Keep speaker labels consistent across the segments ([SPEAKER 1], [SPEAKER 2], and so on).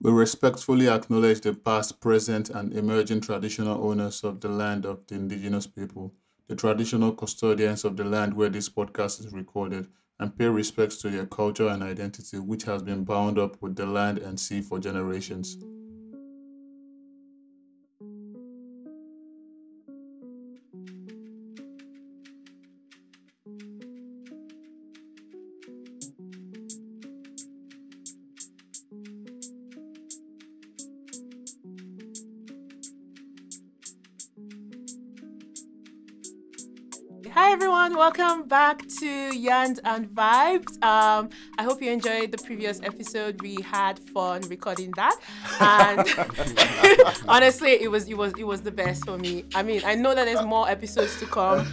[SPEAKER 1] We respectfully acknowledge the past, present, and emerging traditional owners of the land of the indigenous people, the traditional custodians of the land where this podcast is recorded, and pay respects to their culture and identity, which has been bound up with the land and sea for generations.
[SPEAKER 2] Hi everyone, welcome back to Yarns and Vibes. Um, I hope you enjoyed the previous episode. We had fun recording that, and honestly, it was it was it was the best for me. I mean, I know that there's more episodes to come.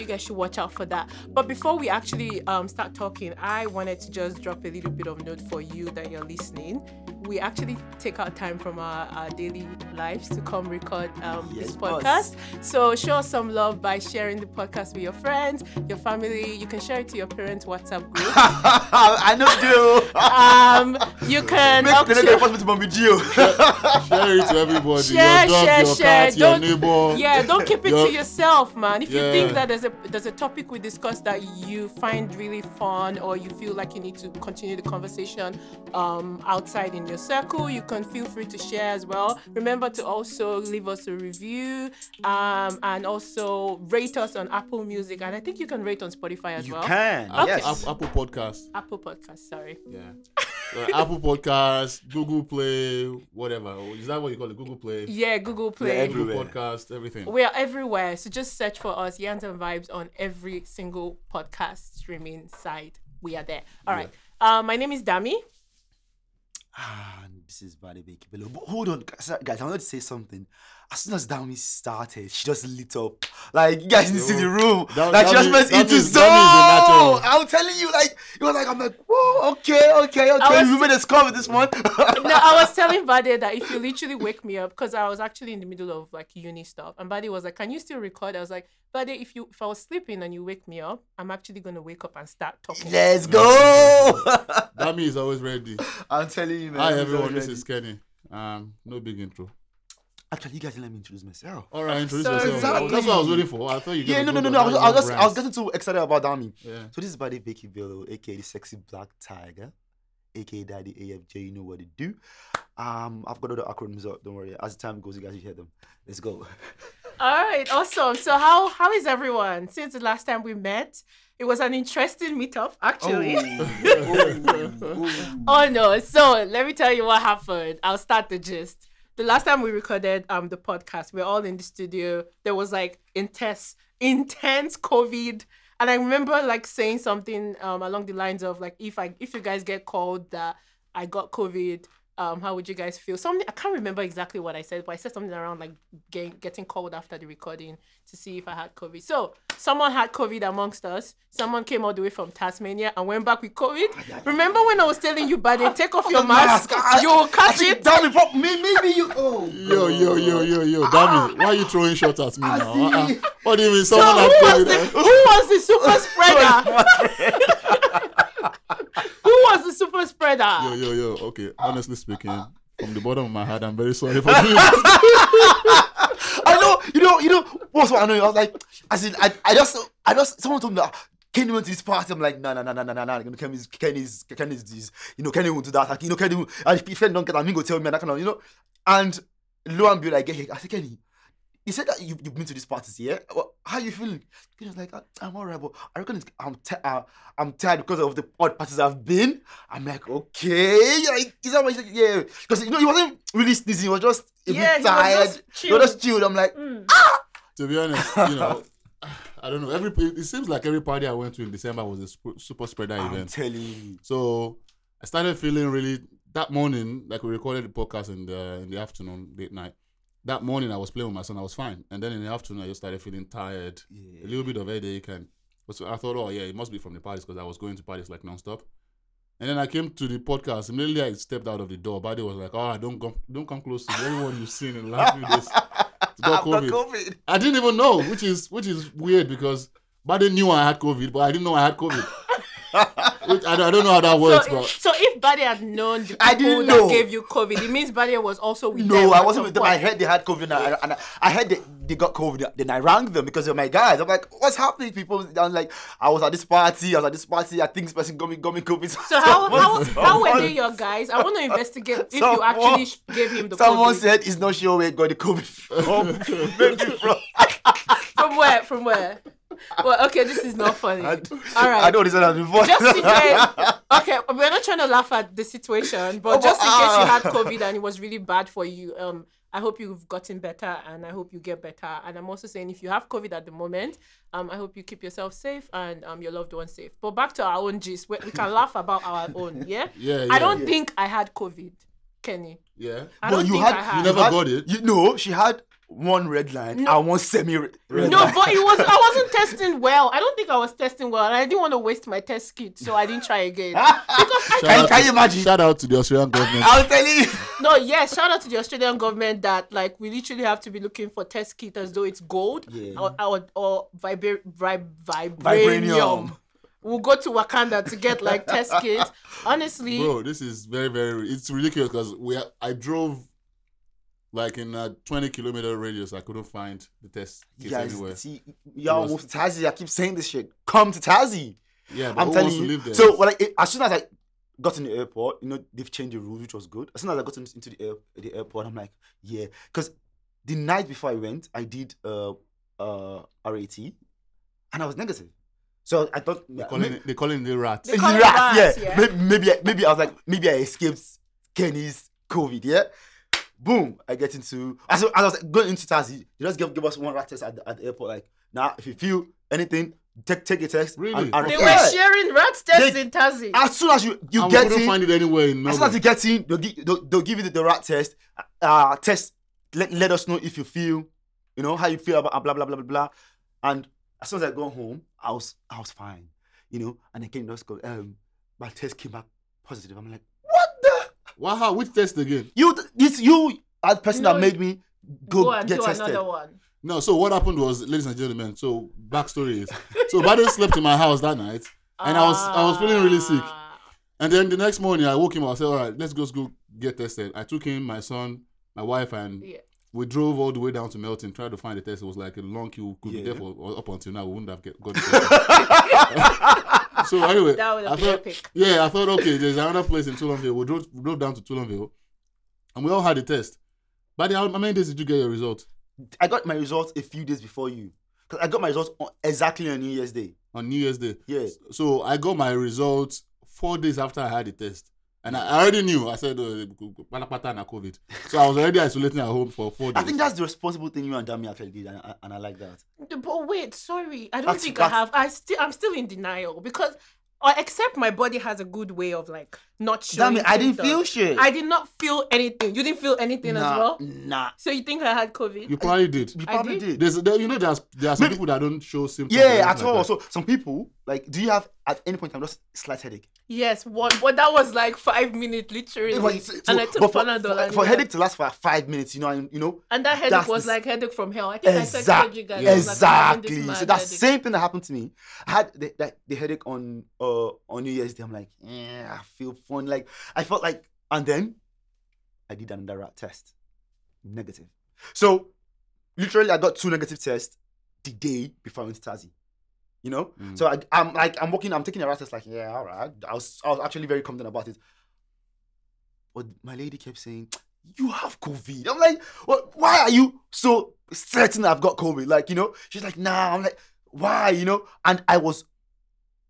[SPEAKER 2] You guys should watch out for that. But before we actually um, start talking, I wanted to just drop a little bit of note for you that you're listening. We actually take out time from our, our daily lives to come record um, this
[SPEAKER 3] Yes, boss.
[SPEAKER 2] podcast. So show us some love by sharing the podcast with your friends, your family. You can share it to your parents' WhatsApp group.
[SPEAKER 3] I know Joe.
[SPEAKER 2] um, you can
[SPEAKER 3] Make
[SPEAKER 2] up
[SPEAKER 3] the next
[SPEAKER 2] to,
[SPEAKER 3] possible to Mommy Gio.
[SPEAKER 1] Share it to everybody
[SPEAKER 2] Share,
[SPEAKER 1] your dog,
[SPEAKER 2] share,
[SPEAKER 1] your
[SPEAKER 2] share.
[SPEAKER 1] cat, your
[SPEAKER 2] Don't-
[SPEAKER 1] neighbor.
[SPEAKER 2] yeah, don't keep it
[SPEAKER 1] Your-
[SPEAKER 2] to yourself, man. If you think
[SPEAKER 1] Yeah.
[SPEAKER 2] that there's a there's a topic we discussed that you find really fun or you feel like you need to continue the conversation um, outside in your circle, you can feel free to share as well. Remember to also leave us a review um, and also rate us on Apple Music and I think you can rate on Spotify as
[SPEAKER 3] You
[SPEAKER 2] well.
[SPEAKER 3] can.
[SPEAKER 2] Okay.
[SPEAKER 3] Yes.
[SPEAKER 1] App- Apple Podcast.
[SPEAKER 2] Apple Podcast, sorry.
[SPEAKER 1] Yeah. Uh, Apple Podcast, Google Play, whatever. Is that what you call it? Google Play?
[SPEAKER 2] Yeah, Google Play.
[SPEAKER 3] every-
[SPEAKER 1] Google
[SPEAKER 3] Everywhere.
[SPEAKER 1] Podcast, everything.
[SPEAKER 2] we are everywhere. So just search for us, Yans and Vibes, on every single podcast streaming site. We are there. All right. Uh, my name is Dami.
[SPEAKER 3] Ah, this is Bade Bekibelo. But hold on, guys, guys, I wanted to say something. As soon as Dami started, she just lit up. Like, you guys didn't see the room.
[SPEAKER 1] That-
[SPEAKER 3] like, she
[SPEAKER 1] Dami-
[SPEAKER 3] just went
[SPEAKER 1] Dami
[SPEAKER 3] into
[SPEAKER 1] is- Dami is a natural.
[SPEAKER 3] zone. I'm telling you, like, you were like, I'm like, whoa, okay, okay, okay.
[SPEAKER 2] was-
[SPEAKER 3] You made a score with this one.
[SPEAKER 2] No, I was telling Bade that if you literally wake me up, because I was actually in the middle of like uni stuff, and Bade was like, "Can you still record?" I was like, Bade, if you if I was sleeping and you wake me up, I'm actually gonna wake up and start talking.
[SPEAKER 3] Let's go.
[SPEAKER 1] Dami is always ready.
[SPEAKER 3] I'm telling you, man.
[SPEAKER 1] Hi
[SPEAKER 3] Dami's
[SPEAKER 1] everyone, this
[SPEAKER 3] already-
[SPEAKER 1] is Kenny. Um, no big intro.
[SPEAKER 3] Actually, you guys didn't let me introduce myself.
[SPEAKER 1] All right, introduce
[SPEAKER 2] Sorry.
[SPEAKER 1] yourself.
[SPEAKER 3] Exactly.
[SPEAKER 1] That's what I was waiting for. I thought you.
[SPEAKER 3] Yeah,
[SPEAKER 1] guys
[SPEAKER 3] no, no,
[SPEAKER 1] would
[SPEAKER 3] no,
[SPEAKER 1] go
[SPEAKER 3] no. I was,
[SPEAKER 1] down
[SPEAKER 3] I was just,
[SPEAKER 1] your
[SPEAKER 3] I was
[SPEAKER 1] rants.
[SPEAKER 3] getting too excited about Dami.
[SPEAKER 1] Yeah.
[SPEAKER 3] So this is Buddy Becky Bello, aka the sexy black tiger, aka Daddy AFJ. You know what to do. Um, I've got all the acronyms up. Don't worry. As the time goes, you guys will hear them. Let's go.
[SPEAKER 2] All right, awesome. So how how is everyone? Since the last time we met, it was an interesting meetup, actually. Oh no! So let me tell you what happened. I'll start the gist. The last time we recorded um the podcast, we were all in the studio. There was like intense, intense COVID, and I remember like saying something um along the lines of like if I if you guys get called that I got COVID, um how would you guys feel? Something I can't remember exactly what I said, but I said something around like getting getting called after the recording to see if I had COVID. So someone had COVID amongst us. Someone came all the way from Tasmania and went back with COVID. Remember when I was telling you, buddy, take off your mask.
[SPEAKER 3] I-
[SPEAKER 2] You will catch
[SPEAKER 3] I
[SPEAKER 2] it.
[SPEAKER 3] Dami, pop, me, maybe you. Oh,
[SPEAKER 1] Yo, yo, yo, yo, yo, Dami, why are you throwing shots at me
[SPEAKER 3] Ah. I
[SPEAKER 1] now?
[SPEAKER 3] see.
[SPEAKER 1] Uh-uh. What do you mean?
[SPEAKER 2] So
[SPEAKER 1] Someone
[SPEAKER 2] who
[SPEAKER 1] had
[SPEAKER 2] was
[SPEAKER 1] COVID,
[SPEAKER 2] the
[SPEAKER 1] eh?
[SPEAKER 2] who was the super spreader? who was the super
[SPEAKER 1] Yo,
[SPEAKER 2] spreader?
[SPEAKER 1] yo, yo. Okay,
[SPEAKER 3] Ah.
[SPEAKER 1] honestly speaking, from the bottom of my heart, I'm very sorry for you.
[SPEAKER 3] I know, you know, you know. What's what I know? I was like, I said, I, I just, I just. Someone told me that. Kenny went to this party. I'm like, no, no, no, no, no, no, no. You know, Kenny's, Kenny's, Kenny's this. You know, Kenny won't do that. Like, you know, Kenny. will- And if friend don't get that, Mingo tell me and that kind of, you know. And lo and behold, I get here. I said, Kenny, you said that you, you've been to these parties, yeah? Well, how you feeling? Kenny was like, "I- I'm alright, but I reckon it's, I'm, ti uh, I'm tired because of the odd parties I've been. I'm like, okay, like, is that what? He's like, yeah, because you know, he wasn't really sneezing. He was just a
[SPEAKER 2] Yeah, he
[SPEAKER 3] bit
[SPEAKER 2] was
[SPEAKER 3] tired.
[SPEAKER 2] just
[SPEAKER 3] He was
[SPEAKER 2] chilled.
[SPEAKER 3] just chilled. I'm like,
[SPEAKER 2] Mm.
[SPEAKER 1] to be honest, you know, I don't know. Every it seems like every party I went to in December was a sp- super spreader
[SPEAKER 3] I'm
[SPEAKER 1] event.
[SPEAKER 3] telling you.
[SPEAKER 1] So I started feeling really that morning, like we recorded the podcast in the in the afternoon, late night. That morning I was playing with my son, I was fine. And then in the afternoon I just started feeling tired, a
[SPEAKER 3] Yeah.
[SPEAKER 1] little bit of headache, and so I thought, oh yeah, it must be from the parties because I was going to parties like nonstop. And then I came to the podcast. Immediately I stepped out of the door. Buddy was like, "Oh, don't come, don't come close to me. everyone you've seen in the last few days got
[SPEAKER 3] I've got
[SPEAKER 1] COVID."
[SPEAKER 3] COVID.
[SPEAKER 1] I didn't even know, which is which is weird because Buddy knew I had COVID, but I didn't know I had COVID. Which I, don't- I don't know how that works,
[SPEAKER 2] So,
[SPEAKER 1] but
[SPEAKER 2] so if Bade had known the people
[SPEAKER 3] I didn't
[SPEAKER 2] that
[SPEAKER 3] know.
[SPEAKER 2] gave you COVID, it means Bade was also with them.
[SPEAKER 3] No, I
[SPEAKER 2] at
[SPEAKER 3] wasn't
[SPEAKER 2] some
[SPEAKER 3] with them.
[SPEAKER 2] point.
[SPEAKER 3] I heard they had COVID, and I, and I, I heard they, they got COVID. Then I rang them because they're my guys. I'm like, what's happening, people? I'm like, I was at this party. I was at this party. I think this person got me, got me COVID.
[SPEAKER 2] So how, how,
[SPEAKER 3] Someone-
[SPEAKER 2] how were they your guys? I want to investigate if you
[SPEAKER 3] Someone-
[SPEAKER 2] actually sh- gave him the
[SPEAKER 3] Someone
[SPEAKER 2] COVID.
[SPEAKER 3] said he's not sure where he got the COVID
[SPEAKER 1] Oh.
[SPEAKER 3] from. Maybe from.
[SPEAKER 2] From where? From where? Well, okay, this is not funny. All right.
[SPEAKER 3] I know this one before.
[SPEAKER 2] just in case. Okay, we're not trying to laugh at the situation, but
[SPEAKER 3] Oh,
[SPEAKER 2] just in case you
[SPEAKER 3] ah.
[SPEAKER 2] had COVID and it was really bad for you, um, I hope you've gotten better and I hope you get better. And I'm also saying if you have COVID at the moment, um, I hope you keep yourself safe and um your loved ones safe. But back to our own gist, we, we can laugh about our own. Yeah.
[SPEAKER 1] Yeah,
[SPEAKER 2] I
[SPEAKER 1] yeah,
[SPEAKER 2] don't
[SPEAKER 1] yeah.
[SPEAKER 2] think I had COVID, Kenny.
[SPEAKER 1] yeah.
[SPEAKER 2] I
[SPEAKER 3] But
[SPEAKER 2] don't
[SPEAKER 3] you
[SPEAKER 2] think
[SPEAKER 3] had-
[SPEAKER 2] I
[SPEAKER 3] you
[SPEAKER 2] had.
[SPEAKER 1] You never
[SPEAKER 3] But
[SPEAKER 1] got it.
[SPEAKER 3] You know, she had one red line and one semi red line.
[SPEAKER 2] No, but it was I wasn't testing well. I don't think I was testing well, and I didn't want to waste my test kit, so I didn't try again.
[SPEAKER 3] Can-
[SPEAKER 1] out
[SPEAKER 3] can
[SPEAKER 1] to-
[SPEAKER 3] you imagine?
[SPEAKER 1] Shout out to the Australian government.
[SPEAKER 3] I'll tell you.
[SPEAKER 2] No, yeah, shout out to the Australian government that like we literally have to be looking for test kit as though it's gold
[SPEAKER 3] Yeah.
[SPEAKER 2] or or, or vibra- vib- vibranium.
[SPEAKER 3] Vibranium.
[SPEAKER 2] We'll go to Wakanda to get like test kit. Honestly,
[SPEAKER 1] Bro, this is very, very. It's ridiculous because we. are- I drove like in a twenty kilometer radius. I couldn't find the test kits
[SPEAKER 3] Guys,
[SPEAKER 1] everywhere.
[SPEAKER 3] see,
[SPEAKER 1] It
[SPEAKER 3] y'all
[SPEAKER 1] was-
[SPEAKER 3] move to Tazi. I keep saying this shit. Come to Tazi.
[SPEAKER 1] Yeah, but
[SPEAKER 3] I'm
[SPEAKER 1] who
[SPEAKER 3] telling
[SPEAKER 1] wants to
[SPEAKER 3] you.
[SPEAKER 1] live there?
[SPEAKER 3] So, well, like, as soon as I got in the airport, you know, they've changed the rules, which was good. As soon as I got in- into the, air, the airport, I'm like, yeah, because the night before I went, I did uh, uh, RAT, and I was negative. So I thought
[SPEAKER 1] they calling it, they calling the rats.
[SPEAKER 2] They call it
[SPEAKER 3] Rats,
[SPEAKER 2] rats,
[SPEAKER 3] yeah.
[SPEAKER 2] yeah.
[SPEAKER 3] Maybe, maybe, I- maybe I was like, maybe I escaped Kenny's COVID, yeah. Boom! I get into as I, as I was going into Tazi, they just give, give us one rat test at the, at the airport. Like, now if you feel anything, take take a test.
[SPEAKER 1] Really?
[SPEAKER 2] they
[SPEAKER 1] Yeah.
[SPEAKER 2] were sharing rat tests
[SPEAKER 3] They-
[SPEAKER 2] in Tazi.
[SPEAKER 3] As soon as you you
[SPEAKER 1] and
[SPEAKER 3] get
[SPEAKER 1] we couldn't
[SPEAKER 3] in,
[SPEAKER 1] find it anywhere in
[SPEAKER 3] as soon as
[SPEAKER 1] Melbourne.
[SPEAKER 3] you get in, they'll give, they'll, they'll give you the, the rat test. Uh, test. Let, let us know if you feel, you know, how you feel about uh, blah blah blah blah blah. And as soon as I go home, I was I was fine, you know. And then came just go. Um, my test came back positive. I'm like, what the?
[SPEAKER 1] Wow, how- which test again?
[SPEAKER 3] You th- this you are the person
[SPEAKER 2] No,
[SPEAKER 3] that made me go,
[SPEAKER 2] go and
[SPEAKER 3] get
[SPEAKER 2] do
[SPEAKER 3] tested.
[SPEAKER 2] another one.
[SPEAKER 1] No, so what happened was, ladies and gentlemen. So backstory is, so Baden slept in my house that night, and I was I was feeling really sick.
[SPEAKER 2] Ah.
[SPEAKER 1] And then the next morning, I woke him up. I said, "All right, let's just go get tested." I took him, my son, my wife, and
[SPEAKER 2] Yeah.
[SPEAKER 1] we drove all the way down to Melton, tried to find the test. It was like a long queue. Could be
[SPEAKER 3] Yeah.
[SPEAKER 1] there for or up until now. We wouldn't have get, got the test. so anyway,
[SPEAKER 2] That would have
[SPEAKER 1] I
[SPEAKER 2] been
[SPEAKER 1] thought,
[SPEAKER 2] epic.
[SPEAKER 1] yeah, I thought okay, there's another place in Toulonville. We drove, we drove down to Toulonville, and we all had the test. But how how many days did you get your result
[SPEAKER 3] I got my results a few days before you, cause I got my results on, exactly on New Year's Day.
[SPEAKER 1] on New Year's Day?
[SPEAKER 3] Yeah.
[SPEAKER 1] So I got my results four days after I had the test. And I I already knew. I said, oh, patapata na COVID. So I was already isolating at home for four days.
[SPEAKER 3] I think that's the responsible thing you and Dami actually did, and, I- and I like that.
[SPEAKER 2] But wait, sorry, I don't
[SPEAKER 3] That's-
[SPEAKER 2] think I
[SPEAKER 3] that's-
[SPEAKER 2] have. I still, I'm still in denial because, uh, except my body has a good way of like not showing.
[SPEAKER 3] Damn it, I didn't
[SPEAKER 2] symptoms.
[SPEAKER 3] feel shit.
[SPEAKER 2] I did not feel anything. You didn't feel anything
[SPEAKER 3] nah,
[SPEAKER 2] as well.
[SPEAKER 3] Nah.
[SPEAKER 2] So you think I had COVID?
[SPEAKER 1] You probably did.
[SPEAKER 3] You
[SPEAKER 2] I
[SPEAKER 3] probably
[SPEAKER 2] did.
[SPEAKER 3] did.
[SPEAKER 1] There's, there, you know, there's there's some
[SPEAKER 3] Maybe-
[SPEAKER 1] people that don't show symptoms. or
[SPEAKER 3] Yeah,
[SPEAKER 1] anything
[SPEAKER 3] at all.
[SPEAKER 1] like that.
[SPEAKER 3] So some people, like, do you have at any point in time just slight headache?
[SPEAKER 2] yes. What? But that was like five minutes literally,
[SPEAKER 3] But it's-
[SPEAKER 2] and I
[SPEAKER 3] so-
[SPEAKER 2] took
[SPEAKER 3] but for,
[SPEAKER 2] Panadol.
[SPEAKER 3] for-
[SPEAKER 2] and-
[SPEAKER 3] for headache to last for five minutes, you know, and you know.
[SPEAKER 2] And that headache
[SPEAKER 3] that's
[SPEAKER 2] was
[SPEAKER 3] the-
[SPEAKER 2] like headache from hell. I think I said to
[SPEAKER 3] Exactly.
[SPEAKER 2] you guys.
[SPEAKER 1] Yeah.
[SPEAKER 2] I was like, I'm having this
[SPEAKER 3] Exactly. So
[SPEAKER 2] mad
[SPEAKER 3] that
[SPEAKER 2] headache.
[SPEAKER 3] same thing that happened to me. I had the, the, the headache on uh on New Year's Day. I'm like, yeah, I feel fun. Like I felt like, and then I did another rat test, negative. So literally, I got two negative tests the day before I went to Tazi. You know,
[SPEAKER 1] Mm.
[SPEAKER 3] so I, I'm like, I'm walking, I'm taking a rat test. Like, yeah, all right. I was, I was actually very confident about it. But my lady kept saying, you have COVID. I'm like, what, why are you so certain I've got COVID? Like, you know, she's like, nah. I'm like, why? You know, and I was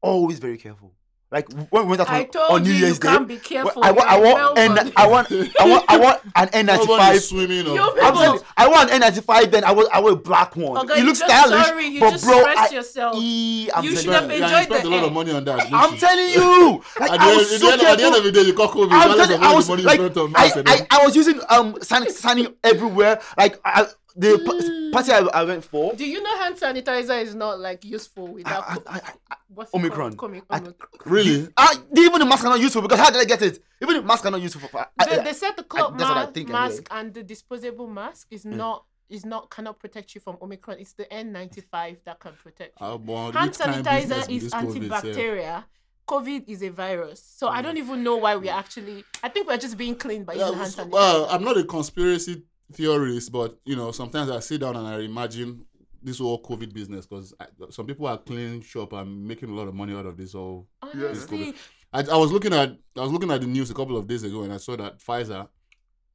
[SPEAKER 3] always very careful. Like when we went out
[SPEAKER 2] I
[SPEAKER 3] on,
[SPEAKER 2] told
[SPEAKER 3] on New
[SPEAKER 2] you
[SPEAKER 3] Year's
[SPEAKER 2] you
[SPEAKER 3] Day,
[SPEAKER 2] can't be
[SPEAKER 3] well,
[SPEAKER 2] careful.
[SPEAKER 3] I want, I
[SPEAKER 2] You're
[SPEAKER 3] want,
[SPEAKER 2] in
[SPEAKER 3] and
[SPEAKER 2] Melbourne.
[SPEAKER 3] I want, I want, I want an
[SPEAKER 1] Nobody
[SPEAKER 3] N95.
[SPEAKER 1] swimming or
[SPEAKER 2] You're
[SPEAKER 3] I'm
[SPEAKER 2] people-
[SPEAKER 3] telling you, I want an N95. Then I want, I want a black one.
[SPEAKER 2] Oh, God,
[SPEAKER 3] it
[SPEAKER 2] you
[SPEAKER 3] looks
[SPEAKER 2] just-
[SPEAKER 3] stylish,
[SPEAKER 2] sorry, you
[SPEAKER 3] but
[SPEAKER 2] just
[SPEAKER 3] bro,
[SPEAKER 2] stressed
[SPEAKER 3] I, e
[SPEAKER 2] yourself.
[SPEAKER 3] ee, I'm
[SPEAKER 2] You
[SPEAKER 3] telling
[SPEAKER 2] should have
[SPEAKER 1] Yeah, you
[SPEAKER 2] enjoyed
[SPEAKER 1] spent
[SPEAKER 2] the
[SPEAKER 1] a lot of
[SPEAKER 2] air.
[SPEAKER 1] money on that. didn't
[SPEAKER 3] I'm
[SPEAKER 1] you?
[SPEAKER 3] telling you, like
[SPEAKER 1] At the,
[SPEAKER 3] I
[SPEAKER 1] end,
[SPEAKER 3] was
[SPEAKER 1] at the
[SPEAKER 3] so
[SPEAKER 1] end, at the eh? end
[SPEAKER 3] careful.
[SPEAKER 1] of the day, you got COVID.
[SPEAKER 3] I'm
[SPEAKER 1] regardless
[SPEAKER 3] telling
[SPEAKER 1] of
[SPEAKER 3] you, I
[SPEAKER 1] how
[SPEAKER 3] was
[SPEAKER 1] much money
[SPEAKER 3] like,
[SPEAKER 1] you spent on
[SPEAKER 3] I,
[SPEAKER 1] masks.
[SPEAKER 3] I, I was using um san- sani everywhere. Like I, the p- party I, I went for,
[SPEAKER 2] Do you know hand sanitizer is not like useful without
[SPEAKER 3] I-
[SPEAKER 2] co-
[SPEAKER 3] I- I-
[SPEAKER 2] what's it
[SPEAKER 3] Omicron.
[SPEAKER 2] called? Comi-
[SPEAKER 3] I-
[SPEAKER 2] Omicron.
[SPEAKER 1] really?
[SPEAKER 3] I, even the mask are not useful because how did I get it? Even the mask are not useful for. I,
[SPEAKER 2] they,
[SPEAKER 3] I,
[SPEAKER 2] they said the cloth
[SPEAKER 3] that's what I
[SPEAKER 2] ma-
[SPEAKER 3] think, anyway.
[SPEAKER 2] mask and the disposable mask is
[SPEAKER 1] Mm.
[SPEAKER 2] not is not cannot protect you from Omicron. It's the N95 that can protect you.
[SPEAKER 1] Ah, boy,
[SPEAKER 2] Hand
[SPEAKER 1] this kind of business
[SPEAKER 2] sanitizer
[SPEAKER 1] with
[SPEAKER 2] is
[SPEAKER 1] this COVID, yeah.
[SPEAKER 2] antibacterial COVID is a virus. So I don't even know why we're actually. I think we're just being cleaned by
[SPEAKER 1] Yeah,
[SPEAKER 2] using hand
[SPEAKER 1] so-
[SPEAKER 2] sanitizer.
[SPEAKER 1] well, uh, I'm not a conspiracy theorist, but you know, sometimes I sit down and I imagine this whole COVID business because some people are cleaning shop and making a lot of money out of this whole.
[SPEAKER 2] Honestly,
[SPEAKER 1] I, I was looking at I was looking at the news a couple of days ago and I saw that Pfizer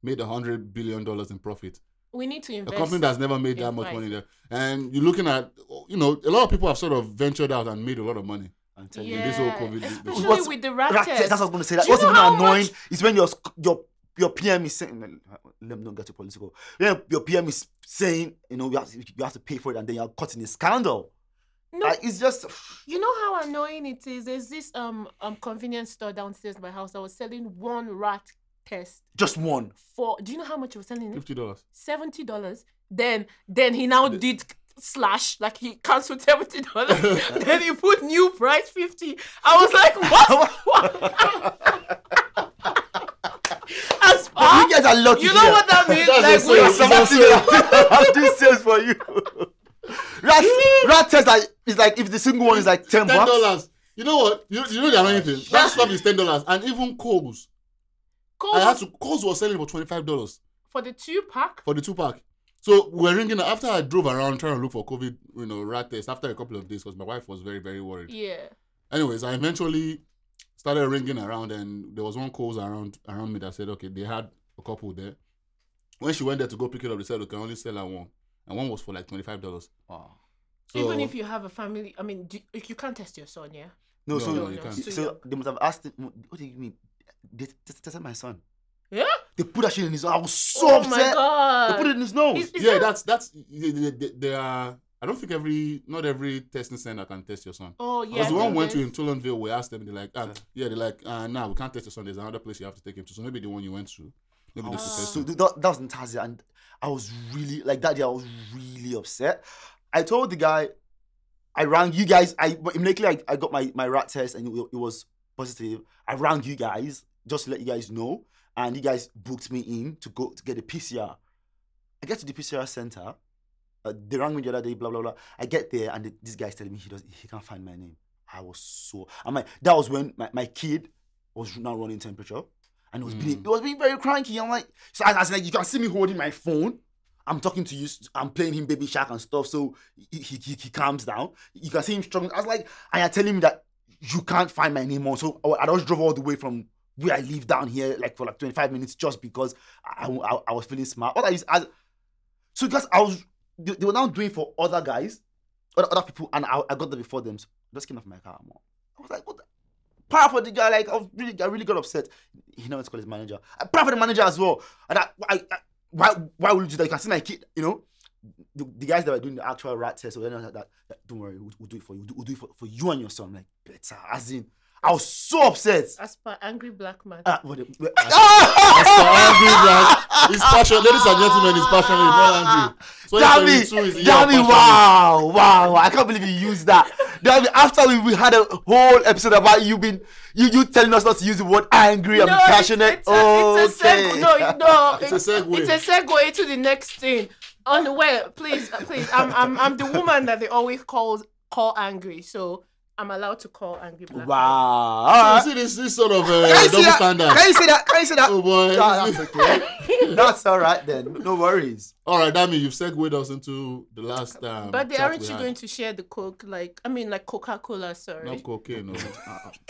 [SPEAKER 1] made a hundred billion dollars in profit.
[SPEAKER 2] we need to
[SPEAKER 1] A
[SPEAKER 2] invest.
[SPEAKER 1] company that's never made that
[SPEAKER 2] in
[SPEAKER 1] much money
[SPEAKER 2] Pfizer.
[SPEAKER 1] there, and you're looking at you know a lot of people have sort of ventured out and made a lot of money.
[SPEAKER 3] I'm telling you.
[SPEAKER 2] yeah,
[SPEAKER 1] this whole COVID business.
[SPEAKER 2] especially
[SPEAKER 3] What's-
[SPEAKER 2] with the rat,
[SPEAKER 3] Rat
[SPEAKER 2] test.
[SPEAKER 1] eh,
[SPEAKER 3] test, That's what I was gonna say. That
[SPEAKER 2] Do you
[SPEAKER 3] what's
[SPEAKER 2] know
[SPEAKER 3] even
[SPEAKER 2] how
[SPEAKER 3] annoying
[SPEAKER 2] much-
[SPEAKER 3] is when your sc- your your PM is saying. no, Let me not get too political. Yeah, your PM is saying, you know, you have, to, you have to pay for it, and then you're caught in a scandal.
[SPEAKER 2] No.
[SPEAKER 3] Like, it's just
[SPEAKER 2] You know how annoying it is. There's this um um convenience store downstairs my house that was selling one rat test
[SPEAKER 3] just one.
[SPEAKER 2] for. Do you know how much it was selling? it?
[SPEAKER 1] Fifty dollars.
[SPEAKER 2] Seventy dollars. Then then he now did slash like he cancelled seventy dollars. then he put new price fifty. I was like, what? As far,
[SPEAKER 3] you guys are lucky.
[SPEAKER 2] you know
[SPEAKER 3] here.
[SPEAKER 2] what that means?
[SPEAKER 1] That's what
[SPEAKER 2] like we
[SPEAKER 1] I'm saying.
[SPEAKER 3] Somebody have this sales for you. Rat, rat test like, is like if the single one is like ten
[SPEAKER 1] Ten
[SPEAKER 3] bucks.
[SPEAKER 1] dollars. You know what? You, you know they're not anything. That stuff is ten dollars, and even Kohl's.
[SPEAKER 2] called
[SPEAKER 1] I had to. Kohl's was selling for twenty five dollars.
[SPEAKER 2] for the two pack.
[SPEAKER 1] for the two pack. So we're ringing after I drove around trying to look for COVID, you know, rat test after a couple of days because my wife was very, very worried.
[SPEAKER 2] Yeah.
[SPEAKER 1] Anyways, I eventually started ringing around and there was one calls around around me that said, okay, they had a couple there. When she went there to go pick it up, they said, okay, I only sell her one. And one was for like twenty five dollars.
[SPEAKER 3] Wow.
[SPEAKER 1] So
[SPEAKER 2] Even if you have a family, I mean, do, you can't test your son, yeah.
[SPEAKER 1] No,
[SPEAKER 3] No, so
[SPEAKER 1] no, you can't.
[SPEAKER 3] so they must have asked. Him, what do you mean? They tested my son.
[SPEAKER 2] Yeah.
[SPEAKER 3] They put that shit in his. I was so
[SPEAKER 2] oh
[SPEAKER 3] upset.
[SPEAKER 2] my god.
[SPEAKER 3] They put it in his nose.
[SPEAKER 2] Is- is
[SPEAKER 1] yeah,
[SPEAKER 2] that-
[SPEAKER 1] that's that's they, they, they, they are. I don't think every not every testing center can test your son.
[SPEAKER 2] Oh yeah.
[SPEAKER 1] Because the
[SPEAKER 2] I
[SPEAKER 1] one
[SPEAKER 2] think
[SPEAKER 1] went to
[SPEAKER 2] there's-
[SPEAKER 1] in Tulonville, we asked them, they're like, ah, yeah, they're like, uh, nah, we can't test your son. There's another place you have to take him to. So maybe the one you went to. Maybe
[SPEAKER 3] I
[SPEAKER 1] they
[SPEAKER 3] was
[SPEAKER 1] could test
[SPEAKER 3] so
[SPEAKER 1] him.
[SPEAKER 3] that, that was in Tanzania, and I was really like that day. I was really upset. I told the guy, I rang you guys. I but immediately I, I got my my rat test and it, wa- it was positive. I rang you guys just to let you guys know, and you guys booked me in to go to get a PCR. I get to the PCR center. Uh, they rang me the other day. Blah blah blah. I get there and the, this guy's telling me he does he can't find my name. I was so. I'm like that was when my, my kid was now running temperature and it was being it was being very cranky. I'm like, so I, I was like, you can see me holding my phone. I'm talking to you. I'm playing him Baby Shark and stuff. So he, he, he he calms down. You can see him struggling. I was like, and you're telling me that you can't find my name on. So I I just drove all the way from where I live down here, like for like 25 minutes, just because I, I, I was feeling smart. What I used, I, so because I was, they, they were now doing for other guys, other, other people, and I, I got there before them. So I just came off my car. I'm all- I was like, what? The, proud for the guy. Like I was really, I really got upset. He now went to call his manager. I proud for the manager as well. And I, I, I why, why would you do that? You can see my kid, you know. The, the guys that were doing the actual rat test or anything like that, that, don't worry, we'll, we'll do it for you. We'll do, we'll do it for, for you and your son. I'm like better, as in, I was so upset.
[SPEAKER 2] As per angry black man.
[SPEAKER 3] Ah, what the- what-
[SPEAKER 1] That's the angry man. He's passionate. Ladies and gentlemen, he's passionate. He's not angry.
[SPEAKER 3] Damn
[SPEAKER 1] 2022 is the year
[SPEAKER 3] it!
[SPEAKER 1] of
[SPEAKER 3] Damn it!
[SPEAKER 1] passion.
[SPEAKER 3] Wow, wow! wow. I can't believe you used that. Damn it! After we, we had a whole episode about you being you you telling us not to use the word angry and be
[SPEAKER 2] it's-
[SPEAKER 3] passionate.
[SPEAKER 2] It's, a, it's a
[SPEAKER 3] okay.
[SPEAKER 2] seg- no, you- no,
[SPEAKER 1] It's a segue.
[SPEAKER 2] It's a segue into the next thing. On well, please, uh, please. I'm, I'm, I'm the woman that they always call call angry, so I'm allowed to call angry black.
[SPEAKER 3] Wow.
[SPEAKER 2] man.
[SPEAKER 3] All
[SPEAKER 1] You
[SPEAKER 3] right.
[SPEAKER 1] see this, this sort of uh,
[SPEAKER 3] Can you
[SPEAKER 1] double
[SPEAKER 3] say that?
[SPEAKER 1] standard.
[SPEAKER 3] Can you say that? Can you say that?
[SPEAKER 1] Oh boy.
[SPEAKER 3] Ah, that's okay. that's all right then. No worries.
[SPEAKER 1] All right, Dami, you've segued us into the last
[SPEAKER 3] Mm,
[SPEAKER 1] um,
[SPEAKER 2] But they
[SPEAKER 1] chat
[SPEAKER 2] aren't
[SPEAKER 1] we
[SPEAKER 2] you
[SPEAKER 1] had.
[SPEAKER 2] going to share the coke? Like I mean, like Coca Cola. Sorry.
[SPEAKER 1] Not cocaine, no.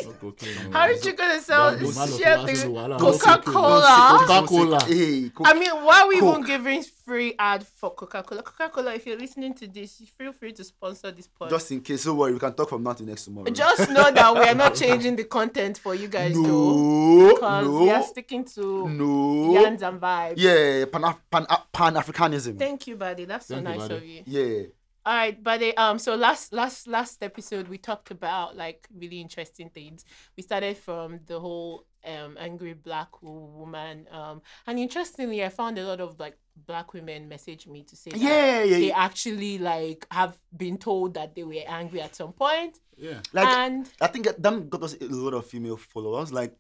[SPEAKER 1] Not cocaine. no.
[SPEAKER 2] aren't you gonna sell
[SPEAKER 1] That was
[SPEAKER 2] share
[SPEAKER 1] Malafala, so
[SPEAKER 2] the
[SPEAKER 1] wahala.
[SPEAKER 2] Coca
[SPEAKER 1] Don't
[SPEAKER 2] Cola?
[SPEAKER 1] say Coca-Cola.
[SPEAKER 3] Hey, Coca-
[SPEAKER 2] I mean, why are we even
[SPEAKER 3] Coke.
[SPEAKER 2] giving free ad for Coca Cola? Coca Cola, if you're listening to this, feel free to sponsor this podcast.
[SPEAKER 3] just in case. Don't worry. We can talk from now to next tomorrow.
[SPEAKER 2] Just know that we are not changing the content for you guys, though,
[SPEAKER 3] no,
[SPEAKER 2] because we are
[SPEAKER 3] no,
[SPEAKER 2] sticking to
[SPEAKER 3] no.
[SPEAKER 2] yans and vibes.
[SPEAKER 3] Yeah, pan pan pan Africanism.
[SPEAKER 2] Thank you, buddy. That's so
[SPEAKER 1] Thank you,
[SPEAKER 2] nice
[SPEAKER 1] buddy.
[SPEAKER 2] of you.
[SPEAKER 3] yeah.
[SPEAKER 2] All right, buddy. Um, so last last last episode we talked about like really interesting things. We started from the whole um angry black wo- woman. Um, and interestingly, I found a lot of like black women message me to say that
[SPEAKER 3] Yeah, yeah,
[SPEAKER 2] they
[SPEAKER 3] yeah.
[SPEAKER 2] actually like have been told that they were angry at some point
[SPEAKER 1] Yeah.
[SPEAKER 3] Like
[SPEAKER 2] and
[SPEAKER 3] I think that them got us a lot of female followers. Like,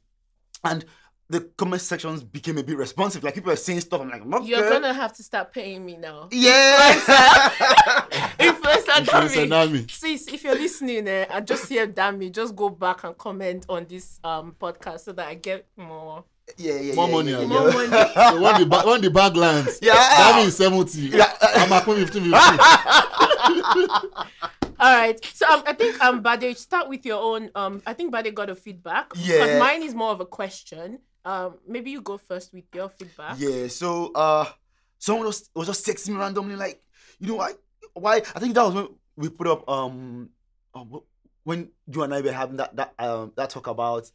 [SPEAKER 3] and the comment sections became a bit responsive. Like people are saying stuff. I'm like, I'm not
[SPEAKER 2] You're gonna have to start paying me now.
[SPEAKER 3] Yeah.
[SPEAKER 2] In Influencer
[SPEAKER 1] Influencer
[SPEAKER 2] dummy.
[SPEAKER 1] Nami.
[SPEAKER 2] Sis, if you're listening eh, and just hear Dami, just go back and comment on this um podcast so that I get more
[SPEAKER 3] Yeah, yeah,
[SPEAKER 1] More
[SPEAKER 3] yeah,
[SPEAKER 1] money,
[SPEAKER 3] yeah,
[SPEAKER 1] I
[SPEAKER 2] more
[SPEAKER 1] guess.
[SPEAKER 3] yeah.
[SPEAKER 2] money.
[SPEAKER 1] So when the ba- when the bag lands,
[SPEAKER 3] Yeah.
[SPEAKER 1] that means seventy.
[SPEAKER 3] Yeah. Ah.
[SPEAKER 1] I'm at 15, 15.
[SPEAKER 2] All right. So um, I think um Bade, start with your own. Um, I think Bade got a feedback. 'cause
[SPEAKER 3] Yeah.
[SPEAKER 2] mine is more of a question. Um, maybe you go first with your feedback.
[SPEAKER 3] Yeah, so uh, someone was, was just texting me randomly, like, you know, why? Why? I think that was when we put up um, um wh- when you and I were having that that um that talk about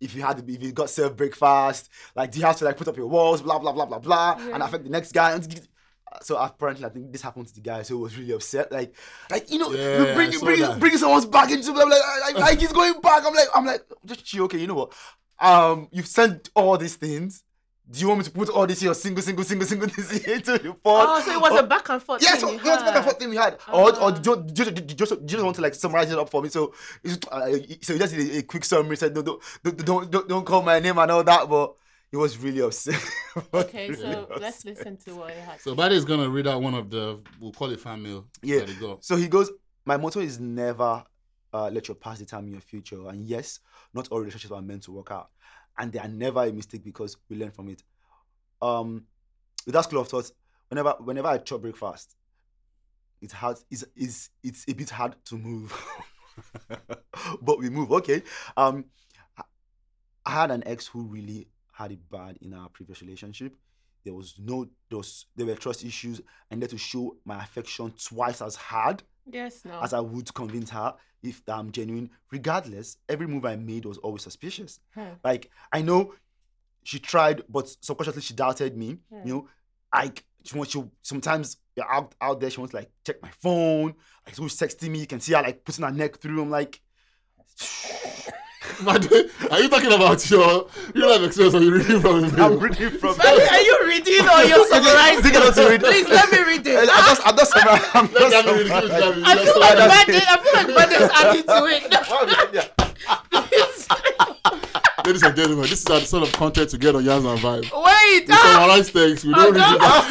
[SPEAKER 3] if you had to be, if you got served breakfast, like do you have to like put up your walls, blah blah blah blah blah, and
[SPEAKER 2] Yeah.
[SPEAKER 3] affect the next guy. And so apparently, I think this happened to the guy, so he was really upset. Like, like you know,
[SPEAKER 1] Yeah,
[SPEAKER 3] you
[SPEAKER 1] I
[SPEAKER 3] bring
[SPEAKER 1] saw
[SPEAKER 3] bring
[SPEAKER 1] that.
[SPEAKER 3] bring someone's back into like, like like he's going back. I'm like I'm like just chill, okay. You know what? Um, you've sent all these things. Do you want me to put all this your single single single single this into the pod?
[SPEAKER 2] Oh, so it was a back and forth. thing
[SPEAKER 3] Yes, so
[SPEAKER 2] you
[SPEAKER 3] it was back
[SPEAKER 2] had.
[SPEAKER 3] and forth thing we had. Or, or
[SPEAKER 2] Ah.
[SPEAKER 3] do, you- do, you- do, you- do, you- do you just want to like summarize it up for me? So, it's- uh, so you just did a, a quick summary. Said no, don't, don't, don't, don't, don't call my name and all that. But he was really upset. He was
[SPEAKER 2] Okay,
[SPEAKER 3] really
[SPEAKER 2] so
[SPEAKER 3] upset.
[SPEAKER 2] let's listen to what he had.
[SPEAKER 1] So Buddy is gonna read out one of the we'll call it fan mail.
[SPEAKER 3] Yeah.
[SPEAKER 1] There you go.
[SPEAKER 3] So he goes, My motto is never uh, let your past determine your future. And yes, not all relationships are meant to work out. And they are never a mistake because we learn from it. Um, with that school of thought, whenever whenever I chop breakfast, it's hard it's, it's, it's a bit hard to move. but we move, okay. Um I- I had an ex who really had it bad in our previous relationship. There was no there, was, there were trust issues I needed to show my affection twice as hard
[SPEAKER 2] Yes, no.
[SPEAKER 3] as I would convince her if that I'm genuine. Regardless, every move I made was always suspicious.
[SPEAKER 2] Hmm.
[SPEAKER 3] Like I know she tried, but subconsciously she doubted me.
[SPEAKER 2] Hmm.
[SPEAKER 3] You know, like she wants you sometimes you're out out there, she wants to like check my phone, like who's texting me, you can see her like putting her neck through. I'm like
[SPEAKER 1] Buddy, are you talking about your real life experience or you reading from the
[SPEAKER 3] I'm
[SPEAKER 1] mail?
[SPEAKER 3] reading from
[SPEAKER 2] Babe, are you reading or you're summarizing?
[SPEAKER 3] Take it out to read.
[SPEAKER 2] Please let me read
[SPEAKER 3] I, I
[SPEAKER 2] it.
[SPEAKER 3] just I just I'm
[SPEAKER 1] Let
[SPEAKER 3] just-
[SPEAKER 1] Dami read it, give it to Dami.
[SPEAKER 2] I
[SPEAKER 1] Let's
[SPEAKER 2] feel
[SPEAKER 1] start.
[SPEAKER 2] like Bade. I feel like Bade is adding to it.
[SPEAKER 3] Yeah.
[SPEAKER 1] Ladies and gentlemen, this is the sort of content to get on Yams and Vibe.
[SPEAKER 2] Wait.
[SPEAKER 1] We
[SPEAKER 2] ah,
[SPEAKER 1] summarize things, we don't read
[SPEAKER 2] no.
[SPEAKER 1] it
[SPEAKER 3] Ah,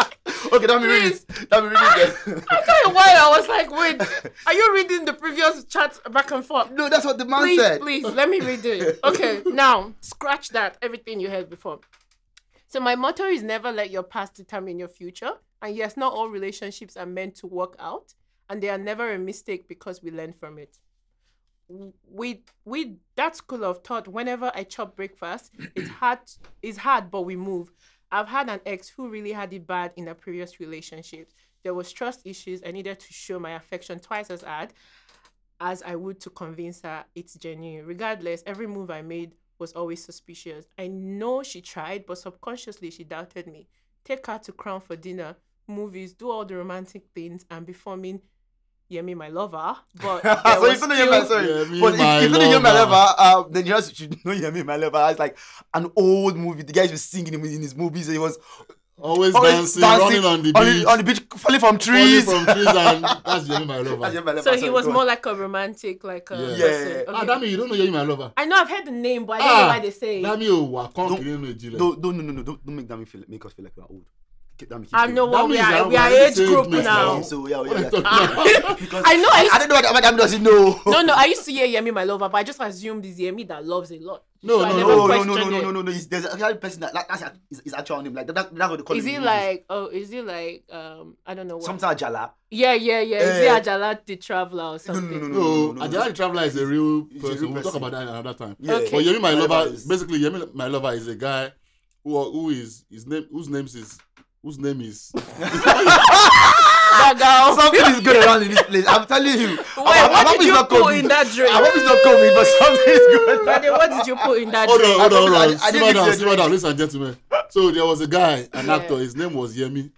[SPEAKER 1] out.
[SPEAKER 3] Okay, let me read it. Let me read it. then.
[SPEAKER 2] After a while, I was like, wait, are you reading the previous chat back and forth?
[SPEAKER 3] No, that's what the man
[SPEAKER 2] please,
[SPEAKER 3] said.
[SPEAKER 2] please, let me read it. Okay, now scratch that everything you heard before. So my motto is never let your past determine your future. And yes, not all relationships are meant to work out, and they are never a mistake because we learn from it. W- With with that school of thought, whenever I chop breakfast, it's hard it's hard, but we move. I've had an ex who really had it bad in a previous relationship. There was trust issues. I needed to show my affection twice as hard, as I would to convince her it's genuine. Regardless, every move I made was always suspicious. I know she tried, but subconsciously she doubted me. Take her to Crown for dinner, movies, do all the romantic things, and be forming Yemi, my lover. But there
[SPEAKER 3] so
[SPEAKER 2] was
[SPEAKER 3] you still know Yemi,
[SPEAKER 2] still-
[SPEAKER 3] sorry.
[SPEAKER 1] Yemi,
[SPEAKER 3] but if,
[SPEAKER 1] my
[SPEAKER 3] if you know Yemi, my
[SPEAKER 1] lover.
[SPEAKER 3] lover, uh, then you just should know Yemi, my lover. It's like an old movie. The guy was singing in in his movies. and He was
[SPEAKER 1] Always
[SPEAKER 3] always
[SPEAKER 1] dancing, running on the beach,
[SPEAKER 3] on the beach, falling from trees.
[SPEAKER 1] falling from trees, and that's Yemi my
[SPEAKER 3] That's
[SPEAKER 1] lover.
[SPEAKER 3] Yemi, my lover.
[SPEAKER 2] So he
[SPEAKER 3] Sorry,
[SPEAKER 2] was
[SPEAKER 3] go on.
[SPEAKER 2] more like a romantic, like a
[SPEAKER 1] Yeah.
[SPEAKER 2] person.
[SPEAKER 3] Yeah.
[SPEAKER 2] Okay.
[SPEAKER 1] Ah, Dami, you don't know Yemi my lover.
[SPEAKER 2] I know I've heard the name, but I don't know
[SPEAKER 1] Ah,
[SPEAKER 2] why they say. it.
[SPEAKER 1] Dami, oh, I can't
[SPEAKER 3] Don't-
[SPEAKER 1] kill him, Ejile.
[SPEAKER 3] No, no, no, no, no. Don't, don't make Dami feel make us feel like we're old. Keep Dami, keep
[SPEAKER 2] I
[SPEAKER 3] going.
[SPEAKER 2] know what
[SPEAKER 1] Dami
[SPEAKER 2] we
[SPEAKER 1] is
[SPEAKER 2] are.
[SPEAKER 1] our-
[SPEAKER 2] We are
[SPEAKER 1] the
[SPEAKER 2] age
[SPEAKER 1] same
[SPEAKER 2] group
[SPEAKER 1] place
[SPEAKER 2] now.
[SPEAKER 1] now.
[SPEAKER 3] So yeah,
[SPEAKER 1] What are you
[SPEAKER 3] yeah.
[SPEAKER 1] talking
[SPEAKER 3] yeah.
[SPEAKER 1] about?
[SPEAKER 3] Because
[SPEAKER 2] I know. I
[SPEAKER 3] I
[SPEAKER 2] used,
[SPEAKER 3] don't know what Dami doesn't know.
[SPEAKER 2] no, no. I used to hear Yemi, my lover, but I just assumed it's Yemi that loves a lot.
[SPEAKER 1] No,
[SPEAKER 2] so I
[SPEAKER 1] no,
[SPEAKER 2] never
[SPEAKER 3] no, no, no, no,
[SPEAKER 2] questioned
[SPEAKER 3] no,
[SPEAKER 2] it.
[SPEAKER 3] no, no, no. It's, there's a actual person that, that that's his, his actual name. Like that, that, that's what they call
[SPEAKER 2] Is
[SPEAKER 3] him. in
[SPEAKER 2] it
[SPEAKER 3] movies.
[SPEAKER 2] like oh is it like um I don't know what
[SPEAKER 3] sometimes Jala?
[SPEAKER 2] Yeah, yeah, yeah. Is
[SPEAKER 3] Eh.
[SPEAKER 2] it Ajala the traveler or
[SPEAKER 3] No, no,
[SPEAKER 2] something?
[SPEAKER 3] no, no,
[SPEAKER 1] No,
[SPEAKER 3] Mm, no, no, no.
[SPEAKER 1] Adela the Traveler is a real
[SPEAKER 3] He's a
[SPEAKER 1] person.
[SPEAKER 3] real
[SPEAKER 1] we'll talk
[SPEAKER 3] person.
[SPEAKER 1] about that another time.
[SPEAKER 3] Yeah.
[SPEAKER 2] Okay.
[SPEAKER 1] But Yemi My
[SPEAKER 3] My
[SPEAKER 1] Lover,
[SPEAKER 3] Lover is-
[SPEAKER 1] basically Yemi My Lover is a guy who who is his name whose name is whose name is
[SPEAKER 2] That girl.
[SPEAKER 3] Something is going around in this place. I'm telling you.
[SPEAKER 2] Wait,
[SPEAKER 3] I,
[SPEAKER 2] what did you put in that drink?
[SPEAKER 3] I hope it's not coming, but something is going around.
[SPEAKER 2] Bade, what did you put in that
[SPEAKER 1] Hold
[SPEAKER 2] drink?
[SPEAKER 1] on, hold on,
[SPEAKER 3] I-
[SPEAKER 1] hold on.
[SPEAKER 3] I didn't
[SPEAKER 1] Simmer down,
[SPEAKER 3] get your
[SPEAKER 1] simmer down, ladies and gentlemen. So there was a guy, an
[SPEAKER 2] Yeah.
[SPEAKER 1] actor, his name was Yemi.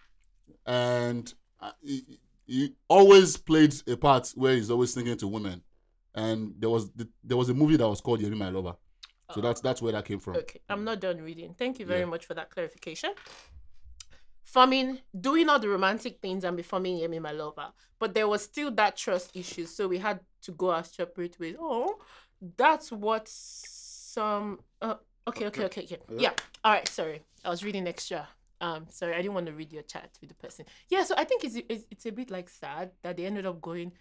[SPEAKER 1] And uh, he, he always played a part where he's always singing to women. And there was there was a movie that was called Yemi My Lover.
[SPEAKER 3] Uh-huh.
[SPEAKER 1] So that's that's where that came from.
[SPEAKER 2] Okay, I'm not done reading. Thank you very
[SPEAKER 1] Yeah.
[SPEAKER 2] much for that clarification. Forming, doing all the romantic things and becoming Yemi my lover, but there was still that trust issue, so we had to go our separate ways. Oh, that's what some. Uh, okay, okay, okay, okay. Yeah. All right. Sorry, I was reading extra. Um, sorry, I didn't want to read your chat with the person. Yeah, so I think it's it's, it's a bit like sad that they ended up going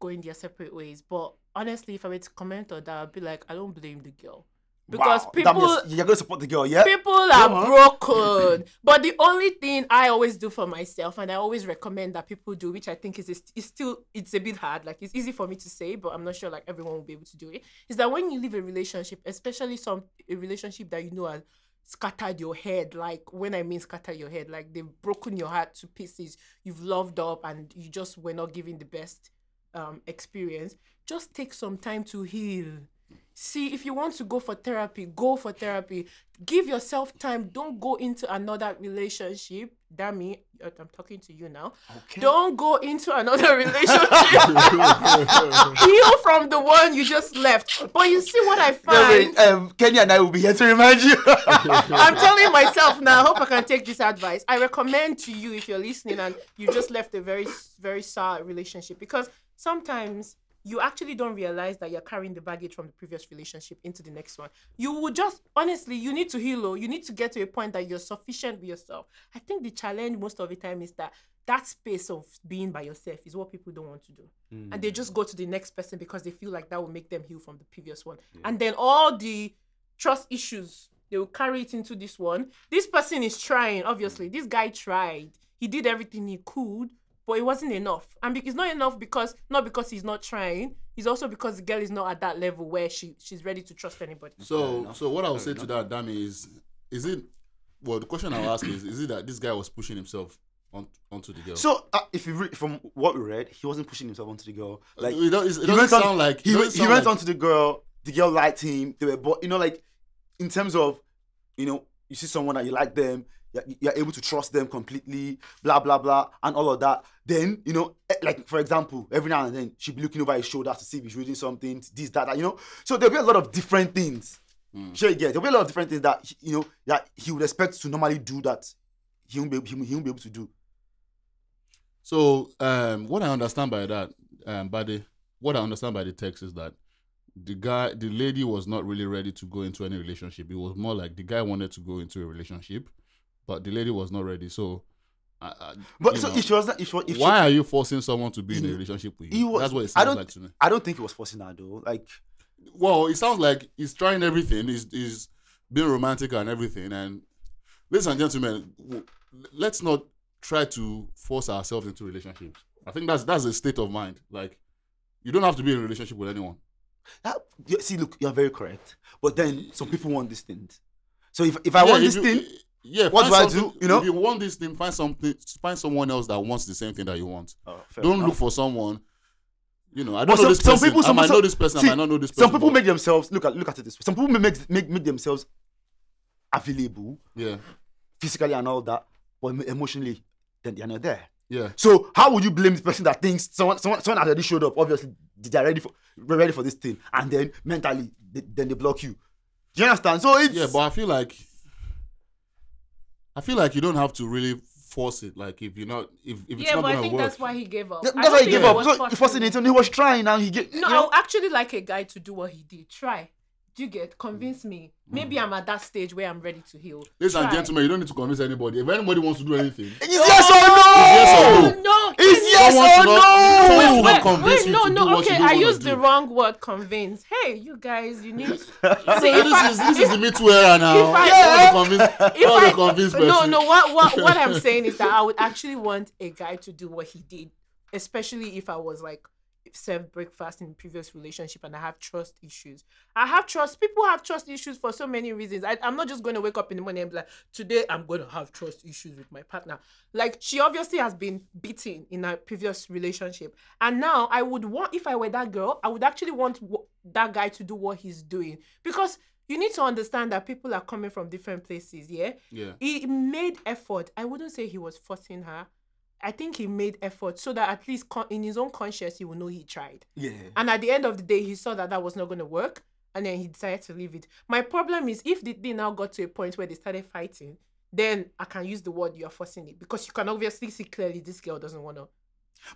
[SPEAKER 2] going their separate ways. But honestly, if I were to comment on that, I'd be like, I don't blame the girl because
[SPEAKER 3] Wow, that
[SPEAKER 2] people
[SPEAKER 3] means you're gonna support the girl, yeah?
[SPEAKER 2] people are broken. but the only thing I always do for myself, and I always recommend that people do, which I think is, is is still it's a bit hard. Like it's easy for me to say, but I'm not sure like everyone will be able to do it. Is that when you leave a relationship, especially some a relationship that you know has scattered your head like when i mean scatter your head like they've broken your heart to pieces you've loved up and you just were not giving the best um experience just take some time to heal see if you want to go for therapy go for therapy give yourself time don't go into another relationship dammy uh, i'm talking to you now don't go into another relationship heal from the one you just left but you see what i
[SPEAKER 3] No,
[SPEAKER 2] find
[SPEAKER 3] wait, um, Kenya and I will be here to remind you.
[SPEAKER 2] I'm telling myself now. I hope I can take this advice. I recommend to you if you're listening and you just left a very, very sad relationship because sometimes you actually don't realize that you're carrying the baggage from the previous relationship into the next one. You will just honestly, you need to heal. oh. You need to get to a point that you're sufficient with yourself. I think the challenge most of the time is that that space of being by yourself is what people don't want to do and they just go to the next person because they feel like that will make them heal from the previous one. And then all the trust issues, they will carry it into this one. This person is trying, obviously.
[SPEAKER 3] Mm.
[SPEAKER 2] This guy tried. He did everything he could, but it wasn't enough. And be- it's not enough because not because he's not trying. It's also because the girl is not at that level where she she's ready to trust anybody.
[SPEAKER 1] So, so what I would say to that, Dami, is, is it? Well, the question I'll ask is, is it that this guy was pushing himself on, onto the girl?
[SPEAKER 3] so, uh, if you read from what we read, he wasn't pushing himself onto the girl. Like,
[SPEAKER 1] it, don't- it
[SPEAKER 3] he
[SPEAKER 1] doesn't
[SPEAKER 3] went
[SPEAKER 1] sound
[SPEAKER 3] on,
[SPEAKER 1] like
[SPEAKER 3] he,
[SPEAKER 1] it
[SPEAKER 3] went-
[SPEAKER 1] doesn't
[SPEAKER 3] he
[SPEAKER 1] sound
[SPEAKER 3] went
[SPEAKER 1] like-
[SPEAKER 3] on to the girl. The girl liked him. They were, but you know, like in terms of, you know, you see someone that you like them, you're, you're able to trust them completely, blah blah blah, and all of that. Then you know, eh, like for example, every now and then she'd be looking over his shoulder to see if he's reading something, this that, that you know. So there'll be a lot of different things.
[SPEAKER 1] Hmm.
[SPEAKER 3] Sure, you get there'll be a lot of different things that he- you know that he would expect to normally do that he won't be able, he won't he won't be able to do.
[SPEAKER 1] So, um, what I understand by that, um, by the what I understand by the text is that the guy, the lady was not really ready to go into any relationship. It was more like the guy wanted to go into a relationship, but the lady was not ready. So, I, I,
[SPEAKER 3] But
[SPEAKER 1] you
[SPEAKER 3] so
[SPEAKER 1] know,
[SPEAKER 3] if she was not, if she, if she-
[SPEAKER 1] why are you forcing someone to be in a
[SPEAKER 3] He-
[SPEAKER 1] relationship with
[SPEAKER 3] he
[SPEAKER 1] you?
[SPEAKER 3] was,
[SPEAKER 1] That's what it
[SPEAKER 3] I
[SPEAKER 1] sounds
[SPEAKER 3] don't,
[SPEAKER 1] like to me.
[SPEAKER 3] I don't think he was forcing her though. Like
[SPEAKER 1] Well, it sounds like he's trying everything. He's, he's being romantic and everything. And ladies and gentlemen, w- let's not try to force ourselves into relationships. I think that's that's a state of mind. Like you don't have to be in a relationship with anyone.
[SPEAKER 3] That, you- see, look, you're very correct. But then some people want this thing. So if, if I
[SPEAKER 1] Yeah,
[SPEAKER 3] want
[SPEAKER 1] if
[SPEAKER 3] this
[SPEAKER 1] you-
[SPEAKER 3] thing,
[SPEAKER 1] Yeah.
[SPEAKER 3] what
[SPEAKER 1] find
[SPEAKER 3] do I do,
[SPEAKER 1] something-
[SPEAKER 3] you know?
[SPEAKER 1] if you want this thing, find something. Find someone else that wants the same thing that you want. don't
[SPEAKER 3] don't
[SPEAKER 1] look
[SPEAKER 3] look.
[SPEAKER 1] for someone. You know, I don't
[SPEAKER 3] But
[SPEAKER 1] know
[SPEAKER 3] some,
[SPEAKER 1] this
[SPEAKER 3] some
[SPEAKER 1] person.
[SPEAKER 3] people, some,
[SPEAKER 1] I might
[SPEAKER 3] some-
[SPEAKER 1] know this person.
[SPEAKER 3] see,
[SPEAKER 1] I might not know this person.
[SPEAKER 3] Some people
[SPEAKER 1] but-
[SPEAKER 3] make themselves look at look at it this way. Some people make make, make themselves available
[SPEAKER 1] Yeah,
[SPEAKER 3] physically and all that, but emo- emotionally, then they're not there.
[SPEAKER 1] yeah.
[SPEAKER 3] So how would you blame the person that thinks someone someone someone has already showed up? Obviously, they're ready for they're ready for this thing, and then mentally, they, then they block you. Do you understand? So it's
[SPEAKER 1] yeah but i feel like i feel like you don't have to really force it like if you're not if, if it's
[SPEAKER 2] Yeah,
[SPEAKER 1] not
[SPEAKER 2] but
[SPEAKER 1] gonna
[SPEAKER 2] I think
[SPEAKER 1] work
[SPEAKER 2] that's why he gave up.
[SPEAKER 3] Th-
[SPEAKER 2] I
[SPEAKER 3] that's
[SPEAKER 2] don't
[SPEAKER 3] why he
[SPEAKER 2] think
[SPEAKER 3] gave
[SPEAKER 2] it
[SPEAKER 3] up.
[SPEAKER 2] was
[SPEAKER 3] So he forced it
[SPEAKER 2] forcing.
[SPEAKER 3] into he was trying and he gave.
[SPEAKER 2] No,
[SPEAKER 3] you know?
[SPEAKER 2] I would actually like a guy to do what he did. Try. Do you get? Convince
[SPEAKER 3] Mm.
[SPEAKER 2] me. Maybe I'm at that stage where I'm ready to heal.
[SPEAKER 1] ladies and
[SPEAKER 2] Try.
[SPEAKER 1] gentlemen you don't need to convince anybody if anybody wants to do anything
[SPEAKER 3] It's yes or no?
[SPEAKER 1] yes or
[SPEAKER 2] Oh, no.
[SPEAKER 3] It's
[SPEAKER 2] Can-
[SPEAKER 3] yes
[SPEAKER 1] Someone
[SPEAKER 3] or
[SPEAKER 1] should not- someone should
[SPEAKER 3] no?
[SPEAKER 1] not convince you
[SPEAKER 2] no,
[SPEAKER 1] to do
[SPEAKER 2] no,
[SPEAKER 1] what you
[SPEAKER 2] okay.
[SPEAKER 1] don't
[SPEAKER 2] I
[SPEAKER 1] wanna
[SPEAKER 2] used
[SPEAKER 1] do.
[SPEAKER 2] the wrong word, convince. Hey, you guys, you need. See, if
[SPEAKER 1] this
[SPEAKER 2] I,
[SPEAKER 1] is this is the middle era now
[SPEAKER 2] if I-
[SPEAKER 1] I don't wanna convince-
[SPEAKER 2] if
[SPEAKER 1] I
[SPEAKER 2] I,
[SPEAKER 1] don't wanna convince
[SPEAKER 2] no,
[SPEAKER 1] person.
[SPEAKER 2] no. What, what, what I'm saying is that I would actually want a guy to do what he did, especially if I was like served breakfast in previous relationship and I have trust issues. I have trust. People have trust issues for so many reasons. I, I'm not just going to wake up in the morning and be like, today I'm going to have trust issues with my partner. Like she obviously has been beaten in her previous relationship, and now I would want, if I were that girl, I would actually want w- that guy to do what he's doing because. You need to understand that people are coming from different places, yeah?
[SPEAKER 1] yeah
[SPEAKER 2] he made effort. I wouldn't say he was forcing her. I think he made effort so that at least con- in his own conscience, he will know he tried.
[SPEAKER 3] Yeah.
[SPEAKER 2] And at the end of the day, he saw that that was not going to work, and then he decided to leave it. My problem is if the thing now got to a point where they started fighting, then I can use the word you are forcing it because you can obviously see clearly this girl doesn't want to.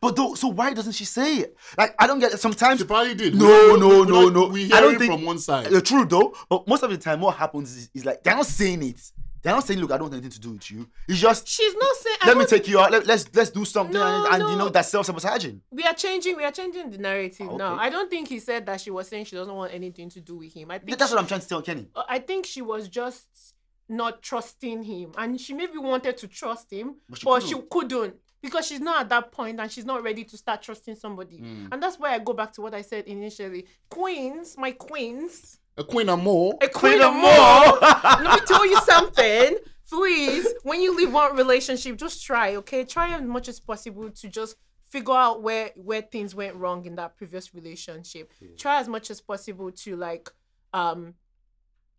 [SPEAKER 3] But though, so why doesn't she say it? Like I don't get it. Sometimes
[SPEAKER 1] she probably did
[SPEAKER 3] no,
[SPEAKER 1] We-
[SPEAKER 3] no,
[SPEAKER 1] we-
[SPEAKER 3] no,
[SPEAKER 1] we-
[SPEAKER 3] no.
[SPEAKER 1] we hear
[SPEAKER 3] I don't
[SPEAKER 1] it
[SPEAKER 3] think
[SPEAKER 1] from one side
[SPEAKER 3] the truth though. But most of the time, what happens is, is like they're not saying it. They're They're not saying, look, I don't want anything to do with you. It's just
[SPEAKER 2] She's not saying. I
[SPEAKER 3] let me
[SPEAKER 2] don't-
[SPEAKER 3] take you out. Let, let's let's do something,
[SPEAKER 2] No,
[SPEAKER 3] and, and you
[SPEAKER 2] no.
[SPEAKER 3] know that's self sabotaging.
[SPEAKER 2] we are changing. We are changing the narrative
[SPEAKER 3] Ah,
[SPEAKER 2] now.
[SPEAKER 3] okay.
[SPEAKER 2] I don't think he said that she was saying she doesn't want anything to do with him. I think
[SPEAKER 3] That's
[SPEAKER 2] she-
[SPEAKER 3] what I'm trying to tell Kenny.
[SPEAKER 2] uh, I think she was just not trusting him, and she maybe wanted to trust him,
[SPEAKER 3] But
[SPEAKER 2] but
[SPEAKER 3] she
[SPEAKER 2] she, couldn't. because she's not at that point and she's not ready to start trusting somebody. And that's why I go back to what I said initially. Queens, my queens,
[SPEAKER 1] A queen or more.
[SPEAKER 2] a queen,
[SPEAKER 3] of
[SPEAKER 2] of more. Let me tell you something. Please, when you leave one relationship, just try, okay? Try as much as possible to just figure out where where things went wrong in that previous relationship. Try as much as possible to like um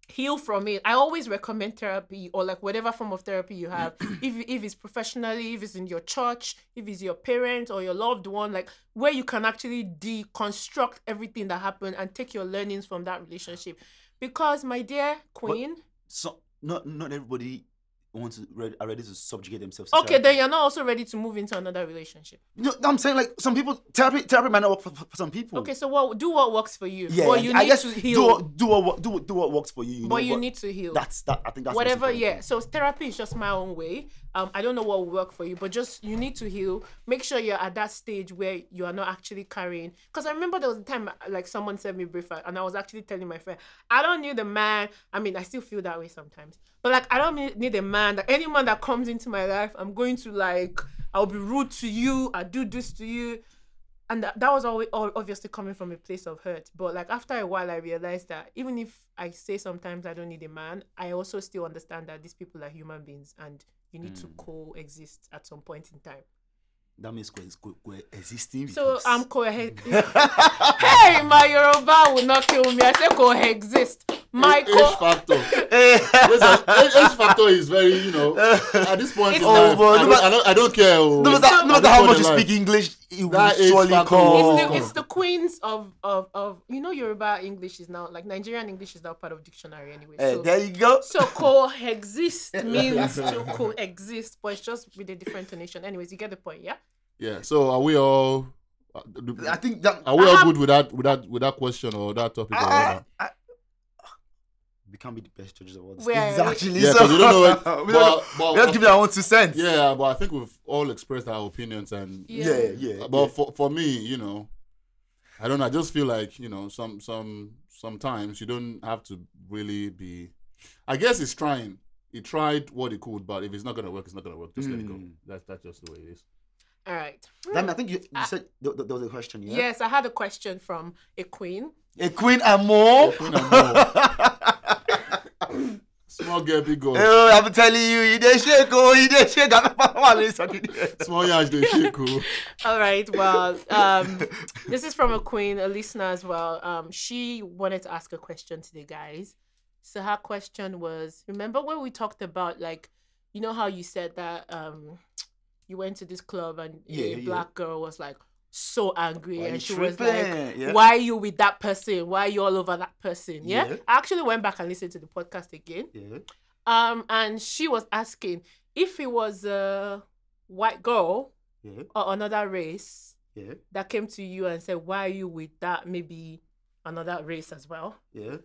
[SPEAKER 2] heal from it. I always recommend therapy or like whatever form of therapy you have. if if it's professionally, if it's in your church, if it's your parents or your loved one, like where you can actually deconstruct everything that happened and take your learnings from that relationship. Because my dear queen,
[SPEAKER 3] So not not everybody wants to read, are ready to subjugate themselves. to
[SPEAKER 2] okay,
[SPEAKER 3] therapy.
[SPEAKER 2] then you're not also ready to move into another relationship.
[SPEAKER 3] No, I'm saying like some people therapy therapy might not work for, for for some people.
[SPEAKER 2] Okay, so what do what works for you?
[SPEAKER 3] Yeah,
[SPEAKER 2] but
[SPEAKER 3] yeah,
[SPEAKER 2] you
[SPEAKER 3] I
[SPEAKER 2] need
[SPEAKER 3] guess
[SPEAKER 2] to
[SPEAKER 3] Do
[SPEAKER 2] heal.
[SPEAKER 3] what do what wo- do, what- do what works for you. you know,
[SPEAKER 2] but you need to heal.
[SPEAKER 3] that's that. I think that's
[SPEAKER 2] whatever
[SPEAKER 3] most
[SPEAKER 2] yeah
[SPEAKER 3] important.
[SPEAKER 2] so therapy is just my own way um i don't know what will work for you but just you need to heal make sure you're at that stage where you are not actually carrying because i remember there was a time like someone sent me brief and i was actually telling my friend i don't need a man i mean i still feel that way sometimes but like i don't need- need a man that anyone that comes into my life i'm going to like i'll be rude to you i'll do this to you and that, that was always all obviously coming from a place of hurt but like after a while i realized that even if i say sometimes i don't need a man i also still understand that these people are human beings and you need to coexist at some point in time
[SPEAKER 3] That means co- co- coexisting. with
[SPEAKER 2] so um,
[SPEAKER 3] us.
[SPEAKER 2] i'm coexist hey my yoruba will not kill me i say coexist my
[SPEAKER 1] H
[SPEAKER 2] co-
[SPEAKER 1] factor. This is- H H factor is very, you know, at this point in
[SPEAKER 2] Oh,
[SPEAKER 1] time,
[SPEAKER 3] boy,
[SPEAKER 1] I,
[SPEAKER 3] no
[SPEAKER 1] don't,
[SPEAKER 3] matter-
[SPEAKER 1] I, don't, I don't care. oh.
[SPEAKER 3] no
[SPEAKER 1] I
[SPEAKER 3] matter, no
[SPEAKER 1] don't
[SPEAKER 3] matter how
[SPEAKER 1] care
[SPEAKER 3] much
[SPEAKER 1] the
[SPEAKER 3] you
[SPEAKER 1] line.
[SPEAKER 3] speak English, it will
[SPEAKER 1] That is
[SPEAKER 3] surely
[SPEAKER 1] fucking
[SPEAKER 3] come. Eh,
[SPEAKER 1] wrong.
[SPEAKER 2] it's the, it's the queens of, of of you know Yoruba English is now like Nigerian English is now part of dictionary anyway.
[SPEAKER 3] Eh,
[SPEAKER 2] so-
[SPEAKER 3] there you go.
[SPEAKER 2] So coexist means to coexist, but it's just with a different tonation. Anyways, you get the point, yeah?
[SPEAKER 1] Yeah. So are we all? uh, do-
[SPEAKER 3] I Ah, think that
[SPEAKER 1] Are we all
[SPEAKER 2] Ah.
[SPEAKER 1] good with that? With that? With that question or that topic? Or whatever?
[SPEAKER 3] I, I, I, we can't be the best judges of all this.
[SPEAKER 2] Where-
[SPEAKER 3] This is actually
[SPEAKER 1] Yeah,
[SPEAKER 3] so.
[SPEAKER 1] 'cause we don't know it, but-
[SPEAKER 3] we don't know.
[SPEAKER 1] but-
[SPEAKER 3] we don't give it our own two cents.
[SPEAKER 1] Yeah, but I think we've all expressed our opinions and
[SPEAKER 3] yeah,
[SPEAKER 2] Yeah.
[SPEAKER 3] yeah. yeah.
[SPEAKER 1] but for for me, you know, I don't know. I just feel like you know, some some sometimes you don't have to really be. I guess it's trying. He tried what he could, but if it's not gonna work, it's not gonna work. Just let it go.
[SPEAKER 3] Mm.
[SPEAKER 1] That's that's just the way it is.
[SPEAKER 2] All right.
[SPEAKER 3] Then I think you, you
[SPEAKER 2] I-
[SPEAKER 3] said there, there was a question. Yeah.
[SPEAKER 2] Yes, I had a question from a queen.
[SPEAKER 3] A queen and more.
[SPEAKER 1] Queen and more. Small girl, big girl.
[SPEAKER 3] Oh, I'm telling you, you dey shake, oh, you dey shake. I'm not one of these.
[SPEAKER 1] Small yash, they shake. oh.
[SPEAKER 2] All right. Well, um, this is from a queen, a listener as well. Um, she wanted to ask a question to the guys. So her question was: Remember when we talked about like, you know how you said that um, you went to this club and
[SPEAKER 3] Yeah,
[SPEAKER 2] a
[SPEAKER 3] yeah.
[SPEAKER 2] black girl was like so angry
[SPEAKER 3] Why you
[SPEAKER 2] and she was like,
[SPEAKER 3] tripping? Yeah.
[SPEAKER 2] "Why are you with that person? Why are you all over that person?" Yeah.
[SPEAKER 3] Yeah.
[SPEAKER 2] I actually went back and listened to the podcast again.
[SPEAKER 3] Yeah.
[SPEAKER 2] Um, and she was asking if it was a white girl
[SPEAKER 3] Yeah.
[SPEAKER 2] or another race
[SPEAKER 3] Yeah.
[SPEAKER 2] that came to you and said, Why are you with that? Maybe another race as well.
[SPEAKER 3] Yeah.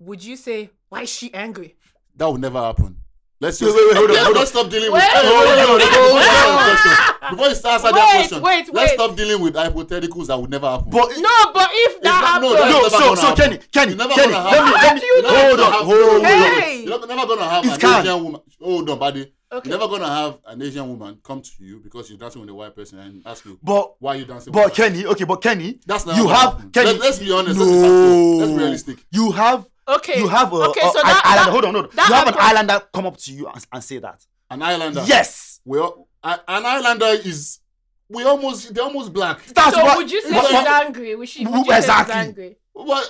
[SPEAKER 2] Would you say, Why is she angry?
[SPEAKER 1] That would never happen. Let's
[SPEAKER 3] Wait,
[SPEAKER 1] just
[SPEAKER 3] wait, wait, hold on,
[SPEAKER 1] let's
[SPEAKER 3] hold on.
[SPEAKER 1] stop dealing with.
[SPEAKER 2] Wait,
[SPEAKER 1] Hey,
[SPEAKER 2] wait,
[SPEAKER 1] wait, wait,
[SPEAKER 2] wait,
[SPEAKER 1] wait,
[SPEAKER 2] wait,
[SPEAKER 1] wait, wait. Before you start answer that
[SPEAKER 2] Wait,
[SPEAKER 1] question,
[SPEAKER 2] wait,
[SPEAKER 1] let's
[SPEAKER 2] wait.
[SPEAKER 1] stop dealing with hypotheticals that would never happen.
[SPEAKER 3] But
[SPEAKER 2] No, but if that
[SPEAKER 1] not- no,
[SPEAKER 2] happened,
[SPEAKER 1] that's-
[SPEAKER 3] no,
[SPEAKER 1] never
[SPEAKER 3] so
[SPEAKER 1] gonna
[SPEAKER 3] so
[SPEAKER 1] happen.
[SPEAKER 3] Kenny, Kenny,
[SPEAKER 1] never
[SPEAKER 3] Kenny,
[SPEAKER 1] gonna
[SPEAKER 3] let me,
[SPEAKER 1] happen.
[SPEAKER 3] let me,
[SPEAKER 1] You're never
[SPEAKER 3] hold
[SPEAKER 1] gonna
[SPEAKER 3] on,
[SPEAKER 1] have-
[SPEAKER 3] hold
[SPEAKER 1] you're
[SPEAKER 3] on.
[SPEAKER 2] Hey!
[SPEAKER 1] never- You're never gonna have
[SPEAKER 3] It's
[SPEAKER 1] an
[SPEAKER 3] calm.
[SPEAKER 1] Asian woman. Hold on, buddy.
[SPEAKER 2] Okay.
[SPEAKER 1] You're never gonna have an Asian woman come to you because you're dancing with a white person and ask you
[SPEAKER 3] But
[SPEAKER 1] why are you dancing.
[SPEAKER 3] But
[SPEAKER 1] with her?"
[SPEAKER 3] Kenny, okay, but Kenny,
[SPEAKER 1] That's not
[SPEAKER 3] you
[SPEAKER 1] what
[SPEAKER 3] have
[SPEAKER 1] happened.
[SPEAKER 3] Kenny.
[SPEAKER 1] Let- let's be honest,
[SPEAKER 3] No,
[SPEAKER 1] let's be factual, let's be realistic.
[SPEAKER 3] You have
[SPEAKER 2] okay,
[SPEAKER 3] you have a,
[SPEAKER 2] okay,
[SPEAKER 3] a-
[SPEAKER 2] so
[SPEAKER 3] an
[SPEAKER 2] that,
[SPEAKER 3] islander.
[SPEAKER 2] that-
[SPEAKER 3] hold on, hold on.
[SPEAKER 2] that
[SPEAKER 3] You have an
[SPEAKER 2] happened-
[SPEAKER 3] islander come up to you and, and say that.
[SPEAKER 1] an Islander.
[SPEAKER 3] Yes,
[SPEAKER 1] Well, an Islander is we almost they're almost black.
[SPEAKER 3] that's
[SPEAKER 2] So
[SPEAKER 3] what.
[SPEAKER 2] would you say
[SPEAKER 3] what-
[SPEAKER 2] she's
[SPEAKER 3] what-
[SPEAKER 2] angry? Would she?
[SPEAKER 3] Who-
[SPEAKER 2] Would you
[SPEAKER 3] exactly.
[SPEAKER 2] Say she's angry?
[SPEAKER 1] But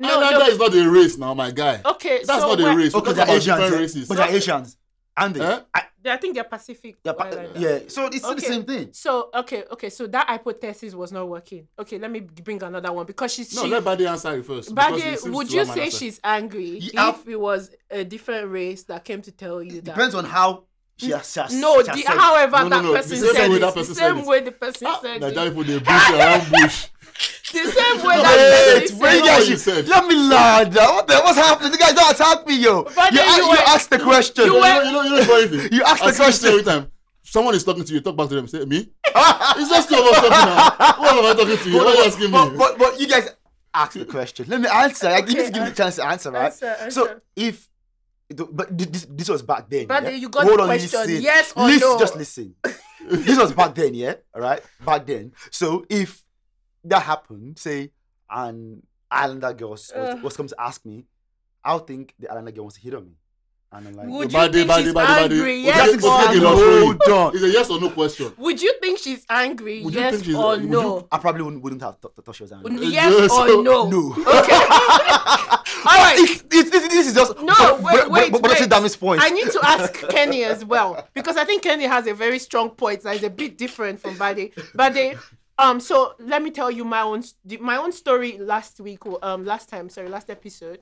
[SPEAKER 2] No,
[SPEAKER 1] Islander
[SPEAKER 2] no.
[SPEAKER 1] is not a race now, my guy.
[SPEAKER 2] Okay,
[SPEAKER 1] That's
[SPEAKER 2] so
[SPEAKER 1] not a
[SPEAKER 2] we're-
[SPEAKER 1] race.
[SPEAKER 3] Okay,
[SPEAKER 1] We're
[SPEAKER 3] they're
[SPEAKER 1] talking about different
[SPEAKER 3] Asians,
[SPEAKER 1] races.
[SPEAKER 3] but they're Asians, and they,
[SPEAKER 1] Eh?
[SPEAKER 3] I,
[SPEAKER 2] I think they're Pacific.
[SPEAKER 3] they're, pa-
[SPEAKER 2] or like that.
[SPEAKER 3] yeah. So it's still the
[SPEAKER 2] Okay.
[SPEAKER 3] same thing.
[SPEAKER 2] So okay, okay, so that hypothesis was not working. Okay, let me bring another one because she's
[SPEAKER 1] No,
[SPEAKER 2] she,
[SPEAKER 1] let Badi answer it first. because he
[SPEAKER 2] Bade,
[SPEAKER 1] seems
[SPEAKER 2] would
[SPEAKER 1] to
[SPEAKER 2] you
[SPEAKER 1] have an
[SPEAKER 2] say
[SPEAKER 1] answer.
[SPEAKER 2] she's angry
[SPEAKER 3] Yeah,
[SPEAKER 2] if it was a different race that came to tell you that?
[SPEAKER 3] Depends on how she has. she has-
[SPEAKER 2] Mm. no,
[SPEAKER 3] she has
[SPEAKER 2] the,
[SPEAKER 3] said it.
[SPEAKER 2] however
[SPEAKER 1] No, no,
[SPEAKER 2] that
[SPEAKER 1] no, the
[SPEAKER 2] person
[SPEAKER 1] same
[SPEAKER 2] said
[SPEAKER 1] way
[SPEAKER 2] it,
[SPEAKER 1] that
[SPEAKER 2] the
[SPEAKER 1] person said
[SPEAKER 2] same
[SPEAKER 1] it.
[SPEAKER 2] way the person
[SPEAKER 1] Ah,
[SPEAKER 2] said
[SPEAKER 1] Nigerian
[SPEAKER 2] it.
[SPEAKER 1] people they bush around bush.
[SPEAKER 2] The same way
[SPEAKER 3] Wait,
[SPEAKER 2] that Billy
[SPEAKER 3] wait, wait,
[SPEAKER 2] said-
[SPEAKER 1] what
[SPEAKER 3] guys,
[SPEAKER 1] you
[SPEAKER 3] you
[SPEAKER 1] said.
[SPEAKER 3] Let me land. What the, what's happening? You guys don't attack me, yo.
[SPEAKER 2] But
[SPEAKER 3] you,
[SPEAKER 2] then
[SPEAKER 3] a-
[SPEAKER 2] you
[SPEAKER 3] you
[SPEAKER 2] were-
[SPEAKER 3] asked the question.
[SPEAKER 2] you
[SPEAKER 1] You
[SPEAKER 2] were-
[SPEAKER 1] know, you know, you know, it's funny.
[SPEAKER 3] You asked
[SPEAKER 1] I
[SPEAKER 3] the
[SPEAKER 1] see this
[SPEAKER 3] question.
[SPEAKER 1] Every time someone is talking to you, talk back to them. Say me. it's just two of us talking now. What am I talking to you?
[SPEAKER 3] But-
[SPEAKER 1] Why are you
[SPEAKER 3] but-
[SPEAKER 1] asking me?
[SPEAKER 3] but, but, but you guys asked the question. Let me answer. Like, you need to give
[SPEAKER 2] uh,
[SPEAKER 3] me the chance to answer, right?
[SPEAKER 2] answer, answer.
[SPEAKER 3] So if th- but th- this, this was back then.
[SPEAKER 2] Back
[SPEAKER 3] yeah?
[SPEAKER 2] then you got
[SPEAKER 3] Hold
[SPEAKER 2] the
[SPEAKER 3] on,
[SPEAKER 2] question,
[SPEAKER 3] listen.
[SPEAKER 2] yes or
[SPEAKER 3] Listen,
[SPEAKER 2] no?
[SPEAKER 3] Just listen. this was back then, yeah. All right, back then. So if that happened, say, and Islander girl was,
[SPEAKER 2] Ugh.
[SPEAKER 3] was come to ask me, I'll think the Islander girl wants to hit on me, and I'm like,
[SPEAKER 2] Would
[SPEAKER 1] Body,
[SPEAKER 2] you think
[SPEAKER 1] body,
[SPEAKER 2] she's
[SPEAKER 1] body, body.
[SPEAKER 2] angry?
[SPEAKER 1] Would
[SPEAKER 2] Yes
[SPEAKER 1] you think- would you think
[SPEAKER 2] or
[SPEAKER 1] it was
[SPEAKER 2] no?
[SPEAKER 1] really-
[SPEAKER 3] Hold on.
[SPEAKER 1] It's a yes or no question.
[SPEAKER 2] Would you think she's angry?
[SPEAKER 1] Would you
[SPEAKER 2] yes
[SPEAKER 1] think she's-
[SPEAKER 2] or
[SPEAKER 1] would you-
[SPEAKER 2] no?
[SPEAKER 3] I probably wouldn't, wouldn't have th- th- thought she was angry.
[SPEAKER 2] Yes or
[SPEAKER 1] so-
[SPEAKER 2] no?
[SPEAKER 3] No.
[SPEAKER 2] Okay. All right.
[SPEAKER 3] It's, it's, it's, this is just
[SPEAKER 2] No,
[SPEAKER 3] but-
[SPEAKER 2] wait,
[SPEAKER 3] but-
[SPEAKER 2] wait,
[SPEAKER 3] but, but that's
[SPEAKER 2] wait.
[SPEAKER 3] a damage point.
[SPEAKER 2] I need to ask Kenny as well because I think Kenny has a very strong point that is a bit different from Bade. Bade, um, so let me tell you my own st- my own story last week. Um, last time, sorry, last episode.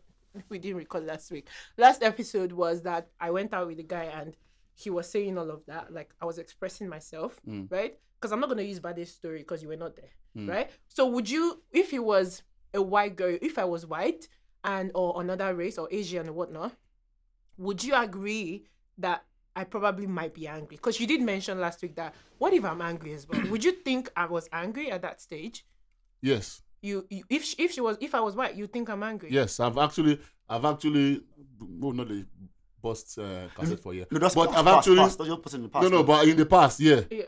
[SPEAKER 2] We didn't record last week. Last episode was that I went out with a guy and he was saying all of that. Like I was expressing myself,
[SPEAKER 3] Hmm.
[SPEAKER 2] right? Because I'm not gonna use Bade's story because you were not there, right? So would you, if he was a white girl, if I was white and or another race or Asian or whatnot, would you agree that I probably might be angry? Because you did mention last week that what if I'm angry as well? would you think I was angry at that stage?
[SPEAKER 1] Yes.
[SPEAKER 2] You, you if she, if she was if I was white, you think I'm angry?
[SPEAKER 1] Yes, I've actually, I've actually, well, not the bust uh, cassette for you,
[SPEAKER 3] No, that's
[SPEAKER 1] but
[SPEAKER 3] past,
[SPEAKER 1] I've
[SPEAKER 3] past,
[SPEAKER 1] actually,
[SPEAKER 3] past. That's just putting in the past.
[SPEAKER 1] no, no, but in the past, yeah,
[SPEAKER 2] Yeah.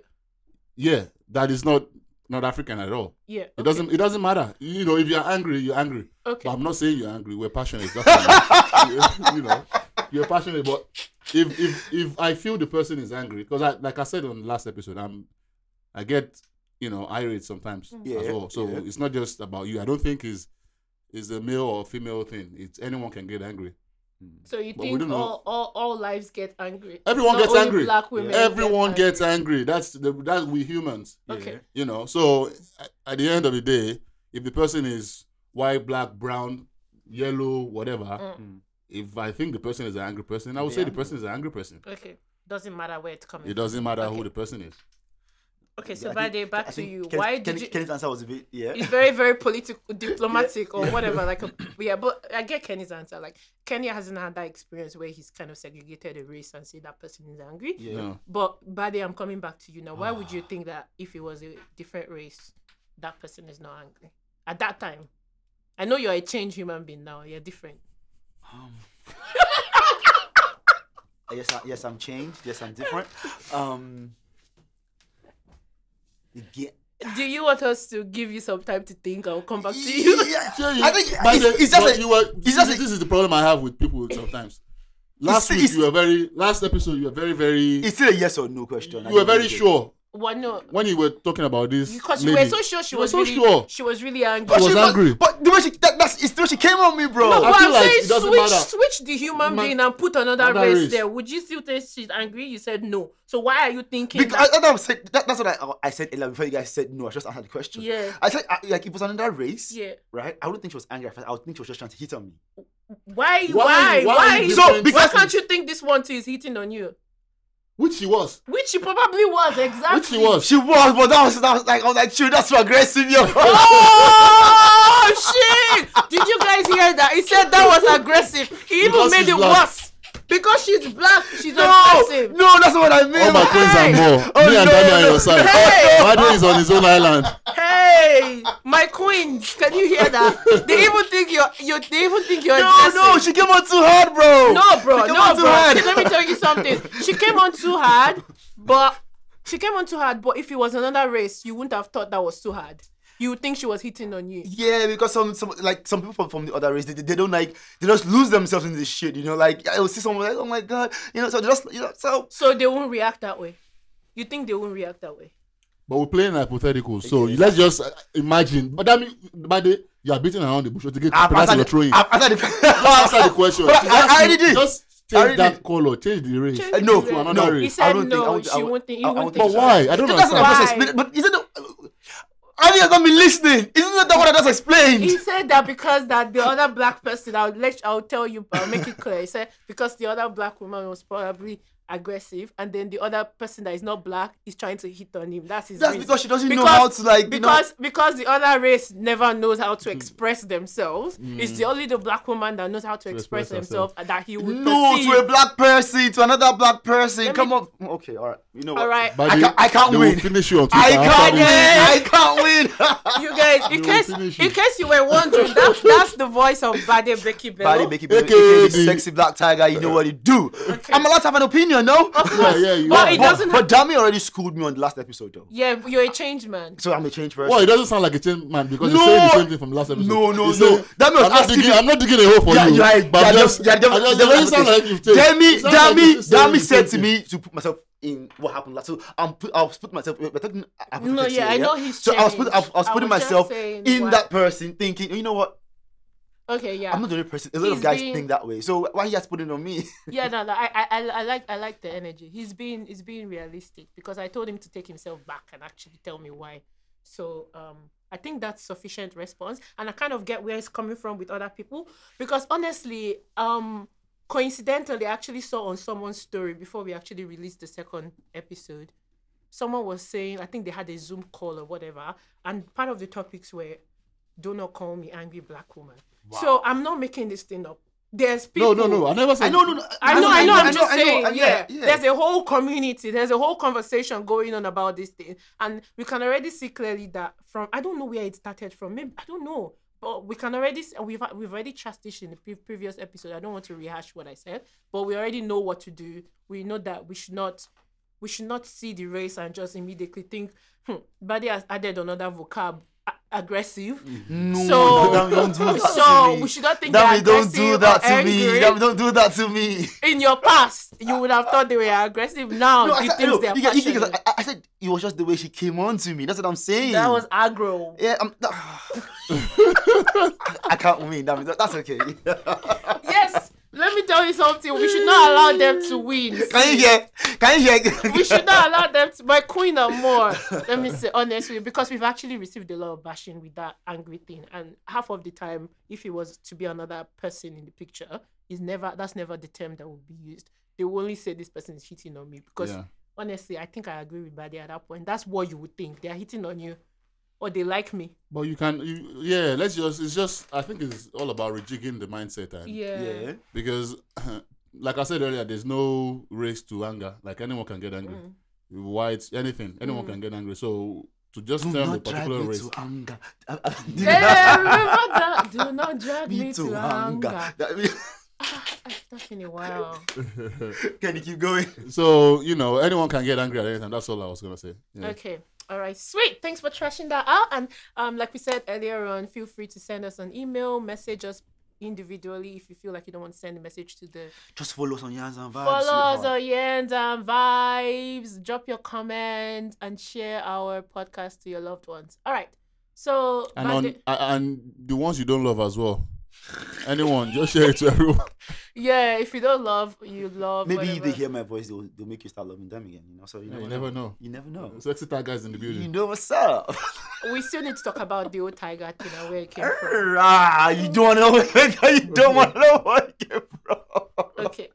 [SPEAKER 1] yeah, that is not not African at all.
[SPEAKER 2] Yeah.
[SPEAKER 1] It doesn't, it doesn't matter. You know, if you're angry, you're angry.
[SPEAKER 2] Okay.
[SPEAKER 1] But I'm not saying you're angry. We're passionate. That's what you know, you're passionate. But if if if I feel the person is angry, because I like I said on the last episode, I'm I get you know irate sometimes
[SPEAKER 2] Mm.
[SPEAKER 1] as
[SPEAKER 3] Yeah,
[SPEAKER 1] well. So
[SPEAKER 3] yeah.
[SPEAKER 1] it's not just about you. I don't think is is a male or female thing. It's anyone can get angry.
[SPEAKER 2] so you
[SPEAKER 1] but we
[SPEAKER 2] think
[SPEAKER 1] don't know.
[SPEAKER 2] all, all all lives get angry?
[SPEAKER 1] Everyone
[SPEAKER 2] Not
[SPEAKER 1] gets
[SPEAKER 2] only
[SPEAKER 1] angry.
[SPEAKER 2] Black women.
[SPEAKER 1] Everyone
[SPEAKER 2] get
[SPEAKER 1] gets angry. That's the that we humans.
[SPEAKER 2] Okay.
[SPEAKER 1] You know, so at- at the end of the day, if the person is white, black, brown, yellow, whatever,
[SPEAKER 2] Mm.
[SPEAKER 1] if I think the person is an angry person, I would
[SPEAKER 3] Be
[SPEAKER 1] say the
[SPEAKER 3] angry. Mm.
[SPEAKER 1] person is an angry person.
[SPEAKER 2] Okay. Doesn't matter where it's coming.
[SPEAKER 1] It doesn't matter who
[SPEAKER 2] Okay.
[SPEAKER 1] the person is.
[SPEAKER 2] Okay. So
[SPEAKER 3] I think-
[SPEAKER 2] Bade,
[SPEAKER 3] I
[SPEAKER 2] back to
[SPEAKER 3] think
[SPEAKER 2] you.
[SPEAKER 3] Ken-
[SPEAKER 2] Why
[SPEAKER 3] Ken-
[SPEAKER 2] did you?
[SPEAKER 3] Ken's answer was a bit, yeah.
[SPEAKER 2] it's very very political diplomatic or whatever like a, yeah but i get kenny's answer like kenny hasn't had that experience where he's kind of segregated a race and say that person is angry
[SPEAKER 3] Yeah.
[SPEAKER 1] No.
[SPEAKER 2] but buddy i'm coming back to you now why would you think that if it was a different race that person is not angry at that time i know you're a changed human being now you're different
[SPEAKER 3] Yes, I, yes, I'm changed. Yes, I'm different. Um, yeah.
[SPEAKER 2] do you want us to give you some time to think i'll come back to you
[SPEAKER 3] Yeah.
[SPEAKER 1] Sure, you-
[SPEAKER 3] I think
[SPEAKER 1] but
[SPEAKER 3] it's,
[SPEAKER 1] the-
[SPEAKER 3] it's just
[SPEAKER 1] but
[SPEAKER 3] a,
[SPEAKER 1] you were,
[SPEAKER 3] it's just
[SPEAKER 1] this
[SPEAKER 3] a,
[SPEAKER 1] is the problem I have with people sometimes. Last
[SPEAKER 3] It's-
[SPEAKER 1] week
[SPEAKER 3] it's-
[SPEAKER 1] you were very last episode you were very very
[SPEAKER 3] it's still a yes or no question. I
[SPEAKER 1] you were
[SPEAKER 3] don't
[SPEAKER 1] very
[SPEAKER 3] get it.
[SPEAKER 1] sure
[SPEAKER 2] well no
[SPEAKER 1] when you were talking about this.
[SPEAKER 2] because you
[SPEAKER 1] lady,
[SPEAKER 2] were so sure she
[SPEAKER 1] you were
[SPEAKER 2] was
[SPEAKER 1] so
[SPEAKER 2] really
[SPEAKER 1] sure.
[SPEAKER 2] she was really angry
[SPEAKER 1] She was
[SPEAKER 3] but,
[SPEAKER 1] angry.
[SPEAKER 3] But the way she, that, that's, it's the way she came on me, bro.
[SPEAKER 2] No,
[SPEAKER 1] I
[SPEAKER 2] but
[SPEAKER 1] feel
[SPEAKER 2] I'm
[SPEAKER 1] like it
[SPEAKER 2] saying
[SPEAKER 1] doesn't
[SPEAKER 2] switch,
[SPEAKER 1] matter.
[SPEAKER 2] switch the human
[SPEAKER 1] Ma-
[SPEAKER 2] being and put another,
[SPEAKER 1] another
[SPEAKER 2] race,
[SPEAKER 1] race.
[SPEAKER 2] there. Would you still think she's angry? You said no. So why are you thinking
[SPEAKER 3] Because
[SPEAKER 2] that?
[SPEAKER 3] I, I, I said, that, that's what I, I said earlier before you guys said no. I just answered the question.
[SPEAKER 2] Yeah.
[SPEAKER 3] I said, I, like, it was another race,
[SPEAKER 2] Yeah.
[SPEAKER 3] right? I wouldn't think she was angry at first. I would think she was just trying to hit on me.
[SPEAKER 1] Why-
[SPEAKER 2] Why? Why? Why?
[SPEAKER 1] why
[SPEAKER 2] Why,
[SPEAKER 1] you
[SPEAKER 3] So,
[SPEAKER 1] different
[SPEAKER 3] because-
[SPEAKER 2] can't you think this one too is hitting on you?
[SPEAKER 1] which she was
[SPEAKER 2] Which she probably was exactly.
[SPEAKER 1] which she was
[SPEAKER 3] She was, but that was, that was like, I was like, shoot, that's too aggressive, yo.
[SPEAKER 2] Oh shit! Did you guys hear that? He said that was aggressive. He even
[SPEAKER 1] Because
[SPEAKER 2] made
[SPEAKER 1] she's
[SPEAKER 2] it
[SPEAKER 1] black.
[SPEAKER 2] worse because she's black. She's
[SPEAKER 3] no,
[SPEAKER 2] aggressive.
[SPEAKER 3] no, that's not what I mean.
[SPEAKER 1] all my friends and more.
[SPEAKER 3] Oh,
[SPEAKER 1] Me and
[SPEAKER 3] no,
[SPEAKER 1] Dami are on
[SPEAKER 3] no.
[SPEAKER 1] your side.
[SPEAKER 2] Hey.
[SPEAKER 1] Badu is on his own island.
[SPEAKER 2] Hey, my queens, can you hear that? They even think you're. you they even think you're.
[SPEAKER 3] no,
[SPEAKER 2] aggressive.
[SPEAKER 3] no, she came on too hard, bro.
[SPEAKER 2] No, bro,
[SPEAKER 3] she came
[SPEAKER 2] no,
[SPEAKER 3] on too
[SPEAKER 2] bro.
[SPEAKER 3] hard.
[SPEAKER 2] See, let me tell you something. She came on too hard, but she came on too hard. But if it was another race, you wouldn't have thought that was too hard. You would think she was hitting on you.
[SPEAKER 3] Yeah, because some, some like some people from, from the other race, they, they don't like they just lose themselves in this shit, you know. Like I will see someone like, oh my god, you know. So they just you know, so
[SPEAKER 2] So they won't react that way. You think they won't react that way?
[SPEAKER 1] But we're playing hypothetical, so let's just uh, imagine. But that means, but they, you are beating around the bush. You get
[SPEAKER 3] I've
[SPEAKER 1] penalty
[SPEAKER 3] answered
[SPEAKER 1] you're
[SPEAKER 3] the,
[SPEAKER 1] throwing.
[SPEAKER 3] I've answered
[SPEAKER 1] Just
[SPEAKER 3] the,
[SPEAKER 1] answer the question.
[SPEAKER 3] But I- Ah, I already did.
[SPEAKER 1] Just
[SPEAKER 3] I
[SPEAKER 1] change
[SPEAKER 3] already
[SPEAKER 1] that
[SPEAKER 3] did.
[SPEAKER 1] color. Change the race.
[SPEAKER 2] Change
[SPEAKER 3] Uh, no,
[SPEAKER 2] the race.
[SPEAKER 1] no.
[SPEAKER 3] no.
[SPEAKER 2] He
[SPEAKER 1] He
[SPEAKER 2] said
[SPEAKER 3] I don't
[SPEAKER 2] no.
[SPEAKER 3] think- I would-
[SPEAKER 2] she
[SPEAKER 3] I would-
[SPEAKER 2] won't think. He
[SPEAKER 3] I- I
[SPEAKER 2] won't
[SPEAKER 3] would
[SPEAKER 2] think.
[SPEAKER 1] But
[SPEAKER 3] think
[SPEAKER 2] she-
[SPEAKER 3] so.
[SPEAKER 1] why? I don't
[SPEAKER 3] That's
[SPEAKER 1] understand.
[SPEAKER 3] what I'm
[SPEAKER 2] Why?
[SPEAKER 3] just explaining. But isn't it? I think I've not been listening. Isn't that what I just explained?
[SPEAKER 2] He said that because that the other black person. I'll let. You, I'll tell you. I'll make it clear. He said because the other black woman was probably aggressive, and then the other person that is not black is trying to hit on him. That's his.
[SPEAKER 3] That's
[SPEAKER 2] reason.
[SPEAKER 3] because she doesn't know how to like. You know,
[SPEAKER 2] because because the other race never knows how
[SPEAKER 1] Hmm.
[SPEAKER 2] to express themselves. It's the only the black woman that knows how to express,
[SPEAKER 1] express
[SPEAKER 2] themselves and that he would
[SPEAKER 3] no
[SPEAKER 2] perceive.
[SPEAKER 3] to a black person to another black person.
[SPEAKER 2] Let
[SPEAKER 3] Come
[SPEAKER 2] me-
[SPEAKER 3] on. Okay, all right. You know what?
[SPEAKER 2] All right,
[SPEAKER 1] But
[SPEAKER 3] I
[SPEAKER 1] they-
[SPEAKER 3] can't- I can't
[SPEAKER 1] they
[SPEAKER 3] win.
[SPEAKER 1] Will finish you on Twitter
[SPEAKER 3] I
[SPEAKER 1] after
[SPEAKER 3] can't
[SPEAKER 1] this.
[SPEAKER 3] win. I can't win.
[SPEAKER 2] you guys. In
[SPEAKER 1] They will
[SPEAKER 2] case
[SPEAKER 1] finish
[SPEAKER 2] in
[SPEAKER 1] you.
[SPEAKER 2] case you were wondering, that, that's the voice of Bade Becky Bello.
[SPEAKER 3] Body make it big,
[SPEAKER 1] AKA
[SPEAKER 3] AKA the
[SPEAKER 1] the-
[SPEAKER 3] sexy black tiger. You know what he do. I'm allowed to have an opinion, no?
[SPEAKER 1] Yeah, yeah, you
[SPEAKER 2] But
[SPEAKER 1] are.
[SPEAKER 2] it
[SPEAKER 1] But-
[SPEAKER 2] doesn't-
[SPEAKER 3] But, but Dami already schooled me on the last episode though.
[SPEAKER 2] Yeah, you're a change man.
[SPEAKER 3] So I'm a change person.
[SPEAKER 1] Well, it doesn't sound like a change man because
[SPEAKER 3] No.
[SPEAKER 1] he's saying the same thing from last episode.
[SPEAKER 3] No, no,
[SPEAKER 1] He's
[SPEAKER 3] no.
[SPEAKER 1] saying,
[SPEAKER 3] That man was
[SPEAKER 1] I'm not,
[SPEAKER 3] asking
[SPEAKER 1] digging,
[SPEAKER 3] you-
[SPEAKER 1] I'm not digging a hole for
[SPEAKER 3] yeah,
[SPEAKER 1] you.
[SPEAKER 3] you are-
[SPEAKER 1] but
[SPEAKER 3] you are
[SPEAKER 1] I'm just,
[SPEAKER 3] just- you are
[SPEAKER 1] I just-
[SPEAKER 3] just-
[SPEAKER 1] it
[SPEAKER 3] you are
[SPEAKER 1] doesn't
[SPEAKER 3] just-
[SPEAKER 1] sound like you've changed.
[SPEAKER 3] Demi,
[SPEAKER 1] It sounds like
[SPEAKER 3] Dami,
[SPEAKER 1] you're just saying
[SPEAKER 3] Dami
[SPEAKER 1] the same
[SPEAKER 3] said to
[SPEAKER 1] thing.
[SPEAKER 3] me to put myself in what happened last. So I'm put, I was put myself. We're talking. hypothetically
[SPEAKER 2] No, yeah, I
[SPEAKER 3] here,
[SPEAKER 2] know he's
[SPEAKER 3] So I was put, I,
[SPEAKER 2] changed.
[SPEAKER 3] was- I was
[SPEAKER 2] I
[SPEAKER 3] putting
[SPEAKER 2] was just
[SPEAKER 3] myself
[SPEAKER 2] saying
[SPEAKER 3] in
[SPEAKER 2] what-
[SPEAKER 3] that person, thinking, you know what?
[SPEAKER 2] Okay, yeah,
[SPEAKER 3] I'm not the only person. A lot
[SPEAKER 2] He's
[SPEAKER 3] of guys
[SPEAKER 2] being-
[SPEAKER 3] think that way. So why he has put it on me?
[SPEAKER 2] yeah. No, no, I, I, I, I like, I like the energy. He's being, he's being realistic because I told him to take himself back and actually tell me why. So, um, I think that's sufficient response, and I kind of get where he's coming from with other people because honestly, um, coincidentally, I actually saw on someone's story before we actually released the second episode. Someone was saying, I think they had a Zoom call or whatever, and part of the topics were do not call me angry black woman. So I'm not making this thing up. There's
[SPEAKER 1] No,
[SPEAKER 2] people.
[SPEAKER 1] no, no. I never said.
[SPEAKER 3] I know, no, no.
[SPEAKER 2] I know, I know. I'm just
[SPEAKER 3] I know,
[SPEAKER 2] saying.
[SPEAKER 3] I know,
[SPEAKER 2] yeah.
[SPEAKER 3] yeah.
[SPEAKER 2] there's a whole community. There's a whole conversation going on about this thing, and we can already see clearly that from I don't know where it started from. Maybe I don't know, but we can already s- we've we've already trashed this in the pre- previous episode. I don't want to rehash what I said, but we already know what to do. We know that we should not we should not see the race and just immediately think, hmm, Buddy has added another vocab, a- aggressive.
[SPEAKER 3] Mm-hmm. No,
[SPEAKER 2] So-
[SPEAKER 3] Dami, don't do that
[SPEAKER 2] so
[SPEAKER 3] to me.
[SPEAKER 2] we should not think
[SPEAKER 3] Dami,
[SPEAKER 2] that
[SPEAKER 3] don't do that to me.
[SPEAKER 2] angry.
[SPEAKER 3] Dami, don't do that to me.
[SPEAKER 2] In your past, you would have thought they were aggressive. Now
[SPEAKER 3] No, I
[SPEAKER 2] you
[SPEAKER 3] said,
[SPEAKER 2] think
[SPEAKER 3] no,
[SPEAKER 2] they're
[SPEAKER 3] you get- you get-
[SPEAKER 2] passionate.
[SPEAKER 3] I, I said it was just the way she came on to me. That's what I'm saying.
[SPEAKER 2] That was aggro.
[SPEAKER 3] Yeah, I'm. I can't win. Dami. That- That's okay.
[SPEAKER 2] yes, let me tell you something. We should not allow them to win.
[SPEAKER 3] Can you hear? Can you hear?
[SPEAKER 2] We should not allow them to my queen or more. Let me say honestly, because we've actually received a lot of bashing with that angry thing. And half of the time, if it was to be another person in the picture, is never that's never the term that would be used. They will only say this person is hitting on me because
[SPEAKER 1] Yeah.
[SPEAKER 2] honestly, I think I agree with Buddy at that point. That's what you would think. They are hitting on you. Or they like me.
[SPEAKER 1] But you can, you, yeah. Let's just. It's just. I think it's all about rejigging the mindset and
[SPEAKER 3] Yeah.
[SPEAKER 1] because, like I said earlier, there's no race to anger. Like anyone can get angry.
[SPEAKER 2] Mm.
[SPEAKER 1] White, anything, anyone can get angry. So to just
[SPEAKER 3] Do
[SPEAKER 1] term a
[SPEAKER 3] not drive
[SPEAKER 1] particular
[SPEAKER 3] me
[SPEAKER 1] race.
[SPEAKER 3] to anger. I- I- do
[SPEAKER 2] Yeah,
[SPEAKER 3] not
[SPEAKER 2] remember that. Do not drag me,
[SPEAKER 3] me
[SPEAKER 2] to anger.
[SPEAKER 3] That-
[SPEAKER 2] That's been a while.
[SPEAKER 3] Can you keep going?
[SPEAKER 1] So you know, anyone can get angry at anything. That's all I was gonna say. Yeah.
[SPEAKER 2] Okay. All right. Sweet. Thanks for trashing that out. And um, like we said earlier on, feel free to send us an email, message us individually if you feel like you don't want to send a message to the
[SPEAKER 3] Just follow us on Yans and Vibes.
[SPEAKER 2] follow us on
[SPEAKER 3] sweetheart.
[SPEAKER 2] Yens and um, Vibes. Drop your comment and share our podcast to your loved ones. All right. So
[SPEAKER 1] And on
[SPEAKER 2] Bade-
[SPEAKER 1] a- and the ones you don't love as well. Anyone, just share it to everyone.
[SPEAKER 2] yeah, if you don't love, you love.
[SPEAKER 3] Maybe if
[SPEAKER 2] whatever.
[SPEAKER 3] they hear my voice, they'll, they'll make you start loving them again. You know, so you,
[SPEAKER 1] Yeah,
[SPEAKER 3] never,
[SPEAKER 1] you never know.
[SPEAKER 3] You never know.
[SPEAKER 1] Sexy tigers in the building.
[SPEAKER 3] You know what's up.
[SPEAKER 2] We still need to talk about the old tiger thing and where it came from.
[SPEAKER 3] Ah, you don't want to know. where- you don't want to know where it came from.
[SPEAKER 2] Okay.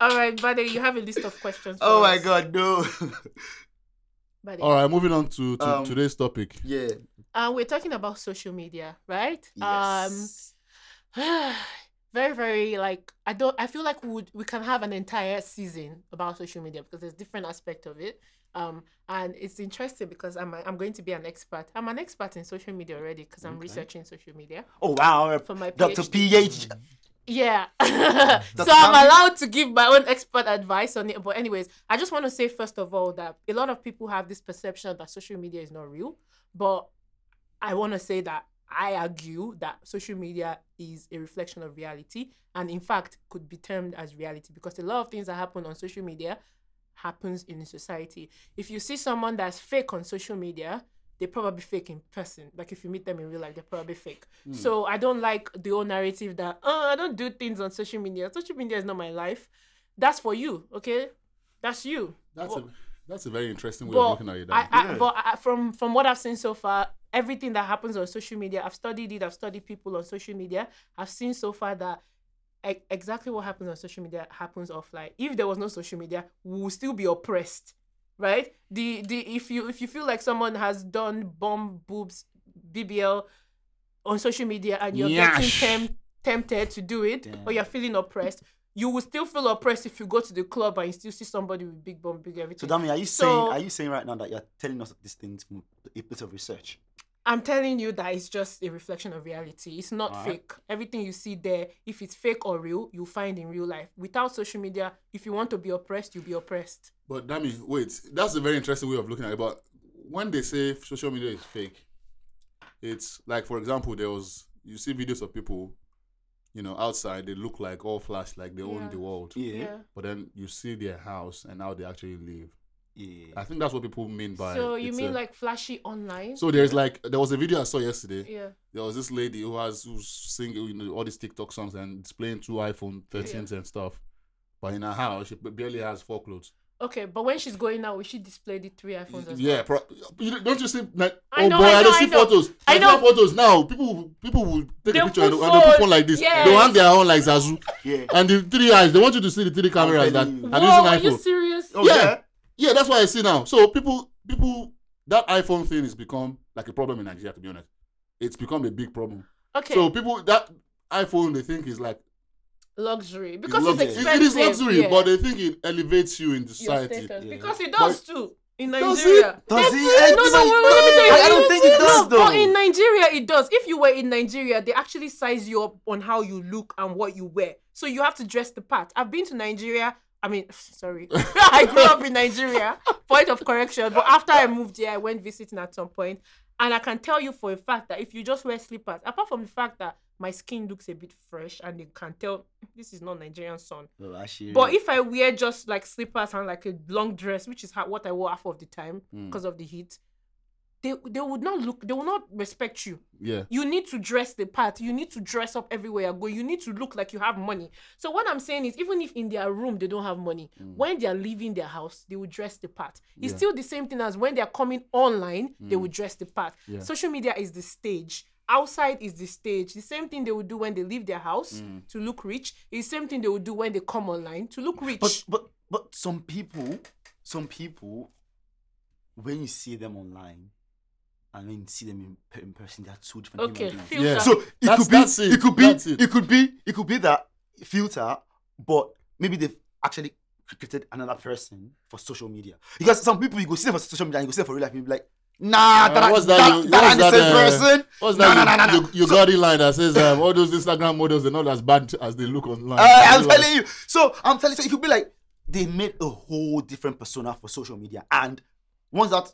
[SPEAKER 2] All right, Buddy, you have a list of questions. for
[SPEAKER 3] Oh my
[SPEAKER 2] us.
[SPEAKER 3] god, no.
[SPEAKER 2] Buddy.
[SPEAKER 1] All right, moving on to, to
[SPEAKER 3] Um,
[SPEAKER 1] today's topic.
[SPEAKER 3] yeah.
[SPEAKER 2] Uh, we're talking about social media, right?
[SPEAKER 3] Yes.
[SPEAKER 2] Um, very, very like I don't. I feel like we would, we can have an entire season about social media because there's different aspect of it. Um, and it's interesting because I'm a- I'm going to be an expert. I'm an expert in social media already because I'm researching social media.
[SPEAKER 3] oh wow.
[SPEAKER 2] For my
[SPEAKER 3] Dr.
[SPEAKER 2] PhD.
[SPEAKER 3] PH.
[SPEAKER 2] Yeah. so I'm
[SPEAKER 3] family-
[SPEAKER 2] allowed to give my own expert advice on it. But, anyways, I just want to say, first of all, that a lot of people have this perception that social media is not real. But I want to say that I argue that social media is a reflection of reality and, in fact, could be termed as reality because a lot of things that happen on social media happens in society. If you see someone that's fake on social media, they're probably fake in person. Like if you meet them in real life, they're probably fake. So I don't like the whole narrative that oh, I don't do things on social media. Social media is not my life. That's for you, okay? That's you.
[SPEAKER 1] That's a that's a very interesting way
[SPEAKER 2] But
[SPEAKER 1] of looking at it.
[SPEAKER 2] I,
[SPEAKER 1] Dan.
[SPEAKER 2] I, but I, from from what I've seen so far, everything that happens on social media, I've studied it. I've studied people on social media. I've seen so far that e- exactly what happens on social media happens offline. If there was no social media, we will still be oppressed, right? The the if you if you feel like someone has done bomb boobs BBL on social media and you're
[SPEAKER 1] Nyash.
[SPEAKER 2] getting temp- tempted to do it or you're feeling oppressed, you will still feel oppressed if you go to the club and you still see somebody with big bomb, big everything.
[SPEAKER 3] So, Dami, are you
[SPEAKER 2] So-
[SPEAKER 3] saying are you saying right now that you're telling us these things from a bit of research?
[SPEAKER 2] I'm telling you that it's just a reflection of reality. It's not fake. Everything you see there, if it's fake or real, you find in real life. Without social media, if you want to be oppressed, you'll be oppressed.
[SPEAKER 1] But Dami, wait, that's a very interesting way of looking at it. But when they say social media is fake, it's like, for example, there was you see videos of people, you know, outside they look like all flash, like they own
[SPEAKER 2] Yeah.
[SPEAKER 1] the world.
[SPEAKER 2] Yeah.
[SPEAKER 1] But then you see their house and how they actually live.
[SPEAKER 3] Yeah.
[SPEAKER 1] I think that's what people mean by.
[SPEAKER 2] So you
[SPEAKER 1] it's
[SPEAKER 2] mean
[SPEAKER 1] a-
[SPEAKER 2] like flashy online?
[SPEAKER 1] So there's like there was a video I saw yesterday.
[SPEAKER 2] yeah.
[SPEAKER 1] There was this lady who has who's singing you know, all these TikTok songs and displaying two iPhone 13s and stuff. But in her house, she barely has four clothes.
[SPEAKER 2] Okay, but when she's going out, will she display the three iPhones as
[SPEAKER 1] Yeah, pro- you don't- don't you see? Like,
[SPEAKER 2] I
[SPEAKER 1] oh
[SPEAKER 2] know,
[SPEAKER 1] boy,
[SPEAKER 2] I
[SPEAKER 1] I, don't
[SPEAKER 2] know,
[SPEAKER 1] see
[SPEAKER 2] I know.
[SPEAKER 1] photos.
[SPEAKER 2] I
[SPEAKER 1] I
[SPEAKER 2] know.
[SPEAKER 1] know photos now. People, will- people will take
[SPEAKER 2] They'll
[SPEAKER 1] a picture and,
[SPEAKER 2] put
[SPEAKER 1] and they put
[SPEAKER 2] phone.
[SPEAKER 1] one like this. They
[SPEAKER 2] Yes.
[SPEAKER 1] want their own like Zazu.
[SPEAKER 3] Yeah.
[SPEAKER 2] Uh,
[SPEAKER 1] And the three eyes, they want you to see the three cameras that
[SPEAKER 3] telling you.
[SPEAKER 1] and
[SPEAKER 2] well?
[SPEAKER 1] using
[SPEAKER 2] Whoa, are you
[SPEAKER 1] iPhone.
[SPEAKER 2] serious?
[SPEAKER 3] Oh,
[SPEAKER 1] yeah. Yeah, that's what I see now. So people, people, that iPhone thing has become like a problem in Nigeria. To be honest, it's become a big problem.
[SPEAKER 2] Okay.
[SPEAKER 1] So people that iPhone they think is like
[SPEAKER 2] luxury. Because
[SPEAKER 1] luxury.
[SPEAKER 2] it's
[SPEAKER 1] It- it
[SPEAKER 2] expensive.
[SPEAKER 1] is luxury,
[SPEAKER 2] yeah.
[SPEAKER 1] but they think it elevates you in
[SPEAKER 2] Your
[SPEAKER 1] society.
[SPEAKER 2] status.
[SPEAKER 3] Yeah.
[SPEAKER 2] Because it does
[SPEAKER 1] But-
[SPEAKER 2] too. In
[SPEAKER 1] Does it?
[SPEAKER 2] Nigeria.
[SPEAKER 3] Does
[SPEAKER 2] They
[SPEAKER 3] he?
[SPEAKER 2] do. No, no, wait, wait, wait, wait.
[SPEAKER 3] I don't think it does
[SPEAKER 2] no,
[SPEAKER 3] though.
[SPEAKER 2] But in Nigeria, it does. If you were in Nigeria, they actually size you up on how you look and what you wear. So you have to dress the part. I've been to Nigeria. I mean, sorry. I grew up in Nigeria. Point of correction. But after I moved here, I went visiting at some point, And I can tell you for a fact that if you just wear slippers, apart from the fact that my skin looks a bit fresh and you can tell "Hmm, this is not Nigerian sun,
[SPEAKER 3] Oh, actually,
[SPEAKER 2] but if I wear just like slippers and like a long dress, which is how, what I wore half of the time because of the heat, they they would not look. They will not respect you.
[SPEAKER 1] Yeah,
[SPEAKER 2] You need to dress the part. You need to dress up everywhere you go. You need to look like you have money. So what I'm saying is, even if in their room they don't have money,
[SPEAKER 3] Mm.
[SPEAKER 2] when they are leaving their house, they will dress the part. It's still the same thing as when they are coming online, they
[SPEAKER 3] Mm.
[SPEAKER 2] will dress the part. Social media is the stage. Outside is the stage. The same thing they will do when they leave their house to look rich. It's the same thing they will do when they come online to look rich.
[SPEAKER 3] Mm. But but but some people, some people, when you see them online, and when you see them in, pe- in person, they are two different
[SPEAKER 2] okay,
[SPEAKER 3] human beings.
[SPEAKER 2] filter.
[SPEAKER 1] Yeah.
[SPEAKER 3] So it
[SPEAKER 1] That's-
[SPEAKER 3] could be,
[SPEAKER 1] that's
[SPEAKER 3] it.
[SPEAKER 1] it.
[SPEAKER 3] could be,
[SPEAKER 1] That's
[SPEAKER 3] it.
[SPEAKER 1] it.
[SPEAKER 3] could be, it could be that filter, but maybe they've actually created another person for social media. Because some people you go see them for social media, and you go see them for real life, and you be like, Nah,
[SPEAKER 1] Uh,
[SPEAKER 3] that,
[SPEAKER 1] what's
[SPEAKER 3] that,
[SPEAKER 1] that
[SPEAKER 3] that,
[SPEAKER 1] you-
[SPEAKER 3] that,
[SPEAKER 1] what's
[SPEAKER 3] ain't the same
[SPEAKER 1] that, uh,
[SPEAKER 3] person.
[SPEAKER 1] What's
[SPEAKER 3] Nah,
[SPEAKER 1] that?
[SPEAKER 3] nah, nah, nah, nah.
[SPEAKER 1] You, you got the line that says um, all those Instagram models they're not as bad as they look online.
[SPEAKER 3] I- Uh, I'm
[SPEAKER 1] Like,
[SPEAKER 3] telling you. So I'm telling you, so it could be like they made a whole different persona for social media, and once that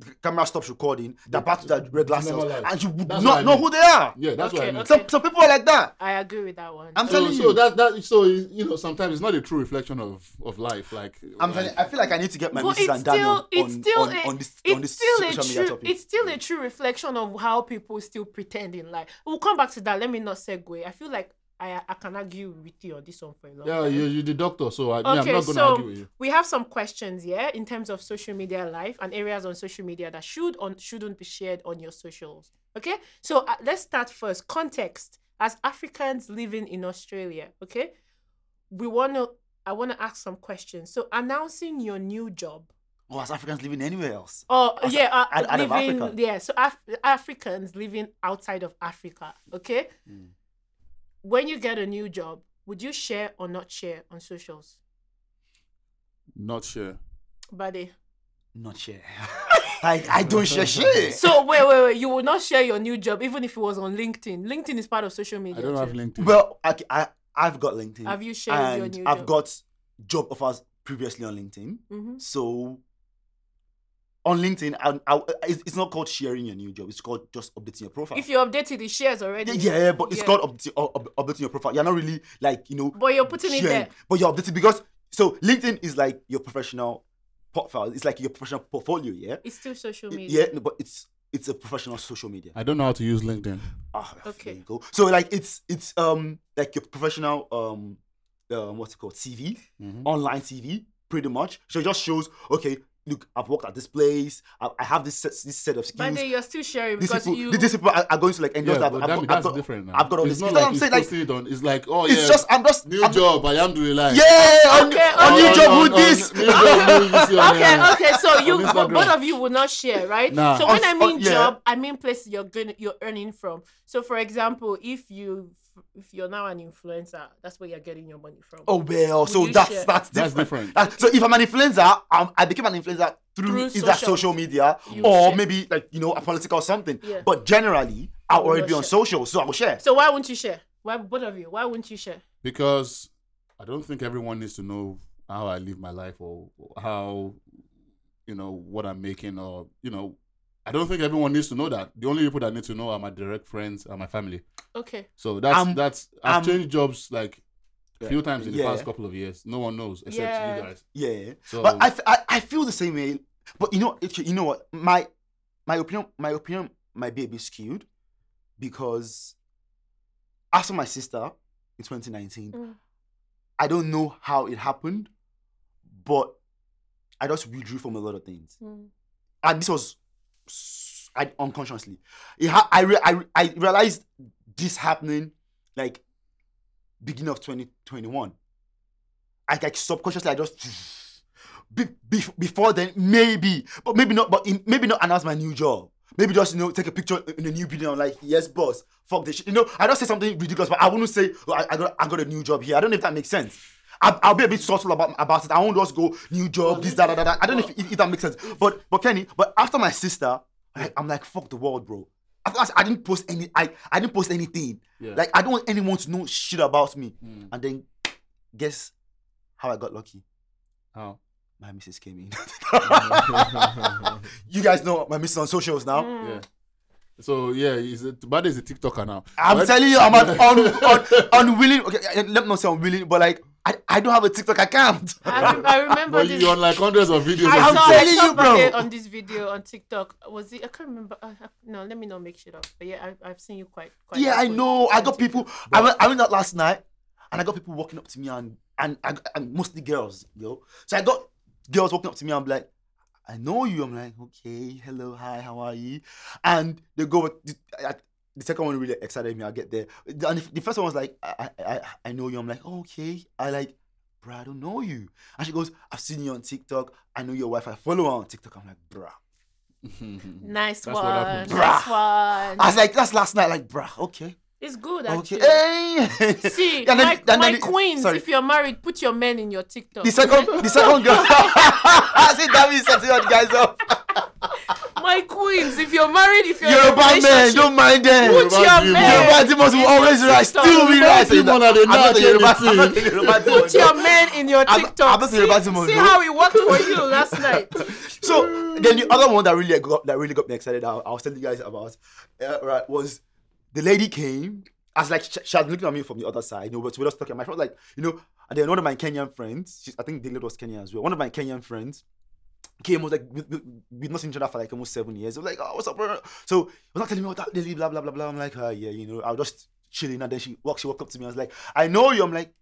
[SPEAKER 3] the camera stops recording, they're back to their regular
[SPEAKER 1] It's
[SPEAKER 3] self,
[SPEAKER 1] normalized.
[SPEAKER 3] and you would
[SPEAKER 1] That's
[SPEAKER 3] not
[SPEAKER 1] what I
[SPEAKER 3] know
[SPEAKER 1] mean.
[SPEAKER 3] who they are.
[SPEAKER 1] Yeah, that's what I
[SPEAKER 2] Okay,
[SPEAKER 1] mean.
[SPEAKER 2] okay.
[SPEAKER 3] Some some people are like that.
[SPEAKER 2] I agree with that one.
[SPEAKER 3] I'm
[SPEAKER 1] So,
[SPEAKER 3] telling
[SPEAKER 1] so
[SPEAKER 3] you.
[SPEAKER 1] that that so you know sometimes it's not a true reflection of of life. Like
[SPEAKER 3] I'm
[SPEAKER 1] like,
[SPEAKER 3] telling. I feel like I need to get my
[SPEAKER 2] but
[SPEAKER 3] missus
[SPEAKER 2] it's
[SPEAKER 3] and Daniel
[SPEAKER 2] still,
[SPEAKER 3] on,
[SPEAKER 2] it's still,
[SPEAKER 3] on,
[SPEAKER 2] a,
[SPEAKER 3] on this
[SPEAKER 2] it's
[SPEAKER 3] on this
[SPEAKER 2] still a
[SPEAKER 3] social
[SPEAKER 2] true,
[SPEAKER 3] media topic.
[SPEAKER 2] it's still a true reflection of how people still pretend in life. We'll come back to that. Let me not segue. I feel like I, I can argue with you on this one for a long
[SPEAKER 1] yeah,
[SPEAKER 2] time.
[SPEAKER 1] you you the doctor. So I, yeah, I'm
[SPEAKER 2] Okay,
[SPEAKER 1] not gonna argue with
[SPEAKER 2] so
[SPEAKER 1] you.
[SPEAKER 2] we have some questions here in terms of social media life and areas on social media that should or shouldn't be shared on your socials. Okay, so uh, let's start first. Context as Africans living in Australia. Okay, we want to. I want to ask some questions. So announcing your new job.
[SPEAKER 3] Oh, as Africans living anywhere else.
[SPEAKER 2] Oh
[SPEAKER 3] As-
[SPEAKER 2] yeah, uh,
[SPEAKER 3] out- out of
[SPEAKER 2] living
[SPEAKER 3] Africa.
[SPEAKER 2] yeah. So Af- Africans living outside of Africa. Okay,
[SPEAKER 3] Mm.
[SPEAKER 2] when you get a new job, would you share or not share on socials,
[SPEAKER 1] Not sure.
[SPEAKER 2] buddy?
[SPEAKER 3] Not share. I I don't share shit.
[SPEAKER 2] So wait, wait, wait. You will not share your new job even if it was on LinkedIn. LinkedIn is part of social media.
[SPEAKER 1] I don't
[SPEAKER 2] too.
[SPEAKER 1] have LinkedIn.
[SPEAKER 3] Well, I, I I've got LinkedIn.
[SPEAKER 2] Have you shared your
[SPEAKER 3] and
[SPEAKER 2] new
[SPEAKER 3] I've
[SPEAKER 2] job?
[SPEAKER 3] got job offers previously on LinkedIn.
[SPEAKER 2] Mhm.
[SPEAKER 3] So on LinkedIn, I, I, it's, it's not called sharing your new job. It's called just updating your profile.
[SPEAKER 2] If you updated the shares already.
[SPEAKER 3] yeah, yeah, but it's
[SPEAKER 2] Yeah.
[SPEAKER 3] called updating, up, updating your profile. You're not really like you know.
[SPEAKER 2] But you're putting it
[SPEAKER 3] sharing,
[SPEAKER 2] there.
[SPEAKER 3] But you're updating because so LinkedIn is like your professional profile. It's like your professional portfolio. Yeah.
[SPEAKER 2] It's still social media.
[SPEAKER 3] Yeah, no, but it's it's a professional social media.
[SPEAKER 1] I don't know how to use LinkedIn.
[SPEAKER 3] Ah, there
[SPEAKER 2] Okay.
[SPEAKER 3] you go. So like it's it's um like your professional um
[SPEAKER 1] Mm-hmm.
[SPEAKER 3] um what's it called CV, online CV, pretty much. So it just shows okay look, I've worked at this place. I, I have this set, this set of skills.
[SPEAKER 2] But then you're still sharing
[SPEAKER 3] these
[SPEAKER 2] because
[SPEAKER 3] people,
[SPEAKER 2] you.
[SPEAKER 3] these people are, are going to like endorse
[SPEAKER 1] Yeah,
[SPEAKER 3] that.
[SPEAKER 1] but
[SPEAKER 3] I've
[SPEAKER 1] that,
[SPEAKER 3] got-
[SPEAKER 1] that's
[SPEAKER 3] I've got-
[SPEAKER 1] different now.
[SPEAKER 3] I've got all
[SPEAKER 1] it's
[SPEAKER 3] this.
[SPEAKER 1] not
[SPEAKER 3] you know
[SPEAKER 1] like
[SPEAKER 3] what I'm
[SPEAKER 1] he's
[SPEAKER 3] saying? Like,
[SPEAKER 1] posting it on. It's like, oh yeah,
[SPEAKER 3] it's just I'm just
[SPEAKER 1] new
[SPEAKER 3] I'm-
[SPEAKER 1] job. I am doing life. Oh,
[SPEAKER 3] Yeah, on,
[SPEAKER 2] Okay,
[SPEAKER 3] on
[SPEAKER 2] okay.
[SPEAKER 3] your job with this.
[SPEAKER 1] New job, new VC on,
[SPEAKER 2] Okay,
[SPEAKER 1] yeah.
[SPEAKER 2] okay. So you,
[SPEAKER 1] On Instagram.
[SPEAKER 2] both of you will not share, right?
[SPEAKER 1] Nah.
[SPEAKER 2] So when
[SPEAKER 3] On-
[SPEAKER 2] I mean
[SPEAKER 3] on- oh, yeah.
[SPEAKER 2] job, I mean place you're going, you're earning from. So for example, if you, if you're now an influencer, that's where you're getting your money from.
[SPEAKER 3] Oh well, so
[SPEAKER 2] you
[SPEAKER 3] that's
[SPEAKER 2] share?
[SPEAKER 3] that's
[SPEAKER 1] That's
[SPEAKER 3] different.
[SPEAKER 1] different.
[SPEAKER 3] That- so if I'm an influencer, um, I became an influencer through,
[SPEAKER 2] Through
[SPEAKER 3] either
[SPEAKER 2] social-
[SPEAKER 3] social, media
[SPEAKER 2] You
[SPEAKER 3] or
[SPEAKER 2] share.
[SPEAKER 3] oh, maybe like you know a political or something.
[SPEAKER 2] Yeah.
[SPEAKER 3] But generally, I'll
[SPEAKER 2] You
[SPEAKER 3] already
[SPEAKER 2] will
[SPEAKER 3] be on
[SPEAKER 2] share.
[SPEAKER 3] social, so I'll share.
[SPEAKER 2] So why won't you share? Why both of you? Why won't you share?
[SPEAKER 1] Because I don't think everyone needs to know how I live my life or how you know what I'm making or you know. I don't think everyone needs to know that. The only people that need to know are my direct friends and my family.
[SPEAKER 2] Okay.
[SPEAKER 1] So that's
[SPEAKER 3] I'm-
[SPEAKER 1] that's I've
[SPEAKER 3] I'm-
[SPEAKER 1] changed jobs like a few times in the
[SPEAKER 3] Um, Yeah.
[SPEAKER 1] past couple of years. No one knows except
[SPEAKER 2] Yeah.
[SPEAKER 1] you guys.
[SPEAKER 3] Yeah.
[SPEAKER 1] So
[SPEAKER 3] But I, f- I I feel the same way. But you know actually, you know what my my opinion my opinion might be a bit skewed because after my sister in 2019,
[SPEAKER 2] Mm.
[SPEAKER 3] I don't know how it happened, but I just withdrew from a lot of things.
[SPEAKER 1] Hmm.
[SPEAKER 3] and this was s- I, unconsciously. It ha- I, re- I, re- I realized this happening like beginning of 2021. I like subconsciously I just be, be, before then maybe but maybe not but in, maybe not announce my new job. Maybe just you know take a picture in a new building. I'm like yes boss fuck this shit. You know I don't say something ridiculous but I wouldn't say oh, I, I got I got a new job here. I don't know if that makes sense. I, I'll be a bit thoughtful about about it. I won't just go new job this that that, that that. I don't know if, if, if that makes sense. But but Kenny but after my sister I, I'm like fuck the world bro. After that, I didn't post any I I didn't post anything.
[SPEAKER 1] Yeah.
[SPEAKER 3] Like I don't want anyone to know shit about me.
[SPEAKER 1] Mm.
[SPEAKER 3] And then guess how I got lucky?
[SPEAKER 1] how?
[SPEAKER 3] My missus came in. you guys know my missus on socials now.
[SPEAKER 2] Hmm.
[SPEAKER 1] Yeah. So yeah, he's a, Bade is a TikToker now.
[SPEAKER 3] I'm
[SPEAKER 1] But-
[SPEAKER 3] telling you, I'm an un, un, unwilling. Okay, I- I- let me not say unwilling, but like I, I don't have a TikTok account.
[SPEAKER 2] I, rem- I remember
[SPEAKER 1] But
[SPEAKER 2] this.
[SPEAKER 1] you're on like hundreds of videos.
[SPEAKER 2] I
[SPEAKER 1] on TikTok.
[SPEAKER 2] saw, I
[SPEAKER 3] telling
[SPEAKER 2] saw
[SPEAKER 3] you, bro.
[SPEAKER 2] Bade on this video on TikTok. Was it? I can't remember. Uh, uh, no, let me not make shit up. But yeah, I, I've seen you quite. quite
[SPEAKER 3] yeah, I
[SPEAKER 2] often
[SPEAKER 3] know. I
[SPEAKER 2] on TikTok.
[SPEAKER 3] got people. I went, I went out last night, and I got people walking up to me and and, and, and mostly girls, yo. So I got girls walking up to me. I'm like, I know you. I'm like, okay, hello, hi, how are you? And they go. with The, I, the second one really excited me. I get there, and the first one was like, I I I, I know you. I'm like, okay. I like. Bruh, I don't know you. And she goes, I've seen you on TikTok. I know your wife. I follow her on TikTok. I'm like, bruh.
[SPEAKER 2] Nice
[SPEAKER 1] That's what
[SPEAKER 2] one.
[SPEAKER 1] happened.
[SPEAKER 2] Nice
[SPEAKER 3] I
[SPEAKER 2] one.
[SPEAKER 3] was like, that's last night. Like, bruh, okay.
[SPEAKER 2] It's good
[SPEAKER 3] Okay.
[SPEAKER 2] actually.
[SPEAKER 3] Hey!
[SPEAKER 2] See,
[SPEAKER 3] And then-
[SPEAKER 2] my,
[SPEAKER 3] and then
[SPEAKER 2] my
[SPEAKER 3] the-
[SPEAKER 2] queens,
[SPEAKER 3] sorry.
[SPEAKER 2] if you're married, put your men in your TikTok.
[SPEAKER 3] The second, the second girl. Ah, I said that means setting your guys oh. up.
[SPEAKER 2] my queens, if you're married, if you're in a
[SPEAKER 3] Yoruba men,
[SPEAKER 2] relationship,
[SPEAKER 3] don't mind them.
[SPEAKER 2] put
[SPEAKER 1] Yoruba
[SPEAKER 2] your
[SPEAKER 1] demons.
[SPEAKER 2] men.
[SPEAKER 3] Yoruba demons will always rise,
[SPEAKER 2] TikTok.
[SPEAKER 3] still be
[SPEAKER 2] Yoruba
[SPEAKER 3] rising.
[SPEAKER 1] demon are the
[SPEAKER 3] I'm not
[SPEAKER 1] knife
[SPEAKER 3] a Yoruba.
[SPEAKER 1] in the
[SPEAKER 3] I'm not a Yoruba
[SPEAKER 2] Put
[SPEAKER 3] demon.
[SPEAKER 2] your men in your
[SPEAKER 3] I'm-
[SPEAKER 2] TikTok.
[SPEAKER 3] I'm not
[SPEAKER 2] see
[SPEAKER 3] Yoruba demon,
[SPEAKER 2] see
[SPEAKER 3] no.
[SPEAKER 2] how it worked for you last night.
[SPEAKER 3] So then the other one that really got that really got me excited. I, I was telling you guys about uh, right was the lady came. I was like she, she had looking at me from the other side, you know, but we were just talking. My friend was like, you know, and then one of my Kenyan friends, she, I think the lady was Kenyan as well. One of my Kenyan friends came was like we, we, we've not seen each other for like almost seven years. I was like, oh, what's up, bro? So he was not telling me what that lady, blah blah blah blah. I'm like, ah, yeah, you know, I was just chilling, and then she walked, she walked up to me. I was like, I know you. I'm like,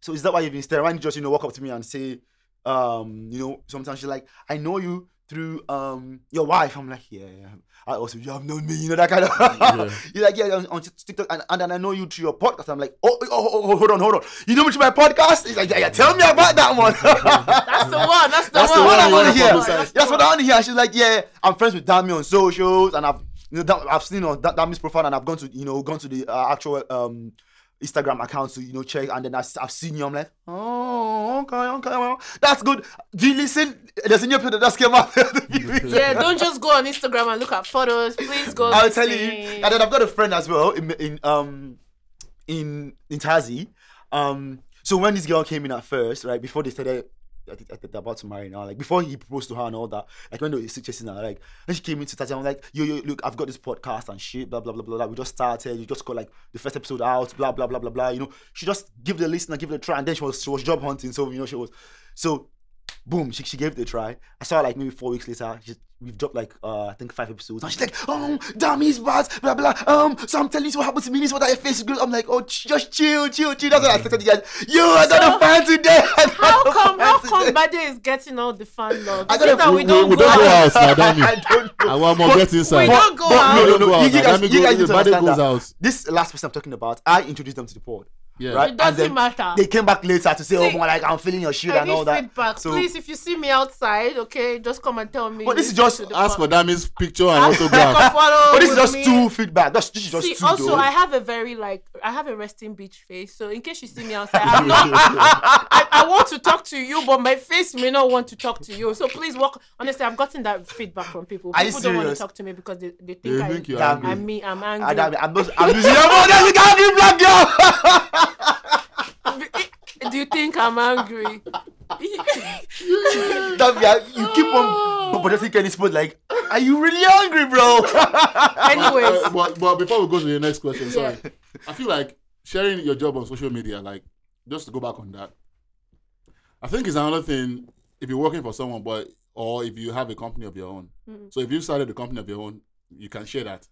[SPEAKER 3] so is that why you've been staring? Why didn't you just you know walk up to me and say, um, you know, sometimes she's like, I know you through um your wife. I'm like, yeah, yeah. I also you have known me, you know that kind of. You're like, yeah, on, on TikTok, and, and then I know you through your podcast. I'm like, oh, oh, oh, oh, hold on, hold on. You know me through my podcast? He's like, yeah, yeah. Tell me about that one.
[SPEAKER 2] That's the one. That's the
[SPEAKER 3] That's
[SPEAKER 2] one.
[SPEAKER 3] the one I
[SPEAKER 1] you
[SPEAKER 3] want to
[SPEAKER 1] wanna
[SPEAKER 3] hear.
[SPEAKER 1] publicize.
[SPEAKER 3] That's, what I want to hear. And She's like, yeah, I'm friends with Dami on socials, and I've you know, that, I've seen on that Dami's profile, and I've gone to you know gone to the uh, actual um Instagram account to you know check, and then I, have seen you. I'm like, oh, okay, okay, well, that's good. Do you listen? There's a new episode that just came out.
[SPEAKER 2] Yeah, don't just go on Instagram and look at photos. Please go.
[SPEAKER 3] I'll tell you.
[SPEAKER 2] listen.
[SPEAKER 3] And then I've got a friend as well in in um in in Tazi. Um, so when this girl came in at first, right before they started. I think, I think they're about to marry now. Like before he proposed to her and all that. Like when they were still chasing her, like when she came into Tazi, I'm like, yo, yo, look, I've got this podcast and shit, blah blah blah blah. blah. We just started. You just got like the first episode out, blah blah blah blah blah. You know, she just give the listener, give it a try, and then she was she was job hunting. So you know she was, so boom, she, she gave it a try. I saw her like maybe four weeks later. She, we've dropped like uh, I think five episodes, and she's like, "Oh, damn, he's bad, blah blah." Um, so I'm telling you what happened to me. This is what I faced. I'm like, "Oh, ch- just chill, chill, chill." That's what I expected you guys. Yo, I got a fan today. I got
[SPEAKER 2] How
[SPEAKER 3] a
[SPEAKER 2] come?
[SPEAKER 3] fan
[SPEAKER 2] How
[SPEAKER 3] today.
[SPEAKER 2] Konbade is getting all the fan love.
[SPEAKER 3] I
[SPEAKER 2] Is it
[SPEAKER 3] don't-
[SPEAKER 2] that we,
[SPEAKER 3] we-
[SPEAKER 2] don't
[SPEAKER 1] we
[SPEAKER 2] go
[SPEAKER 1] don't go
[SPEAKER 2] out?
[SPEAKER 1] out now, don't we?
[SPEAKER 3] I don't know.
[SPEAKER 1] I want more get inside.
[SPEAKER 2] We don't go out.
[SPEAKER 3] No, no,
[SPEAKER 1] Don't go
[SPEAKER 3] no.
[SPEAKER 1] out
[SPEAKER 3] You,
[SPEAKER 1] now.
[SPEAKER 3] guys,
[SPEAKER 1] Let me
[SPEAKER 3] you
[SPEAKER 1] go-
[SPEAKER 3] guys need to
[SPEAKER 1] Bade
[SPEAKER 3] understand
[SPEAKER 1] goes
[SPEAKER 3] that.
[SPEAKER 1] out.
[SPEAKER 3] This last person I'm talking about, I introduced them to the pod.
[SPEAKER 1] Yeah.
[SPEAKER 3] Right?
[SPEAKER 2] It doesn't
[SPEAKER 3] And then
[SPEAKER 2] matter.
[SPEAKER 3] They came back later to say, oh,
[SPEAKER 2] See,
[SPEAKER 3] more like I'm feeling your shit
[SPEAKER 2] I
[SPEAKER 3] and
[SPEAKER 2] need
[SPEAKER 3] all that.
[SPEAKER 2] feedback.
[SPEAKER 3] So-
[SPEAKER 2] Please, if you see me outside, okay, just come and tell me.
[SPEAKER 3] But this is
[SPEAKER 2] Listen
[SPEAKER 3] just-
[SPEAKER 2] to the
[SPEAKER 1] Ask
[SPEAKER 2] pod-
[SPEAKER 1] for Dami's picture and
[SPEAKER 2] Ask for
[SPEAKER 1] autograph.
[SPEAKER 2] follow
[SPEAKER 3] But this is
[SPEAKER 2] with
[SPEAKER 3] just
[SPEAKER 2] me.
[SPEAKER 3] two feedback. That's, this is just
[SPEAKER 2] See,
[SPEAKER 3] two.
[SPEAKER 2] also,
[SPEAKER 3] though.
[SPEAKER 2] I have a very like I have a resting bitch face. So in case you see me outside, I'm not. I, I want to talk to you, but my face may not want to talk to you. So please walk. Honestly, I've gotten that feedback from people.
[SPEAKER 3] Are you
[SPEAKER 2] People don't want to
[SPEAKER 3] serious?
[SPEAKER 2] talk to me because they, they think
[SPEAKER 1] They
[SPEAKER 2] I,
[SPEAKER 1] eh, think you're
[SPEAKER 3] Damn
[SPEAKER 1] angry.
[SPEAKER 2] I mean I'm angry.
[SPEAKER 3] I, I'm, I'm not. I'm using your mother. You can't be black girl.
[SPEAKER 2] eh, Do you think I'm angry?
[SPEAKER 3] That be- you keep on protecting Kenny's sport. Like, are you really hungry, bro?
[SPEAKER 2] Anyways,
[SPEAKER 1] Uh, but, but before we go to the next question,
[SPEAKER 2] Yeah.
[SPEAKER 1] sorry. I feel like sharing your job on social media, like just to go back on that, I think it's another thing if you're working for someone, but or if you have a company of your own. So if you started a company of your own, you can share that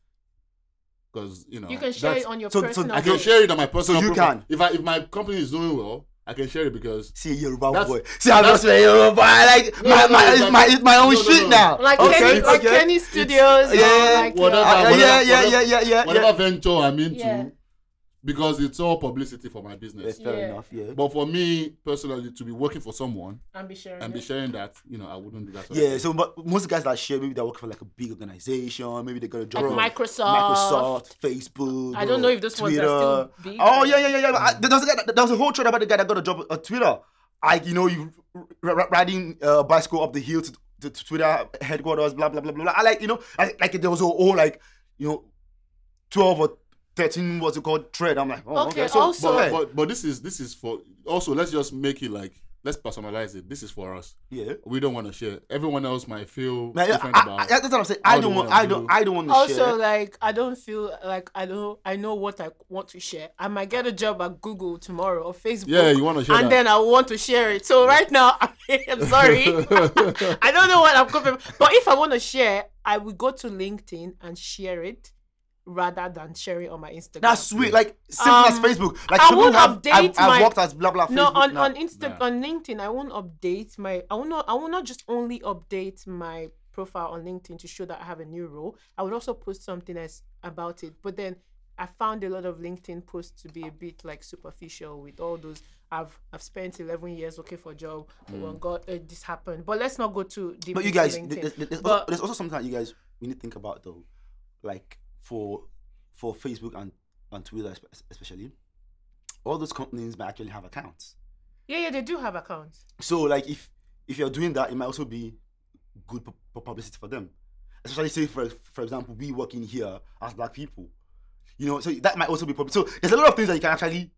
[SPEAKER 1] because you know
[SPEAKER 2] you can share
[SPEAKER 1] that's-
[SPEAKER 2] it on your
[SPEAKER 3] so- so
[SPEAKER 2] personal.
[SPEAKER 1] I can share it on my personal.
[SPEAKER 3] you
[SPEAKER 1] profile.
[SPEAKER 3] can.
[SPEAKER 1] If I if my company is doing well, I can share it because
[SPEAKER 3] See, Yoruba
[SPEAKER 1] That's-
[SPEAKER 3] boy. See, I'm not saying Yoruba boy. I Like,
[SPEAKER 1] No,
[SPEAKER 3] my,
[SPEAKER 1] no, no,
[SPEAKER 3] my, it's
[SPEAKER 1] like-
[SPEAKER 3] my, it's my own
[SPEAKER 1] no, no,
[SPEAKER 3] shit
[SPEAKER 1] no.
[SPEAKER 3] now.
[SPEAKER 2] like Kenny,
[SPEAKER 3] okay,
[SPEAKER 2] like
[SPEAKER 3] okay.
[SPEAKER 2] Kenny Studios.
[SPEAKER 3] yeah,
[SPEAKER 2] or like your-
[SPEAKER 1] whatever,
[SPEAKER 3] Uh, yeah,
[SPEAKER 1] whatever,
[SPEAKER 3] yeah, yeah,
[SPEAKER 1] whatever-
[SPEAKER 3] yeah, yeah,
[SPEAKER 1] whatever
[SPEAKER 3] yeah.
[SPEAKER 1] venture I'm into,
[SPEAKER 2] Uh, Yeah.
[SPEAKER 1] because it's all publicity for my business.
[SPEAKER 3] That's fair
[SPEAKER 2] Yeah.
[SPEAKER 3] enough. Yeah.
[SPEAKER 1] But for me personally, to be working for someone
[SPEAKER 2] and be sharing.
[SPEAKER 1] and be
[SPEAKER 2] it.
[SPEAKER 1] sharing that, you know, I wouldn't do that. sort of
[SPEAKER 3] Yeah,
[SPEAKER 1] thing.
[SPEAKER 3] so but most guys that share, maybe they work for like a big organization, maybe they're gonna join
[SPEAKER 2] Like Microsoft.
[SPEAKER 3] Microsoft, Facebook.
[SPEAKER 2] I don't know if those ones are
[SPEAKER 3] Twitter.
[SPEAKER 2] still big.
[SPEAKER 3] Oh yeah, yeah, yeah, yeah. I, there was a guy, that- there was a whole thread about the guy that got a job at Twitter. I, you know, you r- r- riding uh, bicycle up the hill to, to, to Twitter headquarters, blah blah blah blah. blah. I like, you know, I, like there was a whole like, you know, twelve or thirteen what's it called thread. I'm like, oh,
[SPEAKER 2] Okay,
[SPEAKER 3] okay, so
[SPEAKER 2] also-
[SPEAKER 1] but,
[SPEAKER 3] okay.
[SPEAKER 1] but but this is this is for also let's just make it like let's personalize it. This is for us.
[SPEAKER 3] yeah.
[SPEAKER 1] We don't want to share. Everyone else might feel
[SPEAKER 3] Man, I,
[SPEAKER 1] different
[SPEAKER 3] I,
[SPEAKER 1] about.
[SPEAKER 3] I- that's what I'm saying. I
[SPEAKER 1] what
[SPEAKER 3] don't
[SPEAKER 1] you
[SPEAKER 3] want,
[SPEAKER 1] wanna
[SPEAKER 3] I don't,
[SPEAKER 1] do.
[SPEAKER 3] I don't want to
[SPEAKER 2] also
[SPEAKER 3] share.
[SPEAKER 2] like i don't feel like i don't i know what i want to share i might get a job at google tomorrow or facebook
[SPEAKER 1] yeah, you want to share
[SPEAKER 2] and
[SPEAKER 1] that.
[SPEAKER 2] then i want to share it so right now i'm sorry i don't know what i'm coming but if i want to share i will go to linkedin and share it rather than share it on my instagram
[SPEAKER 3] That's sweet. Like simple as
[SPEAKER 2] Um,
[SPEAKER 3] Facebook. Like
[SPEAKER 2] I
[SPEAKER 3] people
[SPEAKER 2] would
[SPEAKER 3] have,
[SPEAKER 2] update
[SPEAKER 3] I've, I've
[SPEAKER 2] my-
[SPEAKER 3] worked as blah blah.
[SPEAKER 2] no
[SPEAKER 3] Facebook
[SPEAKER 2] on
[SPEAKER 3] now.
[SPEAKER 2] on insta
[SPEAKER 1] Nah.
[SPEAKER 2] on linkedin i won't update my i will not i will not just only update my profile on linkedin to show that i have a new role i would also post something else about it but then i found a lot of linkedin posts to be a bit like superficial with all those i've i've spent 11 years looking for a job oh god uh, this happened but let's not go too deep
[SPEAKER 3] Mm. But you
[SPEAKER 2] into
[SPEAKER 3] guys, th-
[SPEAKER 2] LinkedIn.
[SPEAKER 3] th- th- there's, also,
[SPEAKER 2] but
[SPEAKER 3] there's also something that you guys we need to think about though, like for for Facebook and and Twitter espe- especially, all those companies might actually have accounts.
[SPEAKER 2] yeah yeah they do have accounts
[SPEAKER 3] So like if if you're doing that, it might also be good pu- pu- publicity for them. Especially say for for example, we work in here as black people, you know. So that might also be public. So there's a lot of things that you can actually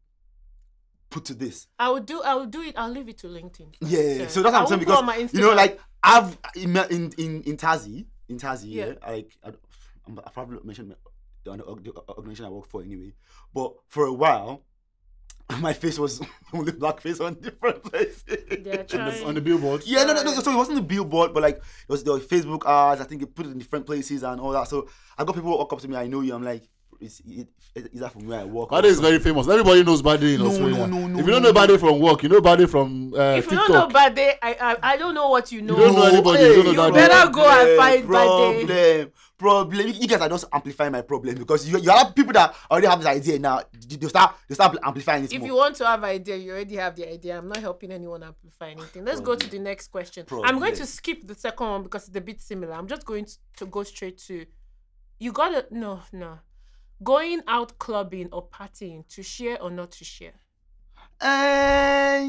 [SPEAKER 3] put to this.
[SPEAKER 2] i will do i will do it i'll leave it to linkedin
[SPEAKER 3] Yeah,
[SPEAKER 2] Yeah.
[SPEAKER 3] so that's what
[SPEAKER 2] I
[SPEAKER 3] I'm saying
[SPEAKER 2] won't go on my
[SPEAKER 3] because you know,
[SPEAKER 2] Instagram.
[SPEAKER 3] like I've in in in, in Tazi, in Tazi, yeah,
[SPEAKER 2] Yeah.
[SPEAKER 3] like I, I'm- I probably mentioned the, the organization I work for anyway, but for a while, my face was only black face on different places.
[SPEAKER 2] they're trying
[SPEAKER 1] on the billboard.
[SPEAKER 3] Yeah, no, no, no. So it wasn't the billboard, but like it was the Facebook ads. I think they put it in different places and all that. So I got people who walk up to me. I know you. I'm like, is, is, is that from where I work?
[SPEAKER 1] Bade is very famous. Everybody knows Bade in
[SPEAKER 3] No,
[SPEAKER 1] Australia.
[SPEAKER 3] no, no, no,
[SPEAKER 1] if you don't
[SPEAKER 3] no,
[SPEAKER 1] know Bade from work, you know Bade from uh,
[SPEAKER 2] if you
[SPEAKER 1] TikTok.
[SPEAKER 2] don't know bad day I, I i don't know what you know
[SPEAKER 1] don't know anybody, you don't know that
[SPEAKER 3] Hey,
[SPEAKER 2] better go and find
[SPEAKER 3] problem,
[SPEAKER 2] Bade.
[SPEAKER 3] problem, problem. You guys are just amplifying my problem because you, you have people that already have this idea now. They start, they start amplifying it
[SPEAKER 2] if
[SPEAKER 3] more.
[SPEAKER 2] you want to have idea you already have the idea i'm not helping anyone amplify anything let's go to the next question i'm going to
[SPEAKER 3] Problem.
[SPEAKER 2] skip the second one because it's a bit similar i'm just going to, to go straight to you gotta no no going out clubbing or partying to share or not to share
[SPEAKER 3] Um, Eh,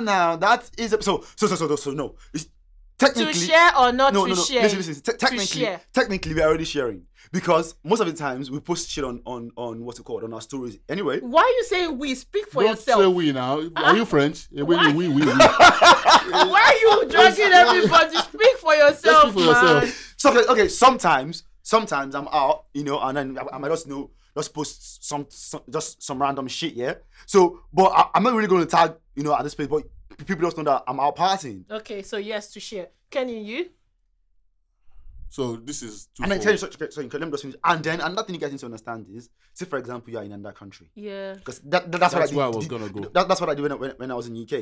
[SPEAKER 3] now that is a, so, so so so so so no. It's-
[SPEAKER 2] to
[SPEAKER 3] Technically,
[SPEAKER 2] share or not
[SPEAKER 3] no
[SPEAKER 2] to
[SPEAKER 3] no no.
[SPEAKER 2] share
[SPEAKER 3] Listen listen. Te- technically,
[SPEAKER 2] share.
[SPEAKER 3] technically we're already sharing because most of the times we post shit on on on what's it called on our stories anyway.
[SPEAKER 2] why are you saying we speak for
[SPEAKER 1] don't say
[SPEAKER 2] yourself
[SPEAKER 1] we now. Are you French? Eh, We,
[SPEAKER 2] Why?
[SPEAKER 1] we, we, we.
[SPEAKER 2] why are you dragging everybody speak for yourself
[SPEAKER 1] for
[SPEAKER 2] man
[SPEAKER 1] yourself.
[SPEAKER 3] So okay, sometimes, sometimes I'm out, you know, and then I, I might just know, just post some, some, just some random shit, yeah. So, but I, I'm not really going to tag, you know, at this place, but p- people just know that I'm out partying.
[SPEAKER 2] okay so yes to share kenny you
[SPEAKER 1] So this is too
[SPEAKER 3] And then tell you, so, so so you can let me just finish. And then another thing you guys need to understand is, say for example, you are in another country,
[SPEAKER 2] yeah
[SPEAKER 3] because that, that-
[SPEAKER 1] That's
[SPEAKER 3] that's, what I did,
[SPEAKER 1] where I was
[SPEAKER 3] did-
[SPEAKER 1] gonna go.
[SPEAKER 3] That, that's what I did when, I- when, when I was in UK.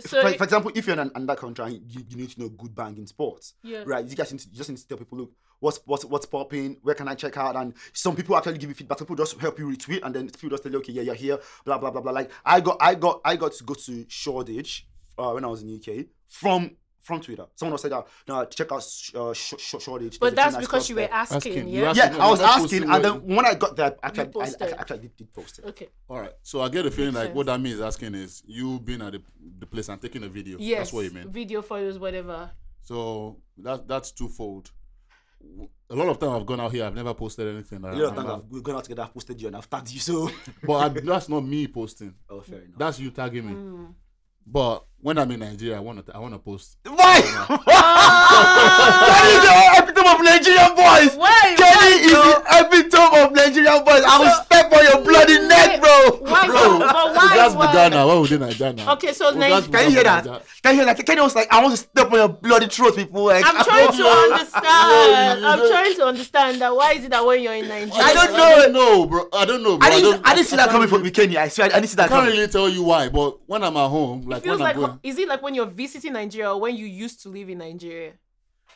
[SPEAKER 2] So
[SPEAKER 3] for,
[SPEAKER 2] it-
[SPEAKER 3] for example, if you're in an undercountry and you, you need to know good banking spots,
[SPEAKER 2] Yeah.
[SPEAKER 3] right? You guys need to, you just need to tell people, look, what's what's what's popping? Where can I check out? And some people actually give you feedback. Some people just help you retweet, and then people just tell you, okay, yeah, you're here, blah blah blah blah. Like I got I got I got to go to Shoreditch uh, when I was in UK from from Twitter. Someone was said that, no, check out Sh- uh, Sh- Sh- Shoreditch.
[SPEAKER 2] but
[SPEAKER 3] There's a
[SPEAKER 2] that's because
[SPEAKER 3] few nice clubs
[SPEAKER 2] you were
[SPEAKER 3] there."
[SPEAKER 2] asking,
[SPEAKER 1] Asking. You
[SPEAKER 2] yeah.
[SPEAKER 1] asked-
[SPEAKER 3] Yeah, I was
[SPEAKER 1] I was
[SPEAKER 3] asking, and
[SPEAKER 1] posting
[SPEAKER 3] then when I got there, I actually, I, I,
[SPEAKER 2] posted.
[SPEAKER 3] actually did, did post it.
[SPEAKER 2] Okay.
[SPEAKER 1] All right. So I get the feeling
[SPEAKER 2] Makes
[SPEAKER 1] like
[SPEAKER 2] sense.
[SPEAKER 1] what that means asking is you being at the, the place and taking a video.
[SPEAKER 2] Yes.
[SPEAKER 1] That's what you meant.
[SPEAKER 2] Video photos, whatever.
[SPEAKER 1] So that that's twofold. A lot of time I've gone out here, I've never posted anything. that I
[SPEAKER 3] A lot of times
[SPEAKER 1] remember.
[SPEAKER 3] I've- we've gone out together, I've posted you, and I've tagged you. So,
[SPEAKER 1] but I, that's not me posting.
[SPEAKER 3] oh, fair enough.
[SPEAKER 1] That's you tagging
[SPEAKER 2] Mm.
[SPEAKER 1] me.
[SPEAKER 2] Hmm.
[SPEAKER 1] But when I'm in Nigeria, I want to I want to post.
[SPEAKER 3] Why? Kenny is the epitome of Nigerian boys.
[SPEAKER 2] Ah! Why?
[SPEAKER 3] Kenny is the epitome of Nigerian boys. I will step on your bloody neck, bro.
[SPEAKER 2] Why?
[SPEAKER 3] Bro.
[SPEAKER 2] But
[SPEAKER 1] We
[SPEAKER 2] why?
[SPEAKER 1] just be
[SPEAKER 2] why?
[SPEAKER 1] done now. Why we did Nigeria now?
[SPEAKER 2] Okay, so
[SPEAKER 1] We
[SPEAKER 2] Nige-
[SPEAKER 1] just be
[SPEAKER 3] Can you hear
[SPEAKER 1] done
[SPEAKER 3] that?
[SPEAKER 1] for Naija.
[SPEAKER 3] Can you hear that? Kenny was like, I want to step on your bloody throat, people. Like,
[SPEAKER 2] I'm trying to understand.
[SPEAKER 1] No,
[SPEAKER 2] I'm
[SPEAKER 1] no.
[SPEAKER 2] trying to understand that why is it that when you're in Nigeria,
[SPEAKER 3] I don't know.
[SPEAKER 1] I don't know, bro. I don't know. Bro.
[SPEAKER 3] I didn't, I didn't see that
[SPEAKER 1] can't
[SPEAKER 3] coming
[SPEAKER 1] really-
[SPEAKER 3] from you, Kenny. I swear, I didn't see that
[SPEAKER 1] I can't
[SPEAKER 3] coming.
[SPEAKER 1] really tell you why, but when I'm at home, like when
[SPEAKER 2] feels like
[SPEAKER 1] I'm going,
[SPEAKER 2] is it like when you're visiting Nigeria or when you used to live in Nigeria?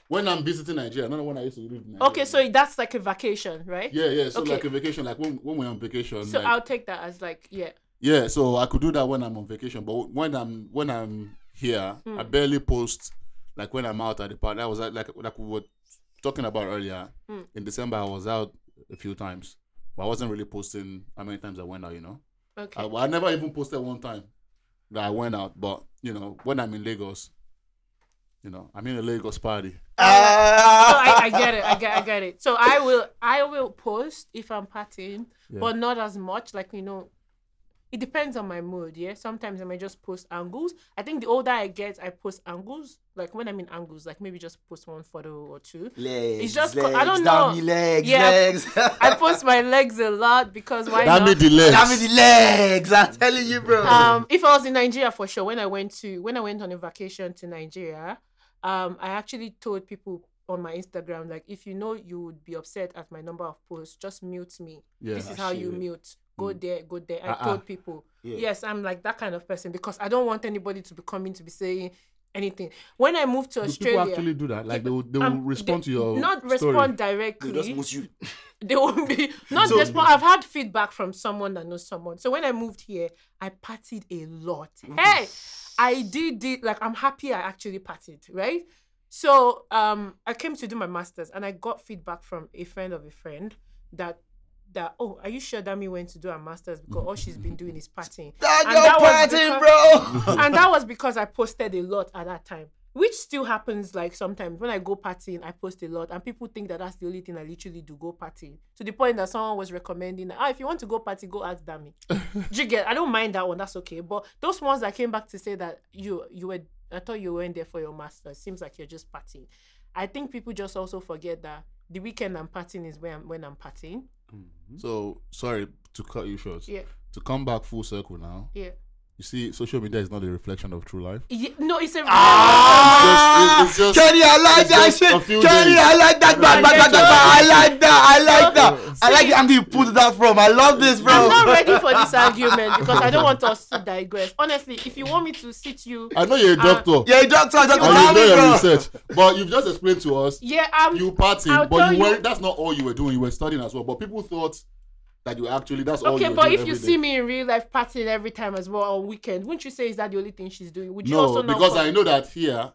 [SPEAKER 1] when I'm visiting Nigeria, not when I used to live. In Nigeria.
[SPEAKER 2] Okay, so that's like a vacation, right?
[SPEAKER 1] yeah, yeah. So
[SPEAKER 2] okay.
[SPEAKER 1] like a vacation, like when, when we're on vacation.
[SPEAKER 2] So
[SPEAKER 1] like,
[SPEAKER 2] I'll take that as like yeah.
[SPEAKER 1] Yeah, so I could do that when I'm on vacation, but when I'm when I'm here,
[SPEAKER 2] Hmm.
[SPEAKER 1] I barely post. Like when I'm out at the park, I was at, like like we were talking about earlier.
[SPEAKER 2] Hmm.
[SPEAKER 1] In December, I was out a few times, but I wasn't really posting how many times I went out. You know,
[SPEAKER 2] Okay.
[SPEAKER 1] I, I never even posted one time that I went out. But you know, when I'm in Lagos, you know, I'm in a Lagos party.
[SPEAKER 2] So
[SPEAKER 3] Ah.
[SPEAKER 2] I, I get it. I get. I get it. So I will. I will post if I'm partying, but not as much. Like you know, it depends on my mood. Yeah. Sometimes I might just post angles. I think the older I get, I post angles. Like when I'm in angles, like maybe just post one photo or two.
[SPEAKER 3] Legs,
[SPEAKER 2] It's just co-
[SPEAKER 3] legs,
[SPEAKER 2] I don't
[SPEAKER 3] damn me
[SPEAKER 2] know.
[SPEAKER 3] legs,
[SPEAKER 2] Yeah.
[SPEAKER 3] legs.
[SPEAKER 2] I post my legs a lot because why
[SPEAKER 1] That
[SPEAKER 2] not?
[SPEAKER 1] made the legs.
[SPEAKER 3] damn me the legs. I'm telling you, bro.
[SPEAKER 2] um, if I was in Nigeria for sure, when I went to when I went on a vacation to Nigeria, um, I actually told people on my Instagram like, if you know you would be upset at my number of posts, just mute me.
[SPEAKER 1] Yeah.
[SPEAKER 2] this is how you
[SPEAKER 3] Shit.
[SPEAKER 2] mute. Go there, go there. I
[SPEAKER 1] Uh-uh.
[SPEAKER 2] told people.
[SPEAKER 3] mm. Yeah.
[SPEAKER 2] Yes, I'm like that kind of person because I don't want anybody to be coming to be saying anything. When I moved to
[SPEAKER 1] Do
[SPEAKER 2] Australia,
[SPEAKER 1] people actually do that? Like they will, they will
[SPEAKER 2] um,
[SPEAKER 1] respond
[SPEAKER 2] they-
[SPEAKER 1] to your
[SPEAKER 2] not
[SPEAKER 1] story.
[SPEAKER 2] respond
[SPEAKER 3] They
[SPEAKER 2] directly
[SPEAKER 3] just move you.
[SPEAKER 2] they won't be not
[SPEAKER 3] So-
[SPEAKER 2] this one. I've had feedback from someone that knows someone. So when I moved here, I partied a lot. Hey, I did it like I'm happy I actually partied, right? So um I came to do my masters and I got feedback from a friend of a friend that that oh are you sure Dami went to do her masters because all she's been doing is partying.
[SPEAKER 3] Dad,
[SPEAKER 2] And
[SPEAKER 3] you're
[SPEAKER 2] that was
[SPEAKER 3] partying,
[SPEAKER 2] because-
[SPEAKER 3] bro.
[SPEAKER 2] and that was because I posted a lot at that time, which still happens. Like sometimes when I go partying, I post a lot, and people think that that's the only thing I literally do go partying. To the point that someone was recommending, ah, if you want to go party, go ask Dami. do you get? I don't mind that one. That's okay. But those ones that came back to say that you you were, I thought you weren't there for your master. Seems like you're just partying. I think people just also forget that the weekend I'm partying is when I'm when I'm partying.
[SPEAKER 1] So sorry to cut you short.
[SPEAKER 2] Yeah,
[SPEAKER 1] To come back full circle now.
[SPEAKER 2] yeah.
[SPEAKER 1] You see, social media is not a reflection of true life.
[SPEAKER 2] Ye- no, it's a.
[SPEAKER 3] Ah!
[SPEAKER 1] Just- it's just-
[SPEAKER 3] Kenny, I like
[SPEAKER 1] it's
[SPEAKER 3] that
[SPEAKER 1] just a
[SPEAKER 3] shit.
[SPEAKER 1] few
[SPEAKER 3] Kenny,
[SPEAKER 1] days.
[SPEAKER 3] I like that. Bad, bad, bad, bad, bad. I like that. I like that. I like the angle you pulled that from. I love this,
[SPEAKER 2] I'm not
[SPEAKER 3] bro.
[SPEAKER 2] ready for this argument because I don't want us to digress. Honestly, if you want me to sit you,
[SPEAKER 1] I know you're a
[SPEAKER 2] Uh,
[SPEAKER 1] doctor.
[SPEAKER 3] Yeah, you don't talk, don't
[SPEAKER 1] And you've done
[SPEAKER 3] tell me,
[SPEAKER 1] your
[SPEAKER 3] bro.
[SPEAKER 1] research, but you've just explained to us
[SPEAKER 2] yeah, I'm.
[SPEAKER 1] you partying,
[SPEAKER 2] I'll
[SPEAKER 1] but
[SPEAKER 2] tell
[SPEAKER 1] you were
[SPEAKER 2] you-
[SPEAKER 1] that's not all you were doing. You were studying as well. But people thought that you actually that's all. you
[SPEAKER 2] okay,
[SPEAKER 1] were
[SPEAKER 2] but
[SPEAKER 1] doing
[SPEAKER 2] if you
[SPEAKER 1] every
[SPEAKER 2] see
[SPEAKER 1] day.
[SPEAKER 2] me in real life partying every time as well on weekend, wouldn't you say is that the only thing she's doing? Would you
[SPEAKER 1] no,
[SPEAKER 2] also not?
[SPEAKER 1] because
[SPEAKER 2] call-
[SPEAKER 1] I know that here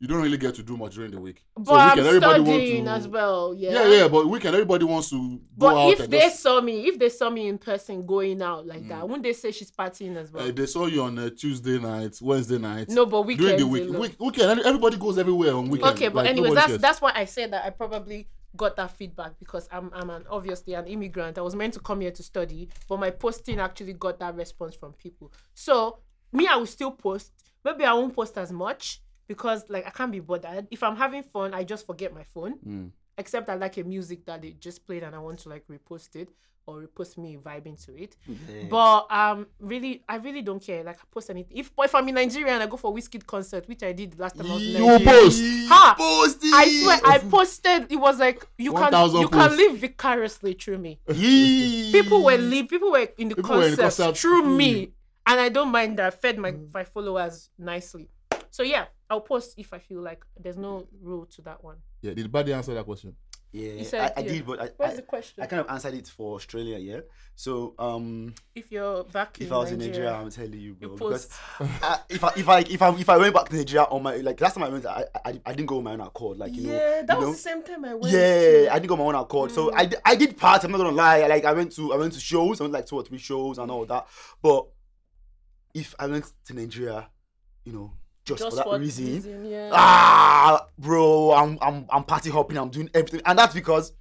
[SPEAKER 1] you don't really get to do much during the week.
[SPEAKER 2] But
[SPEAKER 1] so weekend,
[SPEAKER 2] I'm
[SPEAKER 1] everybody want
[SPEAKER 2] studying
[SPEAKER 1] to-
[SPEAKER 2] as well. Yeah.
[SPEAKER 1] Yeah, yeah, but weekend everybody wants to go
[SPEAKER 2] But
[SPEAKER 1] out.
[SPEAKER 2] if
[SPEAKER 1] and
[SPEAKER 2] they
[SPEAKER 1] just- Mm.
[SPEAKER 2] saw me, if they saw me in person going out like that, wouldn't they say she's partying as well?
[SPEAKER 1] Uh, they saw you on uh, Tuesday night, Wednesday night.
[SPEAKER 2] No, but
[SPEAKER 1] during the
[SPEAKER 2] weekends
[SPEAKER 1] week,
[SPEAKER 2] alone.
[SPEAKER 1] week weekend. Everybody goes everywhere on weekend.
[SPEAKER 2] okay, but
[SPEAKER 1] like,
[SPEAKER 2] anyways,
[SPEAKER 1] nobody
[SPEAKER 2] that's
[SPEAKER 1] cares.
[SPEAKER 2] that's why I said that I probably got that feedback because I'm I'm an obviously an immigrant. I was meant to come here to study, but my posting actually got that response from people. So me, I will still post. Maybe I won't post as much because like I can't be bothered. If I'm having fun, I just forget my phone.
[SPEAKER 1] Hmm.
[SPEAKER 2] Except I like a music that they just played and I want to like repost it or repost me vibing to it. But um really I really don't care. Like I post anything. If if I'm in Nigeria and I go for whiskey concert, which I did last time I was in
[SPEAKER 1] You will
[SPEAKER 2] Nigeria.
[SPEAKER 1] post.
[SPEAKER 2] Ha!
[SPEAKER 3] Post it.
[SPEAKER 2] I swear, I posted. It was like you can
[SPEAKER 1] 1,000
[SPEAKER 2] you can
[SPEAKER 1] posts.
[SPEAKER 2] live vicariously through me.
[SPEAKER 3] Yee. Mm.
[SPEAKER 2] People were live. People were in the
[SPEAKER 1] People were in the
[SPEAKER 2] concept
[SPEAKER 1] concept
[SPEAKER 2] through
[SPEAKER 1] through
[SPEAKER 2] me. and I don't mind that. I fed my
[SPEAKER 3] Mm.
[SPEAKER 2] my followers nicely. So yeah, I'll post if I feel like there's no rule to that one.
[SPEAKER 1] Yeah, did Buddy answer that question?
[SPEAKER 3] Yeah,
[SPEAKER 2] said-
[SPEAKER 3] I, I
[SPEAKER 2] yeah.
[SPEAKER 3] did, but I,
[SPEAKER 2] What's
[SPEAKER 3] I,
[SPEAKER 2] the question?
[SPEAKER 3] I kind of answered it for Australia, yeah. So um,
[SPEAKER 2] If you're back
[SPEAKER 3] if
[SPEAKER 2] in
[SPEAKER 3] I was
[SPEAKER 2] Nigeria,
[SPEAKER 3] in Nigeria, I'm telling you, bro.
[SPEAKER 2] you
[SPEAKER 3] because
[SPEAKER 2] post.
[SPEAKER 3] I, if I if I if I if I went back to Nigeria on my like last time I went, I I, I didn't go on my own accord, like you know.
[SPEAKER 2] yeah, that
[SPEAKER 3] you
[SPEAKER 2] was
[SPEAKER 3] know?
[SPEAKER 2] the same time I went.
[SPEAKER 3] Yeah,
[SPEAKER 2] to-
[SPEAKER 3] I did go on my own accord. So I, di- I did parts. I'm not gonna lie. I, Like I went to I went to shows. I went like two or three shows and all that. But if I went to Nigeria, you know, just,
[SPEAKER 2] just
[SPEAKER 3] for that reason,
[SPEAKER 2] yeah.
[SPEAKER 3] ah, bro, I'm I'm I'm party hopping. I'm doing everything, and that's because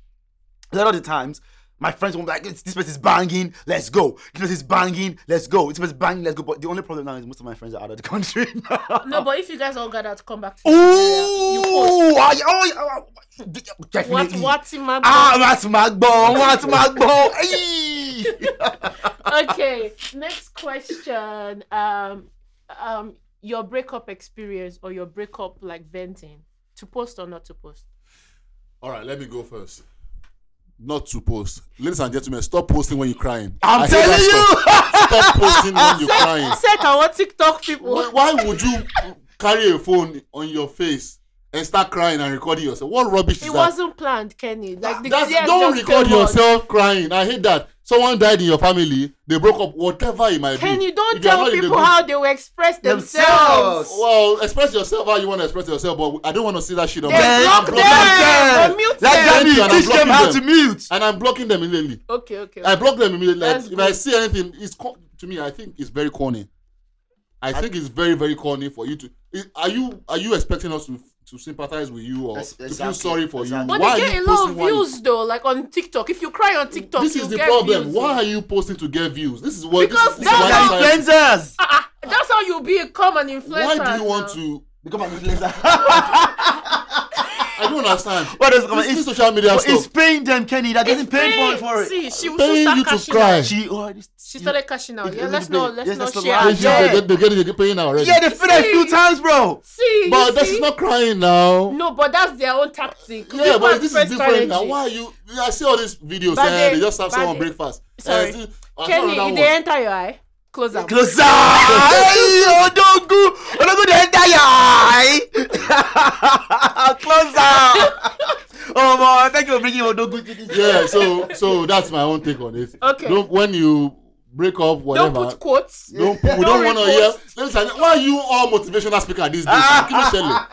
[SPEAKER 3] a lot of the times. My friends will be like, this place is banging, let's go. This place is banging, let's go. This place is banging, let's go. But the only problem now is most of my friends are out of the country.
[SPEAKER 2] No, but if you guys all gather to come back to
[SPEAKER 3] ah.
[SPEAKER 2] Nigeria, you
[SPEAKER 3] Ooh,
[SPEAKER 2] post.
[SPEAKER 3] ah, yeah, oh, yeah, oh, yeah,
[SPEAKER 2] What
[SPEAKER 3] definitely.
[SPEAKER 2] what in my
[SPEAKER 3] Ah, that's my ball. That's my ball. Hey.
[SPEAKER 2] Okay, next question. Um, um, your breakup experience or your breakup like venting to post or not to post?
[SPEAKER 1] All right, let me go first. Not to post, ladies and gentlemen, stop posting when you're crying.
[SPEAKER 3] I'm
[SPEAKER 1] I hate
[SPEAKER 3] telling
[SPEAKER 1] that
[SPEAKER 3] you.
[SPEAKER 1] stuff. stop posting when you're crying.
[SPEAKER 2] Set our TikTok people.
[SPEAKER 1] Why, why would you carry a phone on your face and start crying and recording yourself? What rubbish is
[SPEAKER 2] It
[SPEAKER 1] that?
[SPEAKER 2] wasn't planned, Kenny. Like the
[SPEAKER 1] That's-
[SPEAKER 2] tears
[SPEAKER 1] don't
[SPEAKER 2] just
[SPEAKER 1] record
[SPEAKER 2] came out.
[SPEAKER 1] yourself crying. I hate that. Someone died in your family. They broke up. Whatever it might
[SPEAKER 2] Kenny,
[SPEAKER 1] be.
[SPEAKER 2] you don't
[SPEAKER 1] If you're
[SPEAKER 2] tell
[SPEAKER 1] not in the
[SPEAKER 2] people
[SPEAKER 1] group-
[SPEAKER 2] how they will express themselves.
[SPEAKER 3] Themselves.
[SPEAKER 1] Well, express yourself how you want to express yourself, but I don't want to see that shit on my.
[SPEAKER 2] Then block
[SPEAKER 1] I'm
[SPEAKER 2] them.
[SPEAKER 3] Damn.
[SPEAKER 2] Or mute
[SPEAKER 3] Let
[SPEAKER 2] them.
[SPEAKER 3] them
[SPEAKER 1] I'm
[SPEAKER 3] teach them
[SPEAKER 1] blocking
[SPEAKER 3] how
[SPEAKER 1] them.
[SPEAKER 3] to mute.
[SPEAKER 1] and I'm blocking them immediately.
[SPEAKER 2] Okay, okay.
[SPEAKER 1] I block them immediately. Like,
[SPEAKER 2] That's
[SPEAKER 1] if I
[SPEAKER 2] good.
[SPEAKER 1] see anything, it's co- to me. I think it's very corny. I, think it's very very corny for you to. i- Are you are you expecting us to to sympathize with you or
[SPEAKER 3] Yes,
[SPEAKER 1] to feel
[SPEAKER 3] exactly,
[SPEAKER 1] sorry for
[SPEAKER 3] exactly.
[SPEAKER 1] you?
[SPEAKER 2] but
[SPEAKER 1] Why are
[SPEAKER 2] they get a
[SPEAKER 1] you
[SPEAKER 2] lot
[SPEAKER 1] posting
[SPEAKER 2] of
[SPEAKER 1] why you-
[SPEAKER 2] views though, like on TikTok. If you cry on TikTok,
[SPEAKER 1] This
[SPEAKER 2] you
[SPEAKER 1] is the
[SPEAKER 2] get
[SPEAKER 1] problem.
[SPEAKER 2] Views.
[SPEAKER 1] Why are you posting to get views? This is what
[SPEAKER 2] Because
[SPEAKER 1] this, this is
[SPEAKER 2] that's
[SPEAKER 1] why
[SPEAKER 2] how
[SPEAKER 1] society-
[SPEAKER 3] influencers.
[SPEAKER 2] Ah, ah, that's how you become an influencer.
[SPEAKER 1] Why do you want
[SPEAKER 2] now.
[SPEAKER 1] to?
[SPEAKER 3] Become an influencer.
[SPEAKER 1] I don't understand.
[SPEAKER 3] What does it come?
[SPEAKER 1] This, this
[SPEAKER 3] It's,
[SPEAKER 1] social media
[SPEAKER 3] but it's
[SPEAKER 1] stuff.
[SPEAKER 3] paying them, Kenny. That doesn't pay for
[SPEAKER 2] Hey,
[SPEAKER 3] it. For it.
[SPEAKER 2] See, she will
[SPEAKER 1] Paying
[SPEAKER 2] soon start
[SPEAKER 1] you to
[SPEAKER 2] cashing
[SPEAKER 1] cry.
[SPEAKER 2] out.
[SPEAKER 3] She, oh, this,
[SPEAKER 2] She started cashing out.
[SPEAKER 3] It-
[SPEAKER 2] Yeah,
[SPEAKER 3] it-
[SPEAKER 2] let's
[SPEAKER 3] it-
[SPEAKER 2] not
[SPEAKER 3] it-
[SPEAKER 2] let's
[SPEAKER 3] yes,
[SPEAKER 2] not
[SPEAKER 3] that's the
[SPEAKER 2] share.
[SPEAKER 3] lie.
[SPEAKER 2] our
[SPEAKER 1] They
[SPEAKER 3] Yeah.
[SPEAKER 2] shit.
[SPEAKER 1] get- They're getting they're paying now already.
[SPEAKER 3] yeah, they feel that a few
[SPEAKER 2] See?
[SPEAKER 3] times, bro.
[SPEAKER 2] See, you
[SPEAKER 1] but that's
[SPEAKER 2] see?
[SPEAKER 1] not crying now.
[SPEAKER 2] No, but that's their own tactic.
[SPEAKER 1] Yeah,
[SPEAKER 2] People
[SPEAKER 1] but
[SPEAKER 2] have
[SPEAKER 1] this is
[SPEAKER 2] different
[SPEAKER 1] different now.
[SPEAKER 2] strategy.
[SPEAKER 1] Why are you? I see all these videos.
[SPEAKER 2] But
[SPEAKER 1] eh, they,
[SPEAKER 2] they-
[SPEAKER 1] just have
[SPEAKER 2] but
[SPEAKER 1] someone
[SPEAKER 2] they-
[SPEAKER 1] breakfast. Eh,
[SPEAKER 2] Sorry.
[SPEAKER 1] see, I saw
[SPEAKER 2] Kenny,
[SPEAKER 1] another
[SPEAKER 2] if they
[SPEAKER 1] one.
[SPEAKER 2] enter your eye, close up.
[SPEAKER 3] Closer. hey, oh, don't go. Oh, don't go the entire eye. Closer. oh, man. Thank you for bringing Odogu to this.
[SPEAKER 1] yeah so so that's my own take on it
[SPEAKER 2] Okay.
[SPEAKER 1] don't when you break up whatever
[SPEAKER 2] Don't put quotes.
[SPEAKER 1] don't put- we
[SPEAKER 2] Don't
[SPEAKER 1] don't want to
[SPEAKER 2] repost.
[SPEAKER 1] hear listen why are you all motivational speaker these days Kí ló ṣẹlẹ̀?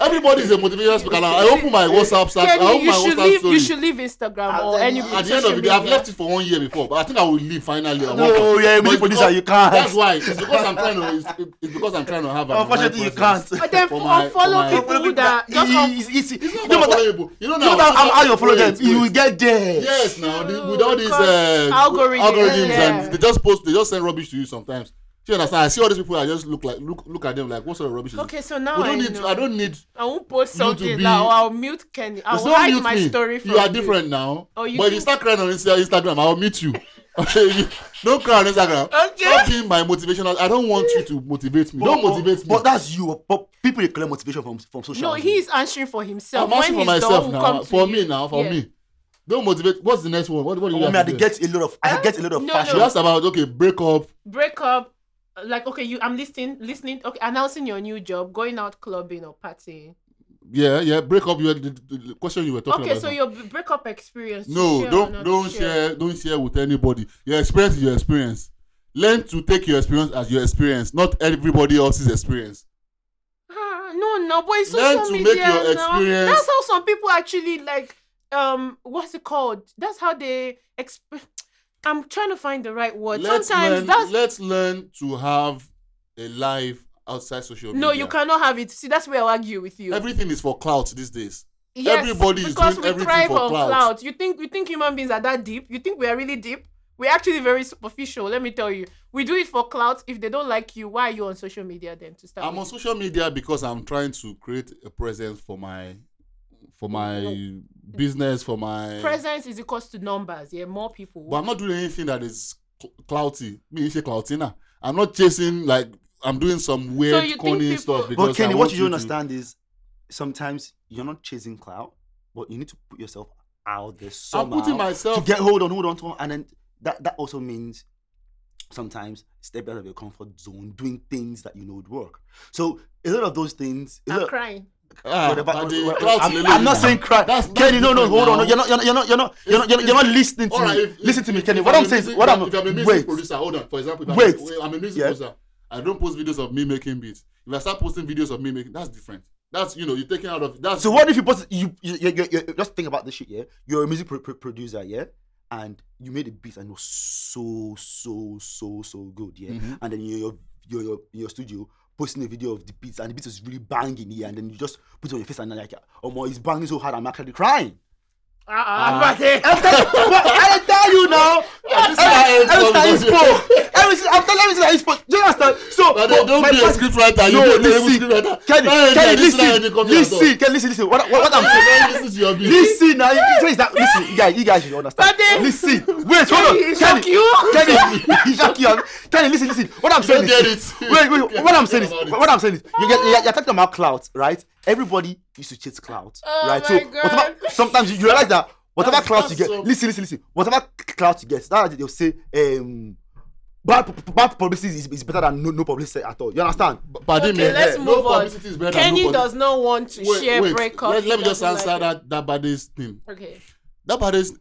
[SPEAKER 1] everybody is a motivational speaker now i open my whatsapp stat i
[SPEAKER 2] Kenny,
[SPEAKER 1] open
[SPEAKER 2] you
[SPEAKER 1] my
[SPEAKER 2] should
[SPEAKER 1] whatsapp
[SPEAKER 2] leave.
[SPEAKER 1] story
[SPEAKER 2] You should leave Instagram
[SPEAKER 3] I'll
[SPEAKER 2] or
[SPEAKER 3] tell
[SPEAKER 2] any
[SPEAKER 3] you.
[SPEAKER 1] at the end of
[SPEAKER 2] social
[SPEAKER 1] the day i've
[SPEAKER 2] media.
[SPEAKER 1] left it for one year before but i think i will leave finally I
[SPEAKER 3] No,
[SPEAKER 1] want to.
[SPEAKER 3] yeah,
[SPEAKER 1] But
[SPEAKER 3] music
[SPEAKER 1] it's
[SPEAKER 3] producer,
[SPEAKER 1] because-
[SPEAKER 3] you can't.
[SPEAKER 1] that's why it's because i'm trying to it's, it's because i'm trying to have an online
[SPEAKER 3] Unfortunately, you
[SPEAKER 1] presence
[SPEAKER 3] can't.
[SPEAKER 2] But then
[SPEAKER 1] for
[SPEAKER 2] fo-
[SPEAKER 1] my- for
[SPEAKER 2] unfollow
[SPEAKER 1] my-
[SPEAKER 2] people that just un-
[SPEAKER 3] It's- it's- it's-
[SPEAKER 1] It's
[SPEAKER 3] no
[SPEAKER 1] not about
[SPEAKER 3] matter-
[SPEAKER 1] following people. you know
[SPEAKER 3] No
[SPEAKER 1] now
[SPEAKER 3] matter how how you follow
[SPEAKER 1] Wait,
[SPEAKER 3] them, you
[SPEAKER 1] wait.
[SPEAKER 3] will get there.
[SPEAKER 1] Yes, now the,
[SPEAKER 2] True,
[SPEAKER 1] with all these
[SPEAKER 2] because
[SPEAKER 1] uh,
[SPEAKER 2] algorithms,
[SPEAKER 1] algorithms
[SPEAKER 2] yeah.
[SPEAKER 1] and they just post, they just send rubbish to you sometimes. Do you understand? I see all these people. I just look like look look at them like what sort of rubbish? Is
[SPEAKER 2] Okay,
[SPEAKER 1] this?
[SPEAKER 2] so now
[SPEAKER 1] we don't
[SPEAKER 2] I
[SPEAKER 1] need.
[SPEAKER 2] know.
[SPEAKER 1] To, I don't need.
[SPEAKER 2] I won't post
[SPEAKER 1] You to
[SPEAKER 2] something
[SPEAKER 1] be-
[SPEAKER 2] now. I'll mute Kenny. I'll
[SPEAKER 1] There's no
[SPEAKER 2] hide
[SPEAKER 1] mute
[SPEAKER 2] my
[SPEAKER 1] me.
[SPEAKER 2] story from
[SPEAKER 1] you are different now.
[SPEAKER 2] Oh, you
[SPEAKER 1] but if you
[SPEAKER 2] do-
[SPEAKER 1] start crying on Insta- Instagram, I'll mute you. Okay, you- don't cry on Instagram.
[SPEAKER 2] Okay.
[SPEAKER 1] Stop being my motivational. I don't want you to motivate me. don't
[SPEAKER 3] But-
[SPEAKER 1] motivate me.
[SPEAKER 3] but, But that's you. But people they collect motivation from from social.
[SPEAKER 2] No,
[SPEAKER 3] media.
[SPEAKER 2] he's answering for himself.
[SPEAKER 1] I'm asking
[SPEAKER 2] when
[SPEAKER 1] for
[SPEAKER 2] he's
[SPEAKER 1] myself
[SPEAKER 2] done, we'll
[SPEAKER 1] now.
[SPEAKER 2] come to
[SPEAKER 1] For
[SPEAKER 2] you.
[SPEAKER 1] me now. For
[SPEAKER 2] Yeah. Oh,
[SPEAKER 1] me. Don't motivate. What's the next one? What, what do you
[SPEAKER 3] I mean, I
[SPEAKER 1] have to
[SPEAKER 3] dey
[SPEAKER 1] do?
[SPEAKER 3] get a lot of I dey get a lot of
[SPEAKER 2] No,
[SPEAKER 3] fashion.
[SPEAKER 1] She asked about okay, break up.
[SPEAKER 2] break up like okay you i'm listening listening okay announcing your new job going out clubbing or partying
[SPEAKER 1] Yeah, yeah. Break up. You had the, the the question you were talking
[SPEAKER 2] okay
[SPEAKER 1] about.
[SPEAKER 2] so
[SPEAKER 1] now.
[SPEAKER 2] your b- breakup experience to
[SPEAKER 1] no,
[SPEAKER 2] share or
[SPEAKER 1] don't
[SPEAKER 2] not
[SPEAKER 1] don't
[SPEAKER 2] to
[SPEAKER 1] share don't share with anybody. Your experience is your experience. Learn to take your experience as your experience, not everybody else's experience.
[SPEAKER 2] Ah, no no but it's
[SPEAKER 1] Learn
[SPEAKER 2] social
[SPEAKER 1] to make
[SPEAKER 2] media
[SPEAKER 1] your
[SPEAKER 2] now.
[SPEAKER 1] experience-
[SPEAKER 2] that's how some people actually like um what's it called that's how they exp- i'm trying to find the right word sometimes
[SPEAKER 1] learn,
[SPEAKER 2] that's
[SPEAKER 1] let's learn to have a life outside social media.
[SPEAKER 2] no you cannot have it see that's where i'll argue with you
[SPEAKER 1] Everything is for clout these days.
[SPEAKER 2] Yes,
[SPEAKER 1] Everybody is
[SPEAKER 2] because
[SPEAKER 1] doing
[SPEAKER 2] we
[SPEAKER 1] everything
[SPEAKER 2] thrive
[SPEAKER 1] for
[SPEAKER 2] on
[SPEAKER 1] clout.
[SPEAKER 2] You think you think human beings are that deep? You think we are really deep? We're actually very superficial. Let me tell you, we do it for clout. If they don't like you, why are you on social media then to start?
[SPEAKER 1] I'm on
[SPEAKER 2] with?
[SPEAKER 1] social media because I'm trying to create a presence for my for my business, for my
[SPEAKER 2] Presence is equals to numbers. Yeah, more people.
[SPEAKER 1] but I'm not doing anything that is cl- clouty. Me, it's a clouty now. I'm not chasing like I'm doing some weird
[SPEAKER 2] you think
[SPEAKER 1] corny
[SPEAKER 2] people-
[SPEAKER 1] stuff. Because
[SPEAKER 3] But Kenny,
[SPEAKER 1] I
[SPEAKER 3] what
[SPEAKER 1] want
[SPEAKER 3] you don't
[SPEAKER 1] to-
[SPEAKER 3] understand is sometimes you're not chasing clout, but you need to put yourself out there somehow
[SPEAKER 1] I'm putting myself.
[SPEAKER 3] to get hold on, hold on to, and then that that also means sometimes step out of your comfort zone, doing things that you know would work. So a lot of those things. a
[SPEAKER 2] I'm
[SPEAKER 3] lot-
[SPEAKER 2] crying.
[SPEAKER 1] Ah,
[SPEAKER 3] Whatever-
[SPEAKER 1] but the
[SPEAKER 3] whatever-
[SPEAKER 1] clout
[SPEAKER 3] I'm,
[SPEAKER 1] lele
[SPEAKER 3] I'm
[SPEAKER 1] is now.
[SPEAKER 3] not saying cry.
[SPEAKER 1] That's- that's
[SPEAKER 3] Kenny, no, no,
[SPEAKER 1] different
[SPEAKER 3] hold on.
[SPEAKER 1] now.
[SPEAKER 3] no, You're not, you're not, you're not, you're not, you're not, you're not, you're not listening to
[SPEAKER 1] All right,
[SPEAKER 3] me.
[SPEAKER 1] if,
[SPEAKER 3] Listen
[SPEAKER 1] if-
[SPEAKER 3] to me,
[SPEAKER 1] if-
[SPEAKER 3] Kenny.
[SPEAKER 1] if
[SPEAKER 3] What I'm
[SPEAKER 1] a
[SPEAKER 3] saying is,
[SPEAKER 1] music-
[SPEAKER 3] what I'm,
[SPEAKER 1] if I'm a music
[SPEAKER 3] wait.
[SPEAKER 1] producer, hold on. For example, if
[SPEAKER 3] Wait.
[SPEAKER 1] I'm, wait, I'm a music
[SPEAKER 3] Yeah.
[SPEAKER 1] producer. I don't post videos of me making beats. If I start posting videos of me making, that's different. That's you know, you're taking out of that's
[SPEAKER 3] So what if you post, you, you, you, you, you- just think about this shit, yeah? You're a music pro- pro- producer, yeah? And you made a beat and it was so, so, so, so good, yeah?
[SPEAKER 1] Mhm.
[SPEAKER 3] And then you're, your your your your studio posting a video of the beats and the beat is really banging, yeah? And then you just put it on your face and you're like, oh my, it's banging so hard, I'm actually crying.
[SPEAKER 1] Ah,
[SPEAKER 2] Uh-uh. I'm not here.
[SPEAKER 3] I'm telling you, but I tell you now.
[SPEAKER 1] Every time-
[SPEAKER 3] Every time he spoke, every time I'm telling every time he spoke. Do you understand? So,
[SPEAKER 1] But then don't
[SPEAKER 3] my
[SPEAKER 1] be a
[SPEAKER 3] point-
[SPEAKER 1] scriptwriter. You
[SPEAKER 3] No,
[SPEAKER 1] don't be a
[SPEAKER 3] listen,
[SPEAKER 1] scriptwriter.
[SPEAKER 3] Kenny,
[SPEAKER 1] Now you're
[SPEAKER 3] Kenny,
[SPEAKER 1] listening and you
[SPEAKER 3] listen,
[SPEAKER 1] come here and
[SPEAKER 3] listen, Kenny, listen, listen. What, what, what I'm
[SPEAKER 1] talk.
[SPEAKER 3] saying.
[SPEAKER 1] Don't listen to your beat.
[SPEAKER 3] Listen, now, you- you- that, listen, you guys, you guys should understand.
[SPEAKER 2] Daddy.
[SPEAKER 3] Listen, wait, hold on.
[SPEAKER 2] Kenny, he shock you.
[SPEAKER 3] Kenny, he shock you. Kenny, listen, listen. What I'm
[SPEAKER 1] You
[SPEAKER 3] saying
[SPEAKER 1] don't get
[SPEAKER 3] is,
[SPEAKER 1] it.
[SPEAKER 3] wait, wait. What I'm saying is,
[SPEAKER 1] Forget about it.
[SPEAKER 3] what I'm saying is, you get, you're, you're talking about clout, right? Everybody used to chase clout,
[SPEAKER 2] Oh
[SPEAKER 3] right?
[SPEAKER 2] my
[SPEAKER 3] so whatever,
[SPEAKER 2] God.
[SPEAKER 3] sometimes you, you realize that whatever
[SPEAKER 1] That's-
[SPEAKER 3] clout you get,
[SPEAKER 1] that's so-
[SPEAKER 3] listen, listen, listen. Whatever clout you get, that they'll say, um, bad, pu- pu- bad publicity is, is better than no, no publicity at all. You understand?
[SPEAKER 1] Pardon
[SPEAKER 2] Okay,
[SPEAKER 1] me.
[SPEAKER 2] let's
[SPEAKER 1] No
[SPEAKER 2] move on.
[SPEAKER 1] publicity is better than
[SPEAKER 2] Kenny
[SPEAKER 1] no publi-
[SPEAKER 2] does not want to
[SPEAKER 1] Wait,
[SPEAKER 2] share
[SPEAKER 1] wait.
[SPEAKER 2] breakup.
[SPEAKER 1] Let, let me
[SPEAKER 2] He
[SPEAKER 1] just
[SPEAKER 2] doesn't
[SPEAKER 1] answer
[SPEAKER 2] like
[SPEAKER 1] that that body's thing.
[SPEAKER 2] it. Okay,
[SPEAKER 1] That body's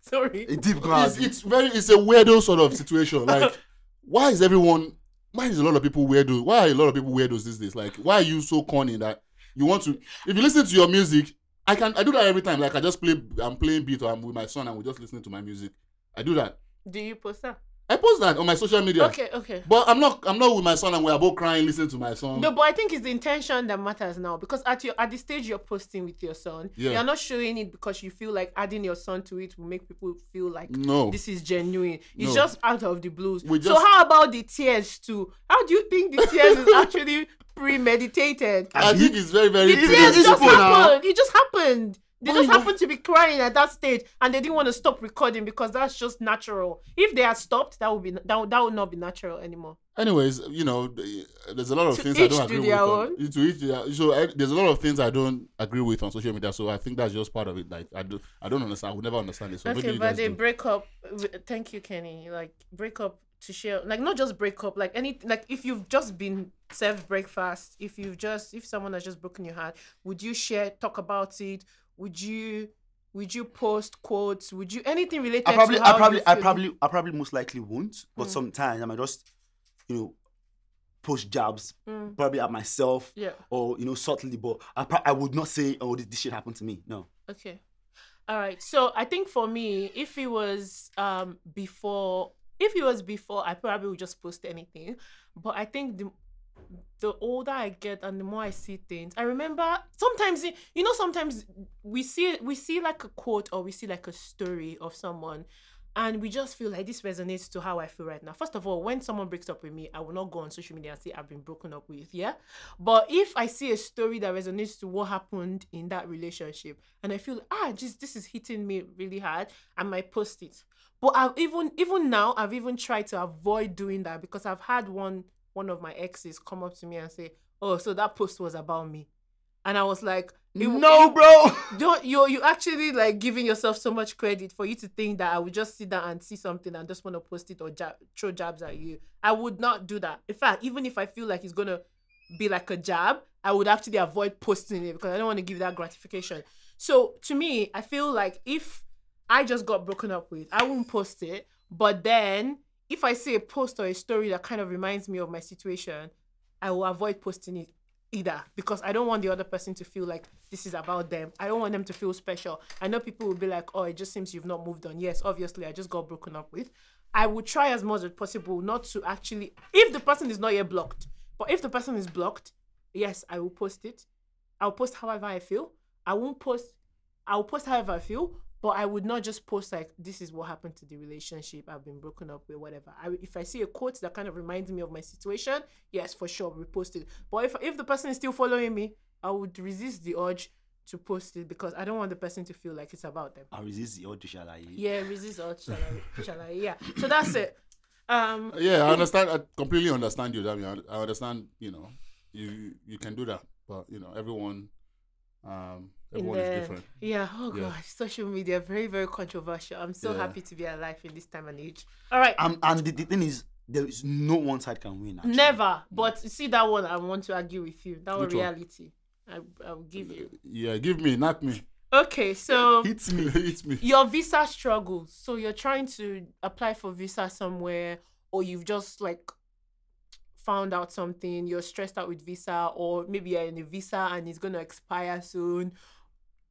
[SPEAKER 2] sorry.
[SPEAKER 3] A deep ground.
[SPEAKER 1] it's, it's very it's a weirdo sort of situation. Like, why is everyone? Why is a lot of people weirdos? Why are a lot of people weirdos these days? Like, why are you so corny that you want to? If you listen to your music, I can I do that every time. Like, I just play. I'm playing beat or I'm with my son and we're just listening to my music. I do that.
[SPEAKER 2] Do you post that?
[SPEAKER 1] I post that on my social media.
[SPEAKER 2] Okay, okay.
[SPEAKER 1] But I'm not. I'm not with my son and we're both crying listening to my son.
[SPEAKER 2] No, but I think it's the intention that matters now because at your at the stage you're posting with your son,
[SPEAKER 1] Yeah.
[SPEAKER 2] you're not showing it because you feel like adding your son to it will make people feel like
[SPEAKER 1] No.
[SPEAKER 2] this is genuine. It's
[SPEAKER 1] No.
[SPEAKER 2] just out of the blues.
[SPEAKER 1] We
[SPEAKER 2] so
[SPEAKER 1] just-
[SPEAKER 2] how about the tears too? How do you think the tears is actually premeditated?
[SPEAKER 1] I think it's very very.
[SPEAKER 2] The
[SPEAKER 3] It's-
[SPEAKER 1] prudent.
[SPEAKER 2] tears
[SPEAKER 3] it's
[SPEAKER 2] just
[SPEAKER 3] simple now.
[SPEAKER 2] happened. It just happened. They just
[SPEAKER 1] you-
[SPEAKER 2] happened to be crying at that stage, and they didn't want to stop recording because that's just natural. If they had stopped, that would be that would, that would not be natural anymore.
[SPEAKER 1] anyways you know th- there's a lot of
[SPEAKER 2] To
[SPEAKER 1] things i
[SPEAKER 2] each
[SPEAKER 1] don't
[SPEAKER 2] to
[SPEAKER 1] agree with
[SPEAKER 2] their
[SPEAKER 1] on,
[SPEAKER 2] own.
[SPEAKER 1] to each their- so I, there's a lot of things i don't agree with on social media so i think that's just part of it like i do i don't understand i would never understand it so maybe
[SPEAKER 2] okay,
[SPEAKER 1] you
[SPEAKER 2] but
[SPEAKER 1] guys
[SPEAKER 2] they
[SPEAKER 1] do.
[SPEAKER 2] break up. w- Thank you, Kenny. Like break up to share, like not just break up, like any, like if you've just been served breakfast, if you've just, if someone has just broken your heart, would you share, talk about it? Would you, would you post quotes? Would you anything related?
[SPEAKER 3] I probably,
[SPEAKER 2] to how
[SPEAKER 3] I probably,
[SPEAKER 2] you
[SPEAKER 3] I
[SPEAKER 2] feel?
[SPEAKER 3] probably, I probably most likely won't. But
[SPEAKER 2] Hmm.
[SPEAKER 3] sometimes I might just, you know, push jabs probably at myself,
[SPEAKER 2] Mm, Yeah.
[SPEAKER 3] or you know, subtly. But I, pro- I would not say, oh, this, this shit happened to me. No,
[SPEAKER 2] Okay. All right. So I think for me, if it was um before, if it was before, I probably would just post anything. But I think the the older I get and the more I see things, I remember sometimes it- you know sometimes we see we see like a quote or we see like a story of someone and we just feel like this resonates to how I feel right now. First of all, when someone breaks up with me, I will not go on social media and say I've been broken up with, yeah? But if I see a story that resonates to what happened in that relationship and I feel ah just this is hitting me really hard, I might post it. But I've even even now I've even tried to avoid doing that because I've had one one of my exes come up to me and say, "Oh, so that post was about me." And I was like, it-
[SPEAKER 3] no, bro.
[SPEAKER 2] don't you you actually like giving yourself so much credit for you to think that I would just sit down and see something and just want to post it or jab, throw jabs at you. I would not do that. In fact, even if I feel like it's gonna be like a jab, I would actually avoid posting it because I don't want to give that gratification. So to me, I feel like if I just got broken up with, I won't post it. But then if I see a post or a story that kind of reminds me of my situation, I will avoid posting it either because I don't want the other person to feel like this is about them. I don't want them to feel special. I know people will be like, oh, it just seems you've not moved on. Yes, obviously, I just got broken up with. I would try as much as possible not to actually, if the person is not yet blocked, but if the person is blocked, yes, I will post it. I'll post however I feel. I won't post, I'll post however I feel. But I would not just post like this is what happened to the relationship. I've been broken up with whatever. I, if I see a quote that kind of reminds me of my situation, yes, for sure, repost it. But if if the person is still following me, I would resist the urge to post it because I don't want the person to feel like it's about them.
[SPEAKER 3] I resist the audio, shall I?
[SPEAKER 2] Yeah, resist urge, shall I? Shall I? Yeah. So that's it. Um,
[SPEAKER 1] yeah i understand i completely understand you Damian. i understand you know you you can do that but you know everyone Um,
[SPEAKER 2] in
[SPEAKER 1] everyone
[SPEAKER 2] the-
[SPEAKER 1] is different.
[SPEAKER 2] Yeah. Oh
[SPEAKER 1] Yeah.
[SPEAKER 2] gosh, social media very very controversial. I'm so
[SPEAKER 1] Yeah.
[SPEAKER 2] happy to be alive in this time and age. All right.
[SPEAKER 3] Um, and the, the thing is, there is no one side can win. Actually.
[SPEAKER 2] Never. But you see that one. I want to argue with you. That one
[SPEAKER 1] Which one? Uh,
[SPEAKER 2] reality. I I will give you.
[SPEAKER 1] Yeah, give me, knock me,
[SPEAKER 2] Okay. So
[SPEAKER 1] hit me, hit me.
[SPEAKER 2] your visa struggles. So you're trying to apply for visa somewhere, or you've just like found out something. You're stressed out with visa, or maybe you're in a visa and it's gonna expire soon.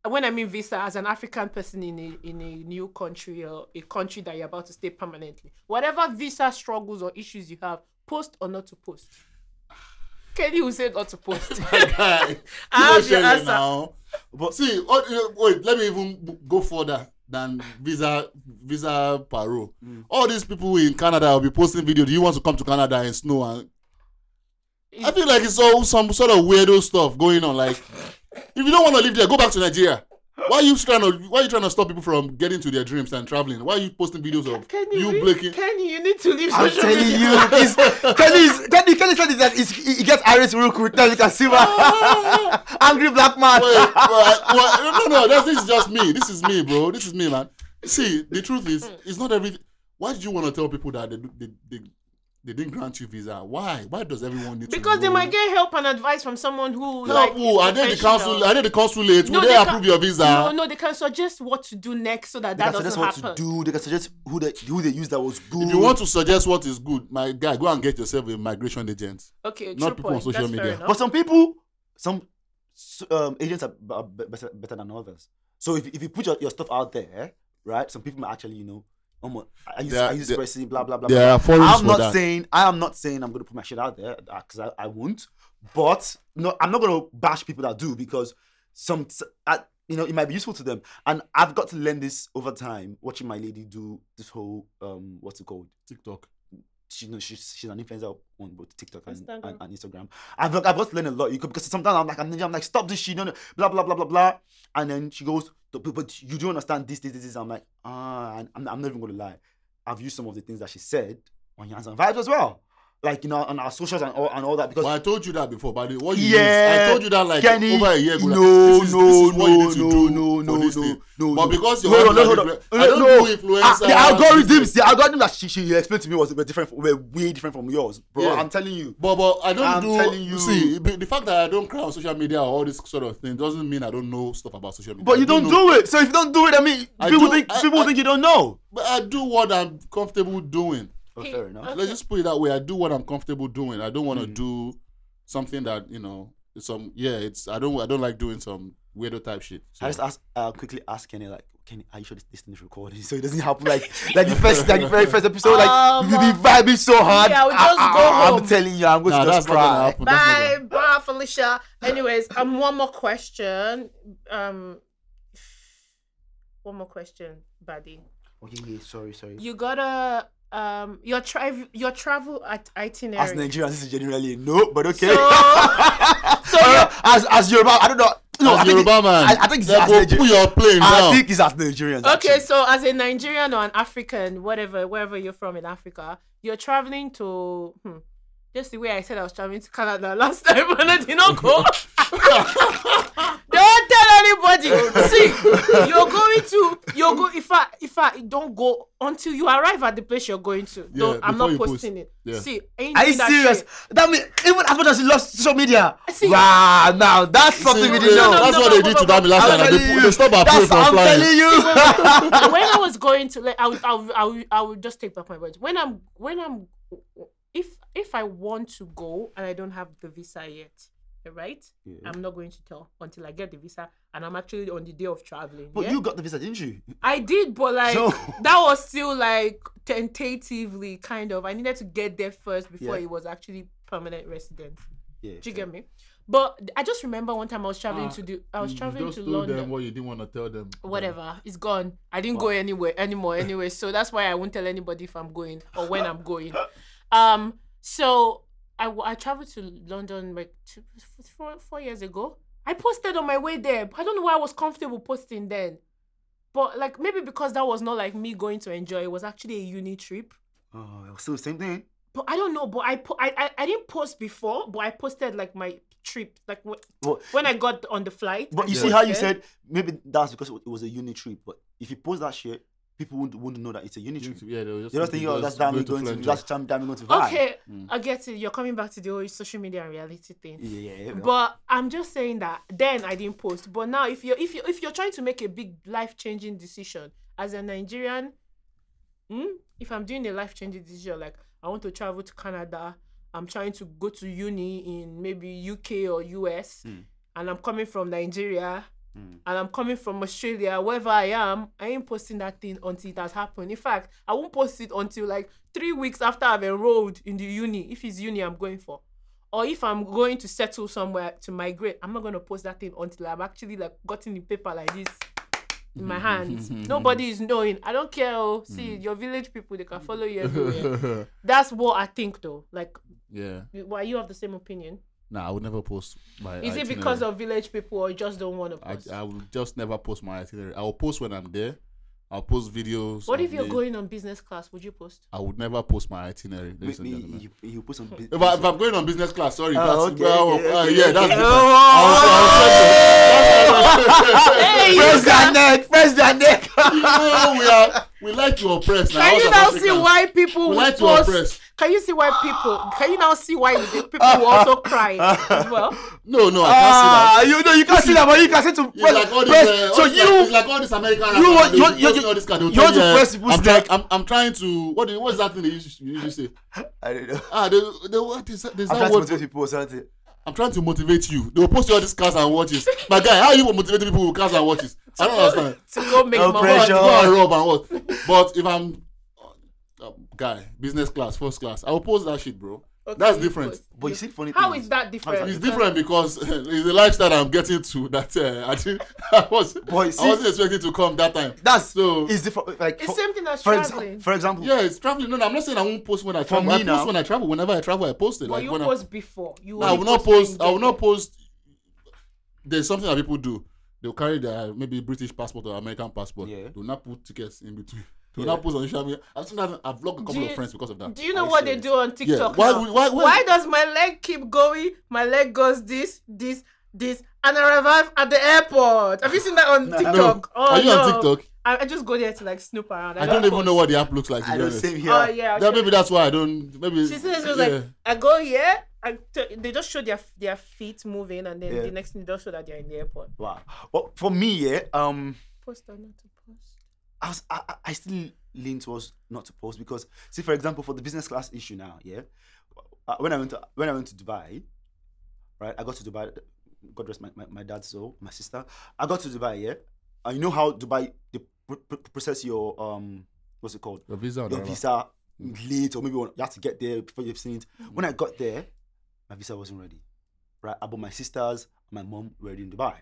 [SPEAKER 2] When I mean visa, as an African person in a in a new country or a country that you're about to stay permanently, whatever visa struggles or issues you have, post or not to post. Kenny will say not to post.
[SPEAKER 1] Guy,
[SPEAKER 2] I
[SPEAKER 1] you
[SPEAKER 2] have your
[SPEAKER 1] know,
[SPEAKER 2] answer.
[SPEAKER 1] now. But see, oh, you know, wait, let me even go further than visa, visa parole.
[SPEAKER 2] Mm.
[SPEAKER 1] All these people in Canada will be posting video. Do you want to come to Canada in snow? And I feel like it's all some sort of weirdo stuff going on. Like, if you don't want to live there, go back to Nigeria. Why are you trying to Why are you trying to stop people from getting to their dreams and traveling? Why are you posting videos of
[SPEAKER 2] Kenny,
[SPEAKER 1] you
[SPEAKER 2] we-
[SPEAKER 1] blinking?
[SPEAKER 2] Kenny, you need to leave
[SPEAKER 3] I'm
[SPEAKER 2] social
[SPEAKER 3] telling
[SPEAKER 2] media.
[SPEAKER 3] you, it's, Kenny's, Kenny, Kenny said that it's, he, he gets Irish real quick. Now you can see my angry black man.
[SPEAKER 1] Wait, wait, wait, no, no, that's, this is just me. This is me, bro. This is me, man. See, the truth
[SPEAKER 2] Hmm.
[SPEAKER 1] is, it's not everything. Why do you want to tell people that they they, they, they didn't grant you visa? Why? Why does everyone need to
[SPEAKER 2] Because they
[SPEAKER 1] know?
[SPEAKER 2] might get help and advice from someone who
[SPEAKER 1] Help
[SPEAKER 2] like,
[SPEAKER 1] who?
[SPEAKER 2] is
[SPEAKER 3] oh,
[SPEAKER 1] Are they the
[SPEAKER 2] professional.
[SPEAKER 1] council?
[SPEAKER 3] uh,
[SPEAKER 1] Are they the consulate? Will they,
[SPEAKER 2] can-
[SPEAKER 1] approve your visa?
[SPEAKER 2] No, no, they can suggest what to do next so that
[SPEAKER 3] They
[SPEAKER 2] that
[SPEAKER 3] can
[SPEAKER 2] doesn't
[SPEAKER 3] suggest what
[SPEAKER 2] happen.
[SPEAKER 3] to do. They can suggest who they, who they use that was good.
[SPEAKER 1] If you want to suggest what is good, my guy, go and get yourself a migration agent.
[SPEAKER 2] Okay,
[SPEAKER 1] Not
[SPEAKER 2] true
[SPEAKER 1] people on
[SPEAKER 2] point.
[SPEAKER 1] social
[SPEAKER 2] That's
[SPEAKER 1] media.
[SPEAKER 2] Fair enough.
[SPEAKER 3] But some people, some s- um, agents are, b- are b- better, better than others. So if, if you put your, your stuff out there, right, some people might actually, you know, um, I use,
[SPEAKER 1] There are-
[SPEAKER 3] I use
[SPEAKER 1] there-
[SPEAKER 3] pressing, blah, blah, blah.
[SPEAKER 1] there
[SPEAKER 3] blah.
[SPEAKER 1] are forums
[SPEAKER 3] I'm
[SPEAKER 1] for
[SPEAKER 3] not
[SPEAKER 1] that.
[SPEAKER 3] saying, I am not saying I'm going to put my shit out there because I, I won't. But no, I'm not going to bash people that do because some, s- I, you know, it might be useful to them. And I've got to learn this over time, watching my lady do this whole, um, what's it called?
[SPEAKER 1] TikTok.
[SPEAKER 3] she, you know, she's she's an influencer on both TikTok and,
[SPEAKER 2] Instagram.
[SPEAKER 3] and, and Instagram. I've I've got to learn a lot you could- because sometimes I'm like I'm, I'm like stop this shit, no, no, blah blah blah blah blah, and then she goes, "But- but, but you do understand this this this this. I'm like ah, and I'm, I'm not even gonna lie, I've used some of the things that she said on Yans and Vibes as well, like you know on our socials and all and all that because.
[SPEAKER 1] But I told you that before. But the- what you
[SPEAKER 3] Yeah,
[SPEAKER 1] used, I told you that like
[SPEAKER 3] Kenny,
[SPEAKER 1] over a year ago.
[SPEAKER 3] no,
[SPEAKER 1] like, this is,
[SPEAKER 3] no,
[SPEAKER 1] this is what you need to
[SPEAKER 3] no,
[SPEAKER 1] do for
[SPEAKER 3] no, no,
[SPEAKER 1] this
[SPEAKER 3] no,
[SPEAKER 1] thing.
[SPEAKER 3] no,
[SPEAKER 1] But
[SPEAKER 3] no.
[SPEAKER 1] because you're
[SPEAKER 3] Hold
[SPEAKER 1] not
[SPEAKER 3] on, hold
[SPEAKER 1] an
[SPEAKER 3] on.
[SPEAKER 1] influ- I don't
[SPEAKER 3] No,
[SPEAKER 1] do
[SPEAKER 3] ah,
[SPEAKER 1] influencer.
[SPEAKER 3] the algorithms, the algorithm that she, she explained to me was were different, were way different from yours, bro.
[SPEAKER 1] Yeah.
[SPEAKER 3] I'm telling you.
[SPEAKER 1] But but I don't
[SPEAKER 3] I'm
[SPEAKER 1] do.
[SPEAKER 3] telling you.
[SPEAKER 1] See, the the fact that I don't cry on social media or all this sort of thing doesn't mean I don't know stuff about social media.
[SPEAKER 3] But
[SPEAKER 1] I
[SPEAKER 3] you don't
[SPEAKER 1] know-
[SPEAKER 3] do it. So if you don't do it, I mean,
[SPEAKER 1] I
[SPEAKER 3] people
[SPEAKER 1] do-
[SPEAKER 3] think
[SPEAKER 1] I-
[SPEAKER 3] people
[SPEAKER 1] I-
[SPEAKER 3] think you don't know.
[SPEAKER 1] But I do what I'm comfortable doing.
[SPEAKER 3] Oh,
[SPEAKER 2] Okay.
[SPEAKER 3] fair enough.
[SPEAKER 2] Okay.
[SPEAKER 1] Let's just put it that way. I do what I'm comfortable doing. I don't want to
[SPEAKER 3] Mm.
[SPEAKER 1] do something that you know. Some yeah, it's I don't I don't like doing some weirdo type shit. So-
[SPEAKER 3] I just ask, uh, quickly ask Kenny like, Kenny, are you sure this, this thing is recording? So it doesn't happen like like the first like the very first episode. Like
[SPEAKER 2] Oh,
[SPEAKER 3] we will
[SPEAKER 2] my-
[SPEAKER 3] be vibing so hard.
[SPEAKER 2] Yeah, I will just
[SPEAKER 3] Ah,
[SPEAKER 2] go
[SPEAKER 3] ah,
[SPEAKER 2] home.
[SPEAKER 3] I'm telling you, I'm going
[SPEAKER 1] Nah,
[SPEAKER 3] to
[SPEAKER 1] that's
[SPEAKER 3] just
[SPEAKER 1] not gonna
[SPEAKER 3] cry.
[SPEAKER 1] happen. That's not
[SPEAKER 2] Bye, bye, Felicia. Anyways, um, one more question. Um, one more question, buddy.
[SPEAKER 3] Okay, yeah, sorry, sorry.
[SPEAKER 2] You gotta um your travel your travel at
[SPEAKER 3] As
[SPEAKER 2] itinerary.
[SPEAKER 3] Nigerians, this is generally a no, but okay.
[SPEAKER 2] So,
[SPEAKER 3] I don't know, as as Yoruba, I don't know. No, I
[SPEAKER 1] As
[SPEAKER 3] think it-
[SPEAKER 1] Yoruba man,
[SPEAKER 3] I, I think it's as
[SPEAKER 1] therefore, put
[SPEAKER 3] Nigerians.
[SPEAKER 1] your plane
[SPEAKER 3] I
[SPEAKER 1] down.
[SPEAKER 3] think it's as Nigerians.
[SPEAKER 2] okay,
[SPEAKER 3] actually.
[SPEAKER 2] so as a Nigerian or an African, whatever, wherever you're from in Africa, you're traveling to hmm, just the way I said I was traveling to Canada last time, and I did not go. don't tell anybody. See, you're going to you're go if I if I don't go until you arrive at the place you're going to.
[SPEAKER 1] Yeah,
[SPEAKER 2] no,
[SPEAKER 1] before
[SPEAKER 2] I'm not
[SPEAKER 1] you post.
[SPEAKER 2] posting it.
[SPEAKER 1] Yeah.
[SPEAKER 2] See, ain't
[SPEAKER 3] Are you
[SPEAKER 2] doing that
[SPEAKER 3] serious?
[SPEAKER 2] shit.
[SPEAKER 3] That means even as much as you love social media.
[SPEAKER 2] see.
[SPEAKER 3] Wow, now that's something we
[SPEAKER 1] See,
[SPEAKER 3] didn't
[SPEAKER 2] no,
[SPEAKER 3] know.
[SPEAKER 2] no,
[SPEAKER 1] that's
[SPEAKER 2] no,
[SPEAKER 1] what
[SPEAKER 2] no,
[SPEAKER 1] they
[SPEAKER 2] no,
[SPEAKER 1] did
[SPEAKER 2] no,
[SPEAKER 1] to that
[SPEAKER 2] no,
[SPEAKER 1] last
[SPEAKER 3] I'm
[SPEAKER 1] time.
[SPEAKER 3] telling
[SPEAKER 1] They put-
[SPEAKER 3] you.
[SPEAKER 1] They stopped our plane
[SPEAKER 3] That's,
[SPEAKER 1] from
[SPEAKER 3] I'm
[SPEAKER 1] flying.
[SPEAKER 3] telling you.
[SPEAKER 2] when I was going to like, I would, I would, I would, I would just take back my words. When I'm, when I'm, if if I want to go and I don't have the visa yet, right? I'm not going to tell until I get the visa, and I'm actually on the day of traveling.
[SPEAKER 3] but
[SPEAKER 2] yeah?
[SPEAKER 3] you got the visa, didn't you?
[SPEAKER 2] I did, but like
[SPEAKER 3] So-
[SPEAKER 2] that was still like tentatively kind of. I needed to get there first before
[SPEAKER 3] Yeah.
[SPEAKER 2] it was actually permanent residence.
[SPEAKER 3] Yeah.
[SPEAKER 2] Do you get me? But I just remember one time I was traveling
[SPEAKER 3] Ah,
[SPEAKER 2] to the, I was
[SPEAKER 3] Mm,
[SPEAKER 2] traveling
[SPEAKER 1] just
[SPEAKER 2] to
[SPEAKER 1] told
[SPEAKER 2] London
[SPEAKER 1] them what you didn't want to tell them.
[SPEAKER 2] whatever it's gone i didn't go anywhere anymore anyway so that's why i won't tell anybody if i'm going or when i'm going um so i w- I traveled to london like two, four, four years ago i posted on my way there i don't know why i was comfortable posting then but like maybe because that was not like me going to enjoy it was actually a uni trip
[SPEAKER 3] Oh, so same thing.
[SPEAKER 2] But I don't know. But I po- I, I I didn't post before, but I posted like my trip, like wh-
[SPEAKER 3] But,
[SPEAKER 2] when I got on the flight.
[SPEAKER 3] but you
[SPEAKER 1] Yeah.
[SPEAKER 3] see how you
[SPEAKER 2] Yeah.
[SPEAKER 3] said maybe that's because it was a uni trip. But if you post that shit, people wouldn't, wouldn't know that it's a uni trip.
[SPEAKER 1] Yeah, they were just
[SPEAKER 3] You're not thinking, oh, that's damn going to, that's damn going to Vine.
[SPEAKER 2] Okay, I get it. You're coming back to the whole social media and reality thing.
[SPEAKER 3] Yeah, yeah, yeah.
[SPEAKER 2] But I'm just saying that then I didn't post. But now if you're if you if you're trying to make a big life changing decision as a Nigerian, hmm, if I'm doing a life changing decision, like I want to travel to Canada, I'm trying to go to uni in maybe UK or US, and I'm coming from Nigeria. And I'm coming from Australia, wherever I am, I ain't posting that thing until it has happened. In fact, I won't post it until like three weeks after I've enrolled in the uni, if it's uni I'm going for or if I'm going to settle somewhere to migrate, I'm not gonna post that thing until I've actually like gotten the paper like this in my hands. Nobody is knowing. I don't care. Oh, see your village people, they can follow you everywhere. That's what I think though. Like,
[SPEAKER 1] yeah.
[SPEAKER 2] why you have the same opinion?
[SPEAKER 1] Nah, I would never post my.
[SPEAKER 2] Is it
[SPEAKER 1] itinerary.
[SPEAKER 2] because of village people or you just don't want to
[SPEAKER 1] I,
[SPEAKER 2] post?
[SPEAKER 1] I will just never post my itinerary. I will post when I'm there. I'll post videos.
[SPEAKER 2] what
[SPEAKER 1] of
[SPEAKER 2] if you're
[SPEAKER 1] the-
[SPEAKER 2] going on business class? Would you post?
[SPEAKER 1] I would never post my itinerary.
[SPEAKER 3] Wait,
[SPEAKER 1] Ladies and
[SPEAKER 3] you,
[SPEAKER 1] gentlemen.
[SPEAKER 3] you, you put some. bu-
[SPEAKER 1] If, I, if I'm going on business class, sorry,
[SPEAKER 3] Oh,
[SPEAKER 1] that's
[SPEAKER 3] okay,
[SPEAKER 1] well,
[SPEAKER 3] okay,
[SPEAKER 1] uh,
[SPEAKER 3] okay,
[SPEAKER 1] yeah,
[SPEAKER 3] okay. Oh!
[SPEAKER 1] that's different.
[SPEAKER 2] hey,
[SPEAKER 3] Press
[SPEAKER 2] you
[SPEAKER 3] that neck! Press that neck!
[SPEAKER 1] You know, we are we like your press.
[SPEAKER 2] Can you now see why people
[SPEAKER 1] We
[SPEAKER 2] would
[SPEAKER 1] like to oppress.
[SPEAKER 2] post? Can you see why people? Can you now see why the people will also cry as well?
[SPEAKER 1] No, no, I can't see that.
[SPEAKER 3] Ah, you know you can't see that, but you can see to
[SPEAKER 1] Yeah,
[SPEAKER 3] press.
[SPEAKER 1] like all these,
[SPEAKER 3] press.
[SPEAKER 1] uh, all
[SPEAKER 3] so
[SPEAKER 1] these-
[SPEAKER 3] you,
[SPEAKER 1] like, like all these American rappers,
[SPEAKER 3] you want-
[SPEAKER 1] they
[SPEAKER 3] you-
[SPEAKER 1] will be
[SPEAKER 3] you-
[SPEAKER 1] posting
[SPEAKER 3] you-
[SPEAKER 1] all this kind of
[SPEAKER 3] you want
[SPEAKER 1] thing,
[SPEAKER 3] to
[SPEAKER 1] yeah.
[SPEAKER 3] press people's
[SPEAKER 1] I'm trying-
[SPEAKER 3] neck.
[SPEAKER 1] I'm, I'm trying to. What do, what's that thing they used to, you used to say?
[SPEAKER 3] I don't know.
[SPEAKER 1] Ah, they, they, what is, that- there's
[SPEAKER 3] I'm
[SPEAKER 1] that
[SPEAKER 3] trying to
[SPEAKER 1] word.
[SPEAKER 3] motivate people or something.
[SPEAKER 1] I'm trying to motivate you. They will post you all these cars and watches. My guy, how you motivating people with cars and watches? I don't understand.
[SPEAKER 2] To go make
[SPEAKER 3] No
[SPEAKER 2] more
[SPEAKER 3] pressure.
[SPEAKER 2] money.
[SPEAKER 1] Go and rob and what? But if I'm uh, guy, business class, first class, I will post that shit, bro. That's
[SPEAKER 2] you
[SPEAKER 1] different.
[SPEAKER 2] post.
[SPEAKER 3] But you see, the funny
[SPEAKER 2] How
[SPEAKER 3] thing
[SPEAKER 2] is that different?
[SPEAKER 1] It's different because it's the lifestyle I'm getting to that uh, I didn't, I was
[SPEAKER 3] Boy,
[SPEAKER 1] I
[SPEAKER 3] see-
[SPEAKER 1] wasn't expecting to come that time.
[SPEAKER 3] That's
[SPEAKER 1] Oh, So-
[SPEAKER 3] It's different. Like
[SPEAKER 2] It's
[SPEAKER 3] for,
[SPEAKER 2] same thing as
[SPEAKER 3] for,
[SPEAKER 2] traveling.
[SPEAKER 3] exa- for example,
[SPEAKER 1] Yeah, it's traveling. No, no, I'm not saying I won't post when I travel.
[SPEAKER 3] me
[SPEAKER 1] I post
[SPEAKER 3] now-
[SPEAKER 1] when I travel. Whenever I travel, I post it.
[SPEAKER 2] But
[SPEAKER 1] Like
[SPEAKER 2] you
[SPEAKER 1] when
[SPEAKER 2] post before. You
[SPEAKER 1] I, I will
[SPEAKER 2] only
[SPEAKER 1] not
[SPEAKER 2] when
[SPEAKER 1] post.
[SPEAKER 2] you
[SPEAKER 1] I will
[SPEAKER 2] get
[SPEAKER 1] not post. There's something that people do. They'll carry their maybe British passport or American passport.
[SPEAKER 3] Yeah.
[SPEAKER 1] They'll not put tickets in between. They'll
[SPEAKER 3] Yeah.
[SPEAKER 1] not post on social media. I've seen that. I've blocked a couple
[SPEAKER 2] you-
[SPEAKER 1] of friends because of that.
[SPEAKER 2] there. Do you know
[SPEAKER 3] I
[SPEAKER 2] what
[SPEAKER 3] see
[SPEAKER 2] they
[SPEAKER 3] it.
[SPEAKER 2] do on TikTok?
[SPEAKER 1] Why
[SPEAKER 2] now?
[SPEAKER 1] would- why- why-
[SPEAKER 2] does my leg keep going? My leg goes this, this, this, and I arrive at the airport. Have you seen that on TikTok? Oh,
[SPEAKER 1] Are you
[SPEAKER 2] no.
[SPEAKER 1] on TikTok?
[SPEAKER 2] I, I just go there to like snoop around.
[SPEAKER 1] I don't even know what the app looks like. to
[SPEAKER 3] I
[SPEAKER 1] be
[SPEAKER 3] don't
[SPEAKER 1] honest.
[SPEAKER 3] same here.
[SPEAKER 2] Oh yeah. I'll
[SPEAKER 1] That,
[SPEAKER 2] show
[SPEAKER 1] maybe that's why I don't. Maybe
[SPEAKER 2] She says,
[SPEAKER 1] yeah.
[SPEAKER 2] was like, I go here, I t- they just show their their feet moving, and then
[SPEAKER 3] Yeah.
[SPEAKER 2] the next thing they just show that they're in the airport.
[SPEAKER 3] Wow. Well, for me, yeah. Um,
[SPEAKER 2] Post or not to post?
[SPEAKER 3] I was, I, I- I still lean towards not to post because, see, for example, for the business class issue now, yeah. Uh, when I went to when I went to Dubai, right? I got to Dubai. God rest my, my, my dad's soul, my sister. I got to Dubai, yeah. And you know how Dubai they pr- pr- process your um, what's it called?
[SPEAKER 1] your visa. or
[SPEAKER 3] your
[SPEAKER 1] whatever.
[SPEAKER 3] visa late or maybe you have to get there before you've seen it. When I got there, my visa wasn't ready. Right? Uh, But my sisters and my mom were already in Dubai.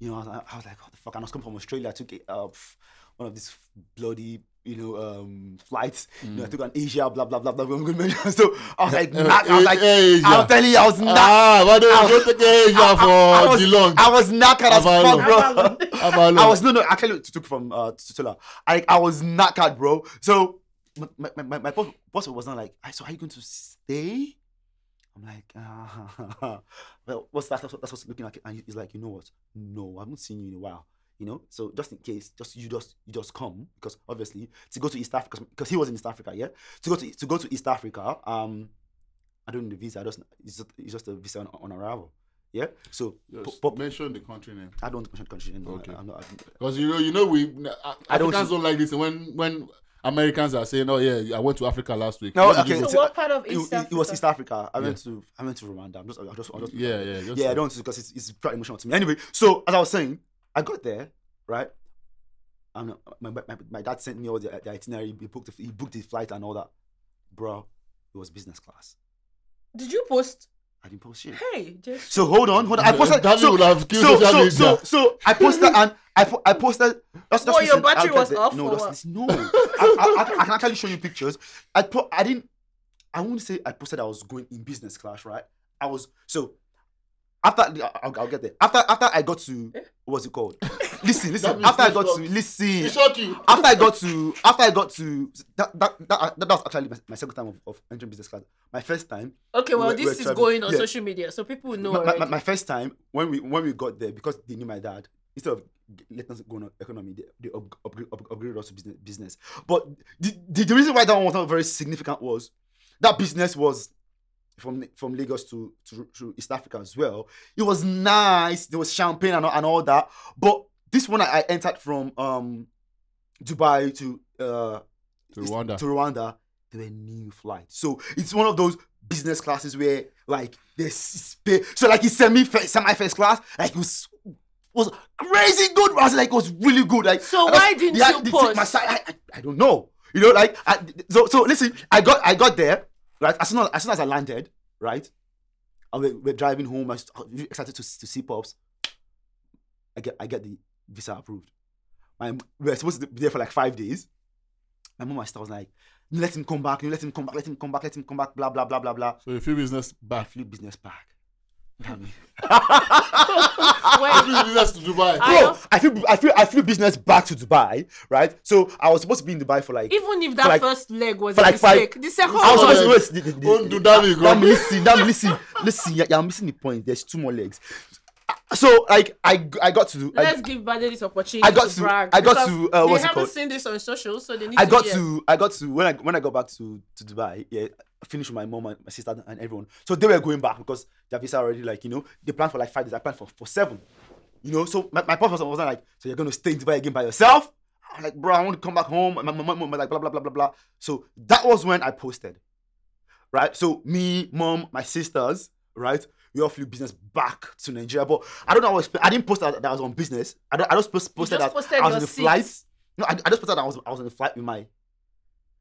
[SPEAKER 3] You know, I was, I was like, what the fuck? And I was coming from Australia. I took a, uh, f- one of these bloody, you know, um, flights. You
[SPEAKER 1] Mm.
[SPEAKER 3] know, I took an Asia, blah, blah, blah, blah. blah. so I was like, nah, I was like,
[SPEAKER 1] Eh, Asia.
[SPEAKER 3] I'll tell you, I was not.
[SPEAKER 1] Ah, why don't you go take Asia
[SPEAKER 3] I,
[SPEAKER 1] for
[SPEAKER 3] was,
[SPEAKER 1] Geelong?
[SPEAKER 3] I was knackered as
[SPEAKER 1] Avalon.
[SPEAKER 3] fuck, bro.
[SPEAKER 2] Avalon.
[SPEAKER 1] Avalon.
[SPEAKER 3] I was no no actually it took from uh Tutula. I I was knackered, bro. So my my, my, my boss, boss was not like, "Ah, so are you going to stay? I'm like, ah, well, what's that? That's what- that's what's looking like. And he's like, you know what? No, I haven't seen you in a while. You know, so just in case, just you just you just come because obviously to go to East Africa because he was in East Africa, yeah. To go to to go to East Africa, um, I don't need a visa. I just it's just, it's just a visa on, on arrival, yeah. So,
[SPEAKER 1] Just
[SPEAKER 3] but,
[SPEAKER 1] mention the country name.
[SPEAKER 3] I don't mention country. No,
[SPEAKER 1] Okay.
[SPEAKER 3] I'm not. I'm-
[SPEAKER 1] Because you know, you know, we I,
[SPEAKER 3] I don't
[SPEAKER 1] Africans don't,
[SPEAKER 3] see-
[SPEAKER 1] like this. When when Americans are saying, "Oh yeah, I went to Africa last week."
[SPEAKER 3] No,
[SPEAKER 1] What did
[SPEAKER 3] okay.
[SPEAKER 1] you go-
[SPEAKER 2] So
[SPEAKER 3] It's-
[SPEAKER 2] what part of
[SPEAKER 3] it,
[SPEAKER 2] East
[SPEAKER 3] it- it was East Africa. I
[SPEAKER 1] Yeah.
[SPEAKER 3] went to I went to Rwanda. I'm just I just, I just
[SPEAKER 1] Yeah, yeah, just-
[SPEAKER 3] yeah. I don't want to because it's, it's quite emotional to me. Anyway, so as I was saying, I got there right. I'm not, my, my, my- my dad sent me all the, uh, the itinerary. He booked the, he booked the flight and all that, bro. It was business class.
[SPEAKER 2] Did you post?
[SPEAKER 3] I didn't post shit.
[SPEAKER 2] Hey, just
[SPEAKER 3] So hold on, hold on. I
[SPEAKER 1] Yeah,
[SPEAKER 3] posted.
[SPEAKER 1] Dami
[SPEAKER 3] so,
[SPEAKER 1] would have killed
[SPEAKER 3] so,
[SPEAKER 1] social
[SPEAKER 3] so,
[SPEAKER 1] media.
[SPEAKER 3] so, so I posted and I, po- I posted. That's,
[SPEAKER 2] Well, your battery was off
[SPEAKER 3] No,
[SPEAKER 2] or
[SPEAKER 3] that's
[SPEAKER 2] what?
[SPEAKER 3] listen, no. I, I, I, can- I can actually show you pictures. I put. I didn't. I won't say I posted. I was going in business class, right? I was so. after the- I'll, I'll get there. After after I got to
[SPEAKER 2] Eh?
[SPEAKER 3] what's it called? listen, listen.
[SPEAKER 1] means
[SPEAKER 3] After I
[SPEAKER 1] you
[SPEAKER 3] got
[SPEAKER 1] shock.
[SPEAKER 3] to listen.
[SPEAKER 1] It shocked you.
[SPEAKER 3] After I got to after I got to that that that, that was actually my, my second time of, of entering business class. My first time
[SPEAKER 2] Okay, well,
[SPEAKER 3] We're-
[SPEAKER 2] this
[SPEAKER 3] we're
[SPEAKER 2] is
[SPEAKER 3] traveling.
[SPEAKER 2] going on
[SPEAKER 3] Yeah.
[SPEAKER 2] social media, so people will know
[SPEAKER 3] my, my,
[SPEAKER 2] already.
[SPEAKER 3] my first time when we when we got there because they knew my dad instead of g- letting us go on economy they, they up, upgrade, up, upgrade us to business, business. but the, the, the reason why that one was not very significant was that business was from from Lagos to, to to East Africa as well it was nice there was champagne and, all- and all that but this one I, I entered from um Dubai to uh
[SPEAKER 1] To
[SPEAKER 3] is-
[SPEAKER 1] Rwanda.
[SPEAKER 3] To Rwanda, there were new flights. So it's one of those business classes where like there's space. So like it's semi semi first class. Like it was was crazy good. I was like it was really good. Like
[SPEAKER 2] So
[SPEAKER 3] and I-
[SPEAKER 2] why didn't
[SPEAKER 3] they had
[SPEAKER 2] you
[SPEAKER 3] the-
[SPEAKER 2] post?
[SPEAKER 3] My side, I, I, I don't know. You know, like I, so. So listen, I got I got there right as soon as, as soon as I landed right. And we're, we're driving home. I was really excited to, to see pops. I get I get the visa approved. My we were supposed to be there for like five days. My mom was was like, let him come back, let him come back, let him come back, let him come back, blah blah blah blah blah.
[SPEAKER 1] So a few business back.
[SPEAKER 3] Flew business back. Damn it.
[SPEAKER 1] A
[SPEAKER 2] Wait,
[SPEAKER 1] few business to Dubai.
[SPEAKER 2] I-
[SPEAKER 3] Bro,
[SPEAKER 2] know.
[SPEAKER 3] I flew I flew I flew business back to Dubai, right? So I was supposed to be in Dubai for like
[SPEAKER 2] even if
[SPEAKER 3] for
[SPEAKER 2] that
[SPEAKER 3] like-
[SPEAKER 2] first leg was
[SPEAKER 3] for
[SPEAKER 2] a
[SPEAKER 3] like five-
[SPEAKER 2] mistake, the second
[SPEAKER 3] I was
[SPEAKER 2] one.
[SPEAKER 3] supposed to wait. the- the-
[SPEAKER 1] Don't do
[SPEAKER 3] the-
[SPEAKER 1] that, you
[SPEAKER 3] Damn,
[SPEAKER 1] go.
[SPEAKER 3] listen, damn, listen, listen. You're, you're missing the point. There's two more legs. So like I I got to I,
[SPEAKER 2] Let's give Bade this opportunity.
[SPEAKER 3] I got
[SPEAKER 2] to,
[SPEAKER 3] to-
[SPEAKER 2] brag,
[SPEAKER 3] I got
[SPEAKER 2] because
[SPEAKER 3] to, uh,
[SPEAKER 2] they
[SPEAKER 3] what's it
[SPEAKER 2] haven't
[SPEAKER 3] called?
[SPEAKER 2] seen this on social, so they need
[SPEAKER 3] I
[SPEAKER 2] to
[SPEAKER 3] got
[SPEAKER 2] hear.
[SPEAKER 3] to I got to when I when I got back to to Dubai, yeah, I finished with my mom and my sister and everyone. So they were going back because their visa already like you know they planned for like five days. I planned for for seven, you know. So my my papa was was like, so you're gonna stay in Dubai again by yourself? I'm like, bro, I want to come back home. And my mom was like, blah blah blah blah blah. So that was when I posted, right? So me, mom, my sisters, right. We all flew business back to Nigeria, but I don't know. I, was, I didn't post that, that I was on business. I, don't, I just post- posted
[SPEAKER 2] just
[SPEAKER 3] that
[SPEAKER 2] posted
[SPEAKER 3] I was
[SPEAKER 2] your
[SPEAKER 3] on the
[SPEAKER 2] seats.
[SPEAKER 3] flight. No, I, I just posted that I was I was on the flight with my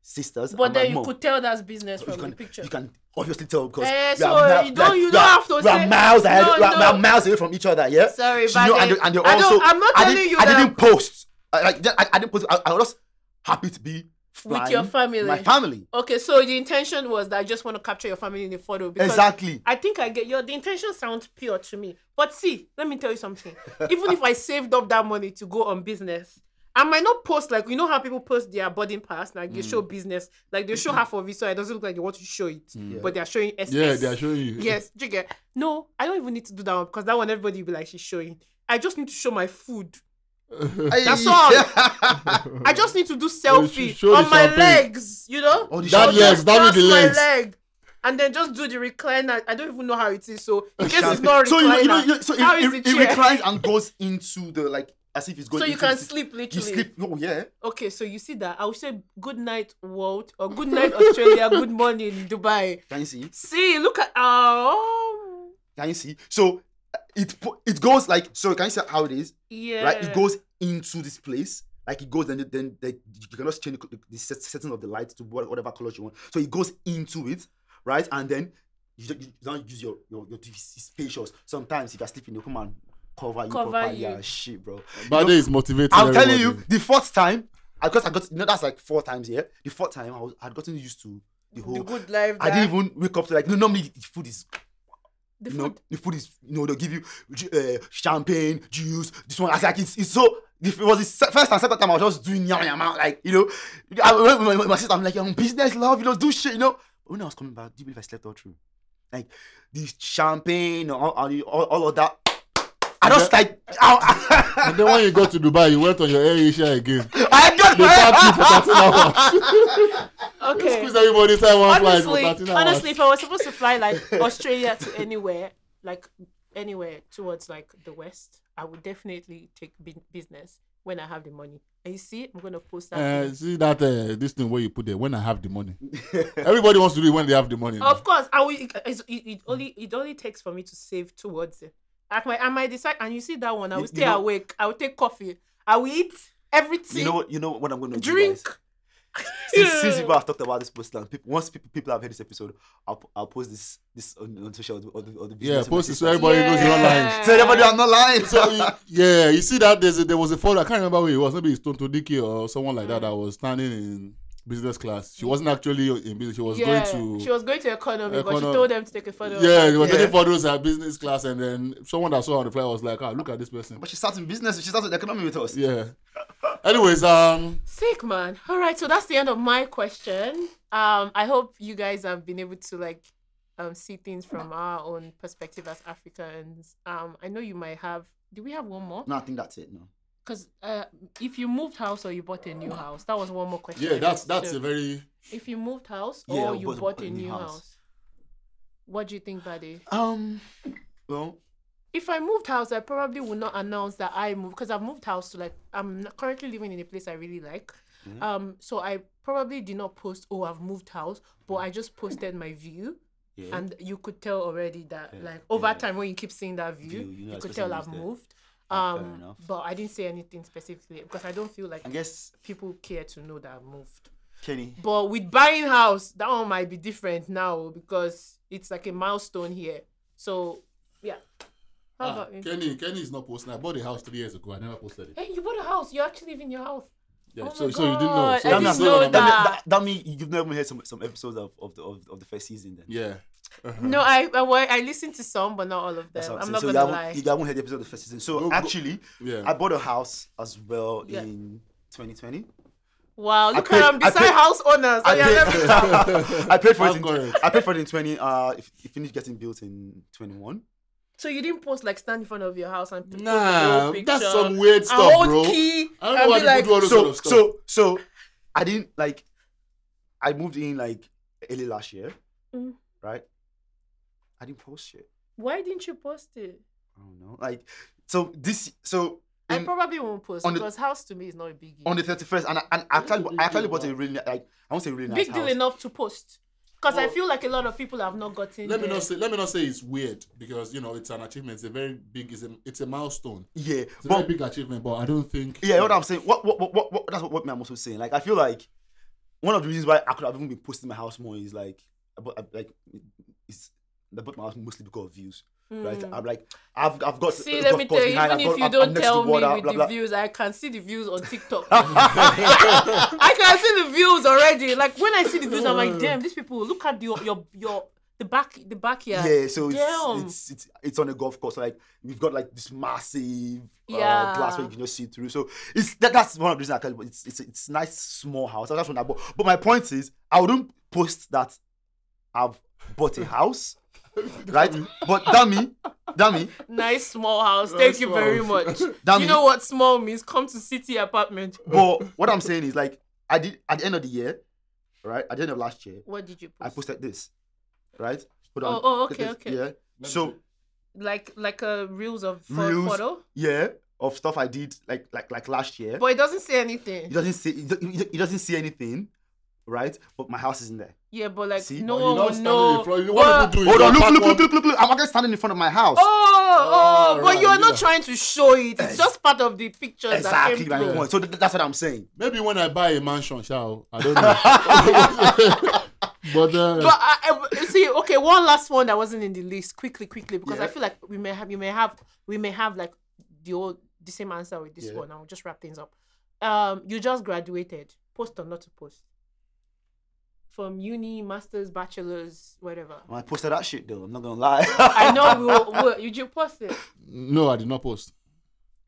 [SPEAKER 3] sisters.
[SPEAKER 2] But
[SPEAKER 3] and my
[SPEAKER 2] then you
[SPEAKER 3] mom.
[SPEAKER 2] could tell that's business
[SPEAKER 3] you
[SPEAKER 2] from
[SPEAKER 3] can,
[SPEAKER 2] the picture.
[SPEAKER 3] You can obviously tell because
[SPEAKER 2] Eh,
[SPEAKER 3] we are
[SPEAKER 2] so
[SPEAKER 3] mile-
[SPEAKER 2] you don't-
[SPEAKER 3] like,
[SPEAKER 2] you
[SPEAKER 3] we
[SPEAKER 2] don't
[SPEAKER 3] are-
[SPEAKER 2] have to
[SPEAKER 3] we are
[SPEAKER 2] say-
[SPEAKER 3] miles ahead.
[SPEAKER 2] No,
[SPEAKER 3] we, are, we
[SPEAKER 2] no.
[SPEAKER 3] are miles away from each other. Yeah.
[SPEAKER 2] Sorry,
[SPEAKER 3] She
[SPEAKER 2] but
[SPEAKER 3] know,
[SPEAKER 2] then-
[SPEAKER 3] and, they- and they
[SPEAKER 2] I don't-
[SPEAKER 3] also.
[SPEAKER 2] I'm not
[SPEAKER 3] I
[SPEAKER 2] telling
[SPEAKER 3] didn't-
[SPEAKER 2] you
[SPEAKER 3] I
[SPEAKER 2] that-
[SPEAKER 3] didn't post. I, like, I, I didn't post. I, I was just happy to be flying
[SPEAKER 2] your family.
[SPEAKER 3] My family.
[SPEAKER 2] Okay, so the intention was that I just want to capture your family in the photo because
[SPEAKER 3] Exactly.
[SPEAKER 2] I think I get your the intention sounds pure to me. But see, let me tell you something. Even if I saved up that money to go on business, I might not post like you know how people post their boarding pass, like
[SPEAKER 3] Mm.
[SPEAKER 2] they show business, like they
[SPEAKER 3] Mm-hmm.
[SPEAKER 2] show half of it, so it doesn't look like they want to show it,
[SPEAKER 3] Mm.
[SPEAKER 2] but they are showing SS.
[SPEAKER 1] Yeah, they are showing you.
[SPEAKER 2] Yes, do you get? No, I don't even need to do that one because that one everybody will be like she's showing. I just need to show my food.
[SPEAKER 3] That's
[SPEAKER 2] all. I just need to do selfie
[SPEAKER 1] should show the
[SPEAKER 2] on my
[SPEAKER 1] champagne.
[SPEAKER 2] legs, you know?
[SPEAKER 3] Oh, the
[SPEAKER 2] I'll
[SPEAKER 1] That
[SPEAKER 3] champagne.
[SPEAKER 1] legs,
[SPEAKER 2] just
[SPEAKER 1] that be
[SPEAKER 2] cross
[SPEAKER 1] the
[SPEAKER 2] my
[SPEAKER 1] legs.
[SPEAKER 2] leg. And then just do the recliner. I don't even know how it is. So in case it's not recliner,
[SPEAKER 3] So you know, you know, you- so it,
[SPEAKER 2] how is
[SPEAKER 3] it,
[SPEAKER 2] the
[SPEAKER 3] it
[SPEAKER 2] chair?
[SPEAKER 3] reclines and goes into the like as if it's going.
[SPEAKER 2] so you
[SPEAKER 3] into
[SPEAKER 2] can
[SPEAKER 3] the-
[SPEAKER 2] sleep
[SPEAKER 3] You
[SPEAKER 2] literally.
[SPEAKER 3] sleep. Oh yeah.
[SPEAKER 2] Okay, so you see that? I would say good night world or good night Australia, good morning Dubai.
[SPEAKER 3] Can you see?
[SPEAKER 2] See, look at oh
[SPEAKER 3] Can you see? So uh, it pu- it goes like so. Can you see how it is?
[SPEAKER 2] yeah.
[SPEAKER 3] Right, it goes into this place. Like it goes, and then then like, you cannot change the, the set- setting of the light to what- whatever color you want. So it goes into it, right? And then you, ju- you don't use your your, your TV s- spacious. Sometimes if you're sleeping, they come and cover you.
[SPEAKER 2] Cover
[SPEAKER 3] proper.
[SPEAKER 2] you.
[SPEAKER 3] Yeah, shit, bro.
[SPEAKER 1] Bade is motivating.
[SPEAKER 3] I'm telling you,
[SPEAKER 1] everybody.
[SPEAKER 3] the fourth time, because I got you know, that's like four times here. The fourth time, I was I'd gotten used to the whole.
[SPEAKER 2] the good life.
[SPEAKER 3] I
[SPEAKER 2] that-
[SPEAKER 3] didn't even wake up to like no. Normally, the food is
[SPEAKER 2] the
[SPEAKER 3] you know,
[SPEAKER 2] food.
[SPEAKER 3] the food is you know they'll give you ju- uh, champagne, juice. This one, I was like it's, it's so. If it was the se- first and second time I was just doing yam yam yam, like you know, I, when my, my, my sister I'm like I'm business love, you know, do shit, you know. But when I was coming back, do you believe I slept all through? Like the champagne, all all, all, all of that. I just like I,
[SPEAKER 1] And then when you go to Dubai, you went on your Air Asia again.
[SPEAKER 3] I, got
[SPEAKER 1] They parked you
[SPEAKER 3] my
[SPEAKER 1] for 13 hours.
[SPEAKER 2] Okay.
[SPEAKER 1] Squeeze everybody inside one flight for
[SPEAKER 2] honestly,
[SPEAKER 1] 13 hours.
[SPEAKER 2] honestly, if I was supposed to fly like Australia to anywhere, like anywhere towards like the West, I would definitely take bu- business when I have the money. And you see, I'm gonna post that.
[SPEAKER 1] Uh,
[SPEAKER 2] thing.
[SPEAKER 1] see that uh, this thing where you put there when I have the money. Everybody wants to do it when they have the money.
[SPEAKER 3] Uh,
[SPEAKER 2] Of course, I will. It, it's- it, it only it only takes for me to save towards it. Like my, I might decide, and you see that one, I
[SPEAKER 3] You-
[SPEAKER 2] will
[SPEAKER 3] you
[SPEAKER 2] stay
[SPEAKER 3] know-
[SPEAKER 2] awake. I will take coffee. I will eat everything.
[SPEAKER 3] you know what? You know what I'm going to
[SPEAKER 2] drink.
[SPEAKER 3] since, since people have talked about this post and people, once people, people have heard this episode, I'll, I'll post this this on, on social or the, or the
[SPEAKER 1] yeah,
[SPEAKER 3] business. of my
[SPEAKER 1] post it so
[SPEAKER 3] sister.
[SPEAKER 1] everybody knows you're not lying.
[SPEAKER 3] So everybody, I'm not lying.
[SPEAKER 1] So you- yeah,
[SPEAKER 2] Mm.
[SPEAKER 1] you see that there's a, there was a photo. I can't remember where it was. Maybe it's Tonto Dike or someone like that that was standing in business class. She wasn't actually in business. She was
[SPEAKER 2] yeah,
[SPEAKER 1] going to.
[SPEAKER 2] she was going to economy, but she
[SPEAKER 1] Econo-
[SPEAKER 2] told them to take a photo.
[SPEAKER 1] yeah, they were
[SPEAKER 3] Yeah.
[SPEAKER 1] taking photos at business class, and then someone that saw her on the flyer was like, "Ah, look at this person."
[SPEAKER 3] But she started business. She started economy with us.
[SPEAKER 1] Yeah. Anyways, um,
[SPEAKER 2] Sick man. All right, so that's the end of my question. Um, I hope you guys have been able to like um see things from our own perspective as Africans. Um, I know you might have. Do we have one more?
[SPEAKER 3] No, I think that's it. No.
[SPEAKER 2] Because uh, if you moved house or you bought a new house, that was one more question.
[SPEAKER 1] yeah, that's
[SPEAKER 2] I
[SPEAKER 1] that's a
[SPEAKER 2] guess.
[SPEAKER 1] very
[SPEAKER 2] If you moved house or
[SPEAKER 3] Yeah,
[SPEAKER 2] Oh, you
[SPEAKER 3] but-
[SPEAKER 2] bought a new house. what do you think, buddy?
[SPEAKER 3] Um. Well,
[SPEAKER 2] If I moved house, I probably would not announce that I moved because I've moved house to like I'm n- currently living in a place I really like.
[SPEAKER 3] Mm-hmm.
[SPEAKER 2] Um, so I probably did not post, oh, I've moved house, but
[SPEAKER 3] Mm.
[SPEAKER 2] I just posted my view. And you could tell already that, like, over time, when you keep seeing that view,
[SPEAKER 3] View, you
[SPEAKER 2] you,
[SPEAKER 3] know
[SPEAKER 2] could
[SPEAKER 3] that
[SPEAKER 2] tell
[SPEAKER 3] person
[SPEAKER 2] I've
[SPEAKER 3] lives there.
[SPEAKER 2] moved.
[SPEAKER 3] Ah, fair
[SPEAKER 2] Um,
[SPEAKER 3] enough.
[SPEAKER 2] but I didn't say anything specifically because I don't feel like
[SPEAKER 3] I guess
[SPEAKER 2] people care to know that I've moved.
[SPEAKER 3] Kenny.
[SPEAKER 2] But with buying house, that one might be different now because it's like a milestone here. So yeah. How
[SPEAKER 1] ah,
[SPEAKER 2] about you?
[SPEAKER 1] Kenny. Kenny is not posting. I bought the house three years ago. I never posted it.
[SPEAKER 2] Hey, you bought a house. You actually live in your house.
[SPEAKER 1] Yeah,
[SPEAKER 2] Oh
[SPEAKER 1] so
[SPEAKER 2] my
[SPEAKER 1] so you didn't know.
[SPEAKER 2] God,
[SPEAKER 1] So
[SPEAKER 2] I
[SPEAKER 1] you
[SPEAKER 2] didn't
[SPEAKER 1] didn't
[SPEAKER 2] know
[SPEAKER 1] know
[SPEAKER 3] that,
[SPEAKER 1] about-
[SPEAKER 2] that.
[SPEAKER 3] that, that means you've never heard some, some episodes of, of the of, of the first season. Then
[SPEAKER 1] Yeah.
[SPEAKER 2] No, I I, well, I listened to some, but not all of them.
[SPEAKER 3] That's what
[SPEAKER 2] I'm
[SPEAKER 3] saying.
[SPEAKER 2] not
[SPEAKER 3] so
[SPEAKER 2] gonna
[SPEAKER 3] you
[SPEAKER 2] lie.
[SPEAKER 3] haven't, you haven't heard the episode of the first season. So
[SPEAKER 1] Go- go-
[SPEAKER 3] actually,
[SPEAKER 1] Yeah.
[SPEAKER 3] I bought a house as well
[SPEAKER 2] Yeah.
[SPEAKER 3] in 2020.
[SPEAKER 2] Wow, look
[SPEAKER 3] paid-
[SPEAKER 2] at them
[SPEAKER 3] I
[SPEAKER 2] beside
[SPEAKER 3] paid-
[SPEAKER 2] house owners.
[SPEAKER 3] I
[SPEAKER 2] Oh, yeah, let me
[SPEAKER 3] paid, I paid for it.
[SPEAKER 1] I'm
[SPEAKER 3] In,
[SPEAKER 1] going.
[SPEAKER 3] I paid for it in 20. Uh, it, it finished getting built in 21.
[SPEAKER 2] So you didn't post like stand in front of your house and post the
[SPEAKER 1] Nah,
[SPEAKER 2] whole picture,
[SPEAKER 1] that's some weird
[SPEAKER 2] and
[SPEAKER 1] stuff,
[SPEAKER 2] hold
[SPEAKER 1] bro.
[SPEAKER 2] Key,
[SPEAKER 1] I don't know
[SPEAKER 2] and
[SPEAKER 1] why
[SPEAKER 2] be
[SPEAKER 1] people
[SPEAKER 2] like,
[SPEAKER 1] do all those sort
[SPEAKER 3] So
[SPEAKER 1] of stuff.
[SPEAKER 3] so so, I didn't like. I moved in like early last year,
[SPEAKER 2] Mm.
[SPEAKER 3] right? I didn't post shit.
[SPEAKER 2] why didn't you post it?
[SPEAKER 3] I don't know. Like so this so
[SPEAKER 2] I
[SPEAKER 3] in-
[SPEAKER 2] probably won't post
[SPEAKER 3] on the-
[SPEAKER 2] because house to me is not a biggie.
[SPEAKER 3] on the 31st and I, and I actually I actually bought a really like I won't say really nice
[SPEAKER 2] big
[SPEAKER 3] house.
[SPEAKER 2] deal enough to post because I
[SPEAKER 1] Well-
[SPEAKER 2] feel like a lot of people have not gotten.
[SPEAKER 1] Let me
[SPEAKER 2] there.
[SPEAKER 1] not say. Let me not say it's weird because you know it's an achievement. It's a very big. It's a, it's a milestone.
[SPEAKER 3] Yeah,
[SPEAKER 1] It's a
[SPEAKER 3] but
[SPEAKER 1] very big achievement, but I don't think.
[SPEAKER 3] yeah, what I'm saying, what what what, what, what that's what, what I'm also saying. Like I feel like one of the reasons why I could have even been posting my house more is like about like it's I bought my house mostly because of views,
[SPEAKER 2] Hmm.
[SPEAKER 3] right? I'm like I've I've
[SPEAKER 2] Mm.
[SPEAKER 3] got
[SPEAKER 2] See,
[SPEAKER 3] I've
[SPEAKER 2] let
[SPEAKER 3] got
[SPEAKER 2] me
[SPEAKER 3] cars
[SPEAKER 2] tell you, even
[SPEAKER 3] behind, I've got-
[SPEAKER 2] if you
[SPEAKER 3] I'm- I'm
[SPEAKER 2] don't
[SPEAKER 3] next to
[SPEAKER 2] tell me
[SPEAKER 3] water,
[SPEAKER 2] with
[SPEAKER 3] blah,
[SPEAKER 2] the
[SPEAKER 3] blah.
[SPEAKER 2] views, I can see the views on TikTok. I can see the views already. Like when I see the views, I'm like, damn, these people look at your your your the back the backyard.
[SPEAKER 3] Yeah, so
[SPEAKER 2] damn.
[SPEAKER 3] it's, it's it's it's on a golf course. So like we've got like this massive uh, glass where
[SPEAKER 2] Yeah.
[SPEAKER 3] you can just see through. So it's that, that's one of the reasons I can't. It's it's it's nice small house. That's when I bought. But my point is, I wouldn't post that I've bought a house, right? But dummy, dummy,
[SPEAKER 2] nice small house. Thank you
[SPEAKER 1] small
[SPEAKER 2] very
[SPEAKER 1] house.
[SPEAKER 2] much.
[SPEAKER 3] Damn
[SPEAKER 2] you
[SPEAKER 3] it.
[SPEAKER 2] know what small means? Come to city apartment.
[SPEAKER 3] But what I'm saying is like I did at the end of the year, right? At the end of last year,
[SPEAKER 2] What did you
[SPEAKER 3] I
[SPEAKER 2] post?
[SPEAKER 3] posted this, right? Hold
[SPEAKER 2] Oh, oh, okay,
[SPEAKER 3] This-
[SPEAKER 2] okay.
[SPEAKER 3] Yeah. So
[SPEAKER 2] Like like a reels of pho-
[SPEAKER 3] reels,
[SPEAKER 2] photo,
[SPEAKER 3] yeah, of stuff I did like like like last year.
[SPEAKER 2] but it doesn't say anything.
[SPEAKER 3] He doesn't see. He, do- he do- he doesn't see anything, right? But my house is in there.
[SPEAKER 2] Yeah, but like
[SPEAKER 3] See?
[SPEAKER 2] no
[SPEAKER 1] But you're
[SPEAKER 2] one
[SPEAKER 1] not
[SPEAKER 2] would
[SPEAKER 1] standing
[SPEAKER 2] know.
[SPEAKER 1] in front-
[SPEAKER 2] Well,
[SPEAKER 1] What people do is
[SPEAKER 3] Hold
[SPEAKER 1] they
[SPEAKER 3] on! Look!
[SPEAKER 1] pack
[SPEAKER 3] Look!
[SPEAKER 1] one-
[SPEAKER 3] Look! Look! Look! look. I'm actually standing in front of my house.
[SPEAKER 2] Oh, oh,
[SPEAKER 1] Oh,
[SPEAKER 2] but
[SPEAKER 1] right,
[SPEAKER 2] you're not
[SPEAKER 1] yeah.
[SPEAKER 2] trying to show it. It's
[SPEAKER 3] Eh.
[SPEAKER 2] just part of the pictures
[SPEAKER 3] exactly
[SPEAKER 2] that
[SPEAKER 3] my
[SPEAKER 2] came through.
[SPEAKER 3] point. So th- that's what I'm saying.
[SPEAKER 1] Maybe when I buy a mansion, shall I don't know. but uh,
[SPEAKER 2] But I, I- see, okay, one last one that wasn't in the list, quickly, quickly, because I
[SPEAKER 3] Yeah.
[SPEAKER 2] feel like we may have, you may have, we may have like the old, the same answer with this
[SPEAKER 3] Yeah.
[SPEAKER 2] one. I'll just wrap things up. Um, you just graduated, post or not to post, from uni, masters, bachelors, whatever.
[SPEAKER 3] When I posted that shit though. I'm not gonna lie.
[SPEAKER 2] I know we will, we'll, you just post it,
[SPEAKER 1] no, I did not post.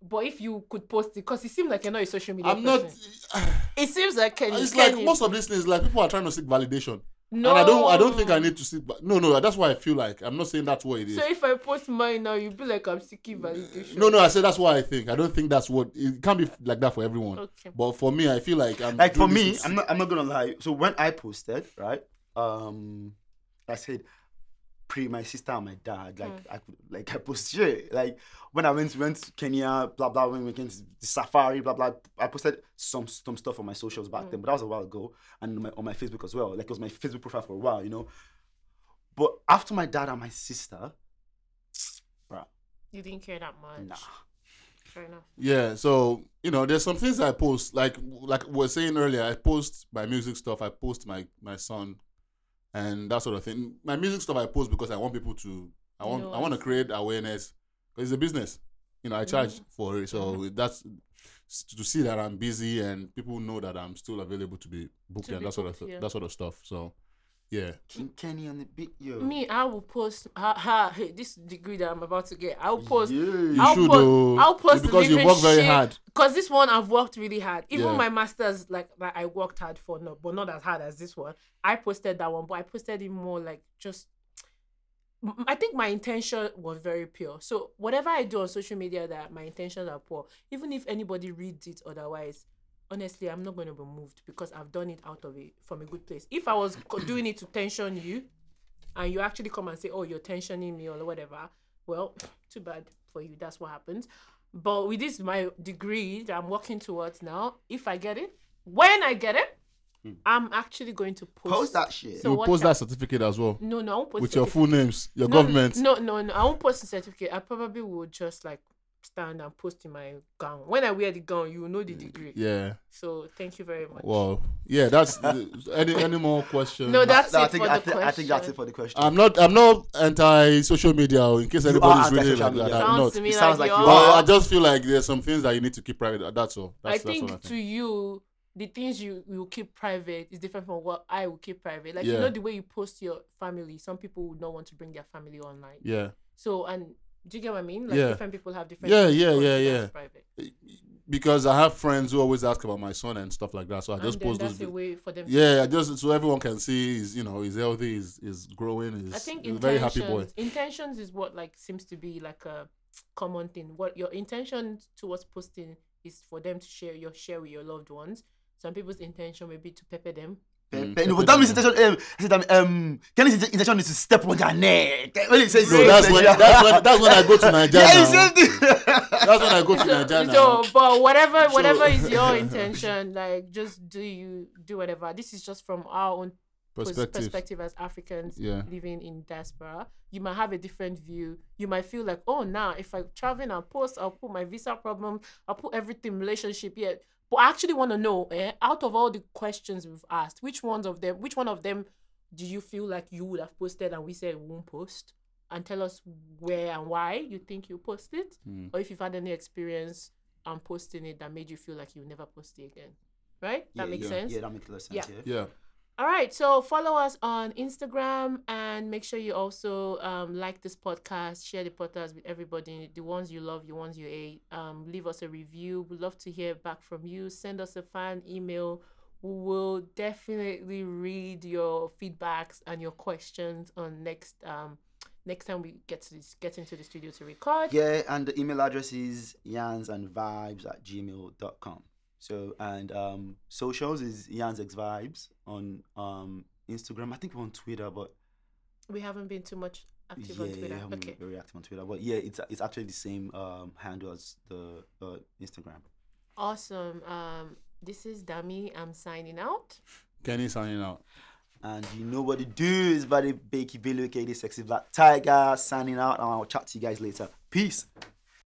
[SPEAKER 2] but if you could post it, because it seems like you're not a social media.
[SPEAKER 1] I'm not.
[SPEAKER 2] person. It seems like Kenny.
[SPEAKER 1] It's like
[SPEAKER 2] Kenny-
[SPEAKER 1] most of these things. Like people are trying to seek validation,
[SPEAKER 2] No,
[SPEAKER 1] and I don't. I don't think I need to seek. va- No, no. That's why I feel like I'm not saying that's what it is.
[SPEAKER 2] So if I post mine now, you'll be like I'm seeking validation.
[SPEAKER 1] no, no. I said that's what I think. I don't think that's what. It can't be like that for everyone.
[SPEAKER 2] Okay.
[SPEAKER 1] But for me, I feel like I'm.
[SPEAKER 3] like for
[SPEAKER 1] doing
[SPEAKER 3] me,
[SPEAKER 1] this to
[SPEAKER 3] I'm not, I'm not gonna lie. So when I posted, right? Um, I said, pre my sister and my dad.
[SPEAKER 2] Mm.
[SPEAKER 3] Like I could, like I posted shit. Like when I went went to Kenya, blah blah. When we went to the safari, blah blah. I posted some some stuff on my socials back
[SPEAKER 2] Mm.
[SPEAKER 3] then, but that was a while ago, and on my, on my Facebook as well. Like it was my Facebook profile for a while, you know. But after my dad and my sister, bruh,
[SPEAKER 2] You didn't care that much.
[SPEAKER 3] nah.
[SPEAKER 2] Fair enough.
[SPEAKER 1] Yeah, so you know, there's some things I post, like like we was saying earlier. I post my music stuff. I post my my son, and that sort of thing. My music stuff I post because I want people to. I want
[SPEAKER 2] know
[SPEAKER 1] I want to
[SPEAKER 2] us. Mm-hmm.
[SPEAKER 1] create awareness. 'Cause It's a business, you know. I charge for it, so that's s- to see that I'm busy and people know that I'm still available to be booked
[SPEAKER 2] To
[SPEAKER 1] and
[SPEAKER 2] be
[SPEAKER 1] that sort of
[SPEAKER 2] booked, yeah.
[SPEAKER 1] that sort of stuff. So, yeah,
[SPEAKER 3] King Kenny on the beat, yo.
[SPEAKER 2] Me, I will post ha, ha, hey, this degree that I'm about to get. I will post.
[SPEAKER 1] you
[SPEAKER 3] Yeah.
[SPEAKER 2] I'll
[SPEAKER 1] should
[SPEAKER 2] post-
[SPEAKER 1] oh,
[SPEAKER 2] I'll post
[SPEAKER 1] because you
[SPEAKER 2] different
[SPEAKER 1] work very
[SPEAKER 2] shit.
[SPEAKER 1] hard.
[SPEAKER 2] Cause this one I've worked really hard. Even
[SPEAKER 1] Yeah.
[SPEAKER 2] my masters, like that I worked hard for, no, but not as hard as this one. I posted that one, but I posted it more like just. M- I think my intention was very pure. So whatever I do on social media, that my intentions are pure. Even if anybody reads it otherwise, honestly, I'm not going to be moved because I've done it out of a from a good place. If I was co- doing it to tension you, and you actually come and say, "Oh, you're tensioning me" or whatever, well, too bad for you. That's what happens. But with this my degree that I'm working towards now, if I get it, when I get it, I'm actually going to post,
[SPEAKER 3] Hmm. Post that shit.
[SPEAKER 2] So
[SPEAKER 1] You
[SPEAKER 2] what
[SPEAKER 1] post
[SPEAKER 2] I-
[SPEAKER 1] that certificate as well
[SPEAKER 2] No, no, I won't post
[SPEAKER 1] with your
[SPEAKER 2] certificate.
[SPEAKER 1] full names, your
[SPEAKER 2] no,
[SPEAKER 1] government.
[SPEAKER 2] No, no, no. I won't post the certificate. I probably would just like stand and post in my gown. When I wear the gown, you will know the
[SPEAKER 3] Mm,
[SPEAKER 2] degree.
[SPEAKER 1] Yeah.
[SPEAKER 2] So thank you very much.
[SPEAKER 1] Wow. Yeah. That's the- any any more questions?
[SPEAKER 2] No, that's
[SPEAKER 3] No, I
[SPEAKER 2] it
[SPEAKER 3] think
[SPEAKER 2] for
[SPEAKER 3] I,
[SPEAKER 2] the
[SPEAKER 3] thi- I think that's
[SPEAKER 2] question.
[SPEAKER 3] it for the question.
[SPEAKER 1] I'm not. I'm not anti social media. oh, In case anybody's
[SPEAKER 3] are
[SPEAKER 1] reading
[SPEAKER 3] anti-social
[SPEAKER 1] like that,
[SPEAKER 3] media.
[SPEAKER 1] I'm
[SPEAKER 2] Sounds
[SPEAKER 1] not.
[SPEAKER 2] to me
[SPEAKER 3] It sounds
[SPEAKER 2] like,
[SPEAKER 3] like
[SPEAKER 2] you
[SPEAKER 3] you
[SPEAKER 2] are.
[SPEAKER 1] But I just feel like there's some things that you need to keep private. That's all. That's, that's
[SPEAKER 2] I think
[SPEAKER 1] all I
[SPEAKER 2] to you, the things you will keep private is different from what I will keep private. Like you
[SPEAKER 1] Yeah.
[SPEAKER 2] know the way you post your family, some people would not want to bring their family online.
[SPEAKER 1] Yeah.
[SPEAKER 2] So and do you get what I mean? Like
[SPEAKER 1] Yeah.
[SPEAKER 2] different people have different.
[SPEAKER 1] Yeah,
[SPEAKER 2] things to
[SPEAKER 1] yeah, yeah,
[SPEAKER 2] consider
[SPEAKER 1] yeah.
[SPEAKER 2] as Private.
[SPEAKER 1] Because I have friends who always ask about my son and stuff like that. So I
[SPEAKER 2] And
[SPEAKER 1] just
[SPEAKER 2] then
[SPEAKER 1] post those.
[SPEAKER 2] that's a
[SPEAKER 1] vi-
[SPEAKER 2] way for them. to-
[SPEAKER 1] Yeah, I just so everyone can see he's you know he's healthy, he's, he's growing, he's,
[SPEAKER 2] I think
[SPEAKER 1] he's a
[SPEAKER 2] intentions.
[SPEAKER 1] very happy boy.
[SPEAKER 2] Intentions is what like seems to be like a common thing. What your intention towards posting is for them to share your share with your loved ones. Some people's intention may be to pepper them.
[SPEAKER 1] Mm.
[SPEAKER 3] Pe- pe- no, but that means intention. Um, I said, that, um, Kenny's inten- intention is to step on their neck. When he says,
[SPEAKER 1] No, that's when that's when that's when I go to Nigeria.
[SPEAKER 3] yeah, he
[SPEAKER 1] now.
[SPEAKER 3] said it.
[SPEAKER 1] That's when I go to Nigeria. now.
[SPEAKER 2] So, but whatever,
[SPEAKER 1] So-
[SPEAKER 2] whatever is your intention, like just do you do whatever. This is just from our own pers-
[SPEAKER 1] Perspective.
[SPEAKER 2] perspective as Africans
[SPEAKER 1] Yeah.
[SPEAKER 2] living in diaspora. You might have a different view. You might feel like, oh, now if I travel and post, I'll put my visa problem, I'll put everything relationship here. But I actually want to know, eh, out of all the questions we've asked, which ones of them, which one of them do you feel like you would have posted and we said we won't post? And tell us where and why you think you post it,
[SPEAKER 3] Hmm.
[SPEAKER 2] or if you've had any experience um posting it that made you feel like you never post it again. Right? That makes sense.
[SPEAKER 3] Yeah, that makes a lot of sense.
[SPEAKER 2] Yeah.
[SPEAKER 3] Yeah.
[SPEAKER 1] Yeah.
[SPEAKER 2] All right, so follow us on Instagram and make sure you also um, like this podcast, share the podcast with everybody, the ones you love, the ones you hate. Um, leave us a review. We'd love to hear back from you. Send us a fan email. We will definitely read your feedbacks and your questions on next um, next time we get to this, get into the studio to record.
[SPEAKER 3] Yeah, and the email address is yansandvibes at gmail.com. So, and um, socials is yansxvibes on um, Instagram. I think we're on Twitter, but
[SPEAKER 2] We haven't been too much active
[SPEAKER 3] yeah,
[SPEAKER 2] on Twitter.
[SPEAKER 3] yeah, I'm
[SPEAKER 2] okay.
[SPEAKER 3] very active on Twitter. But yeah, it's it's actually the same um, handle as the uh, Instagram.
[SPEAKER 2] Awesome. Um, this is Dami. I'm signing out.
[SPEAKER 1] Kenny signing out.
[SPEAKER 3] And you know what to do is buddy Bakey Billy, aka the Sexy Black Tiger, signing out. And I'll chat to you guys later. Peace.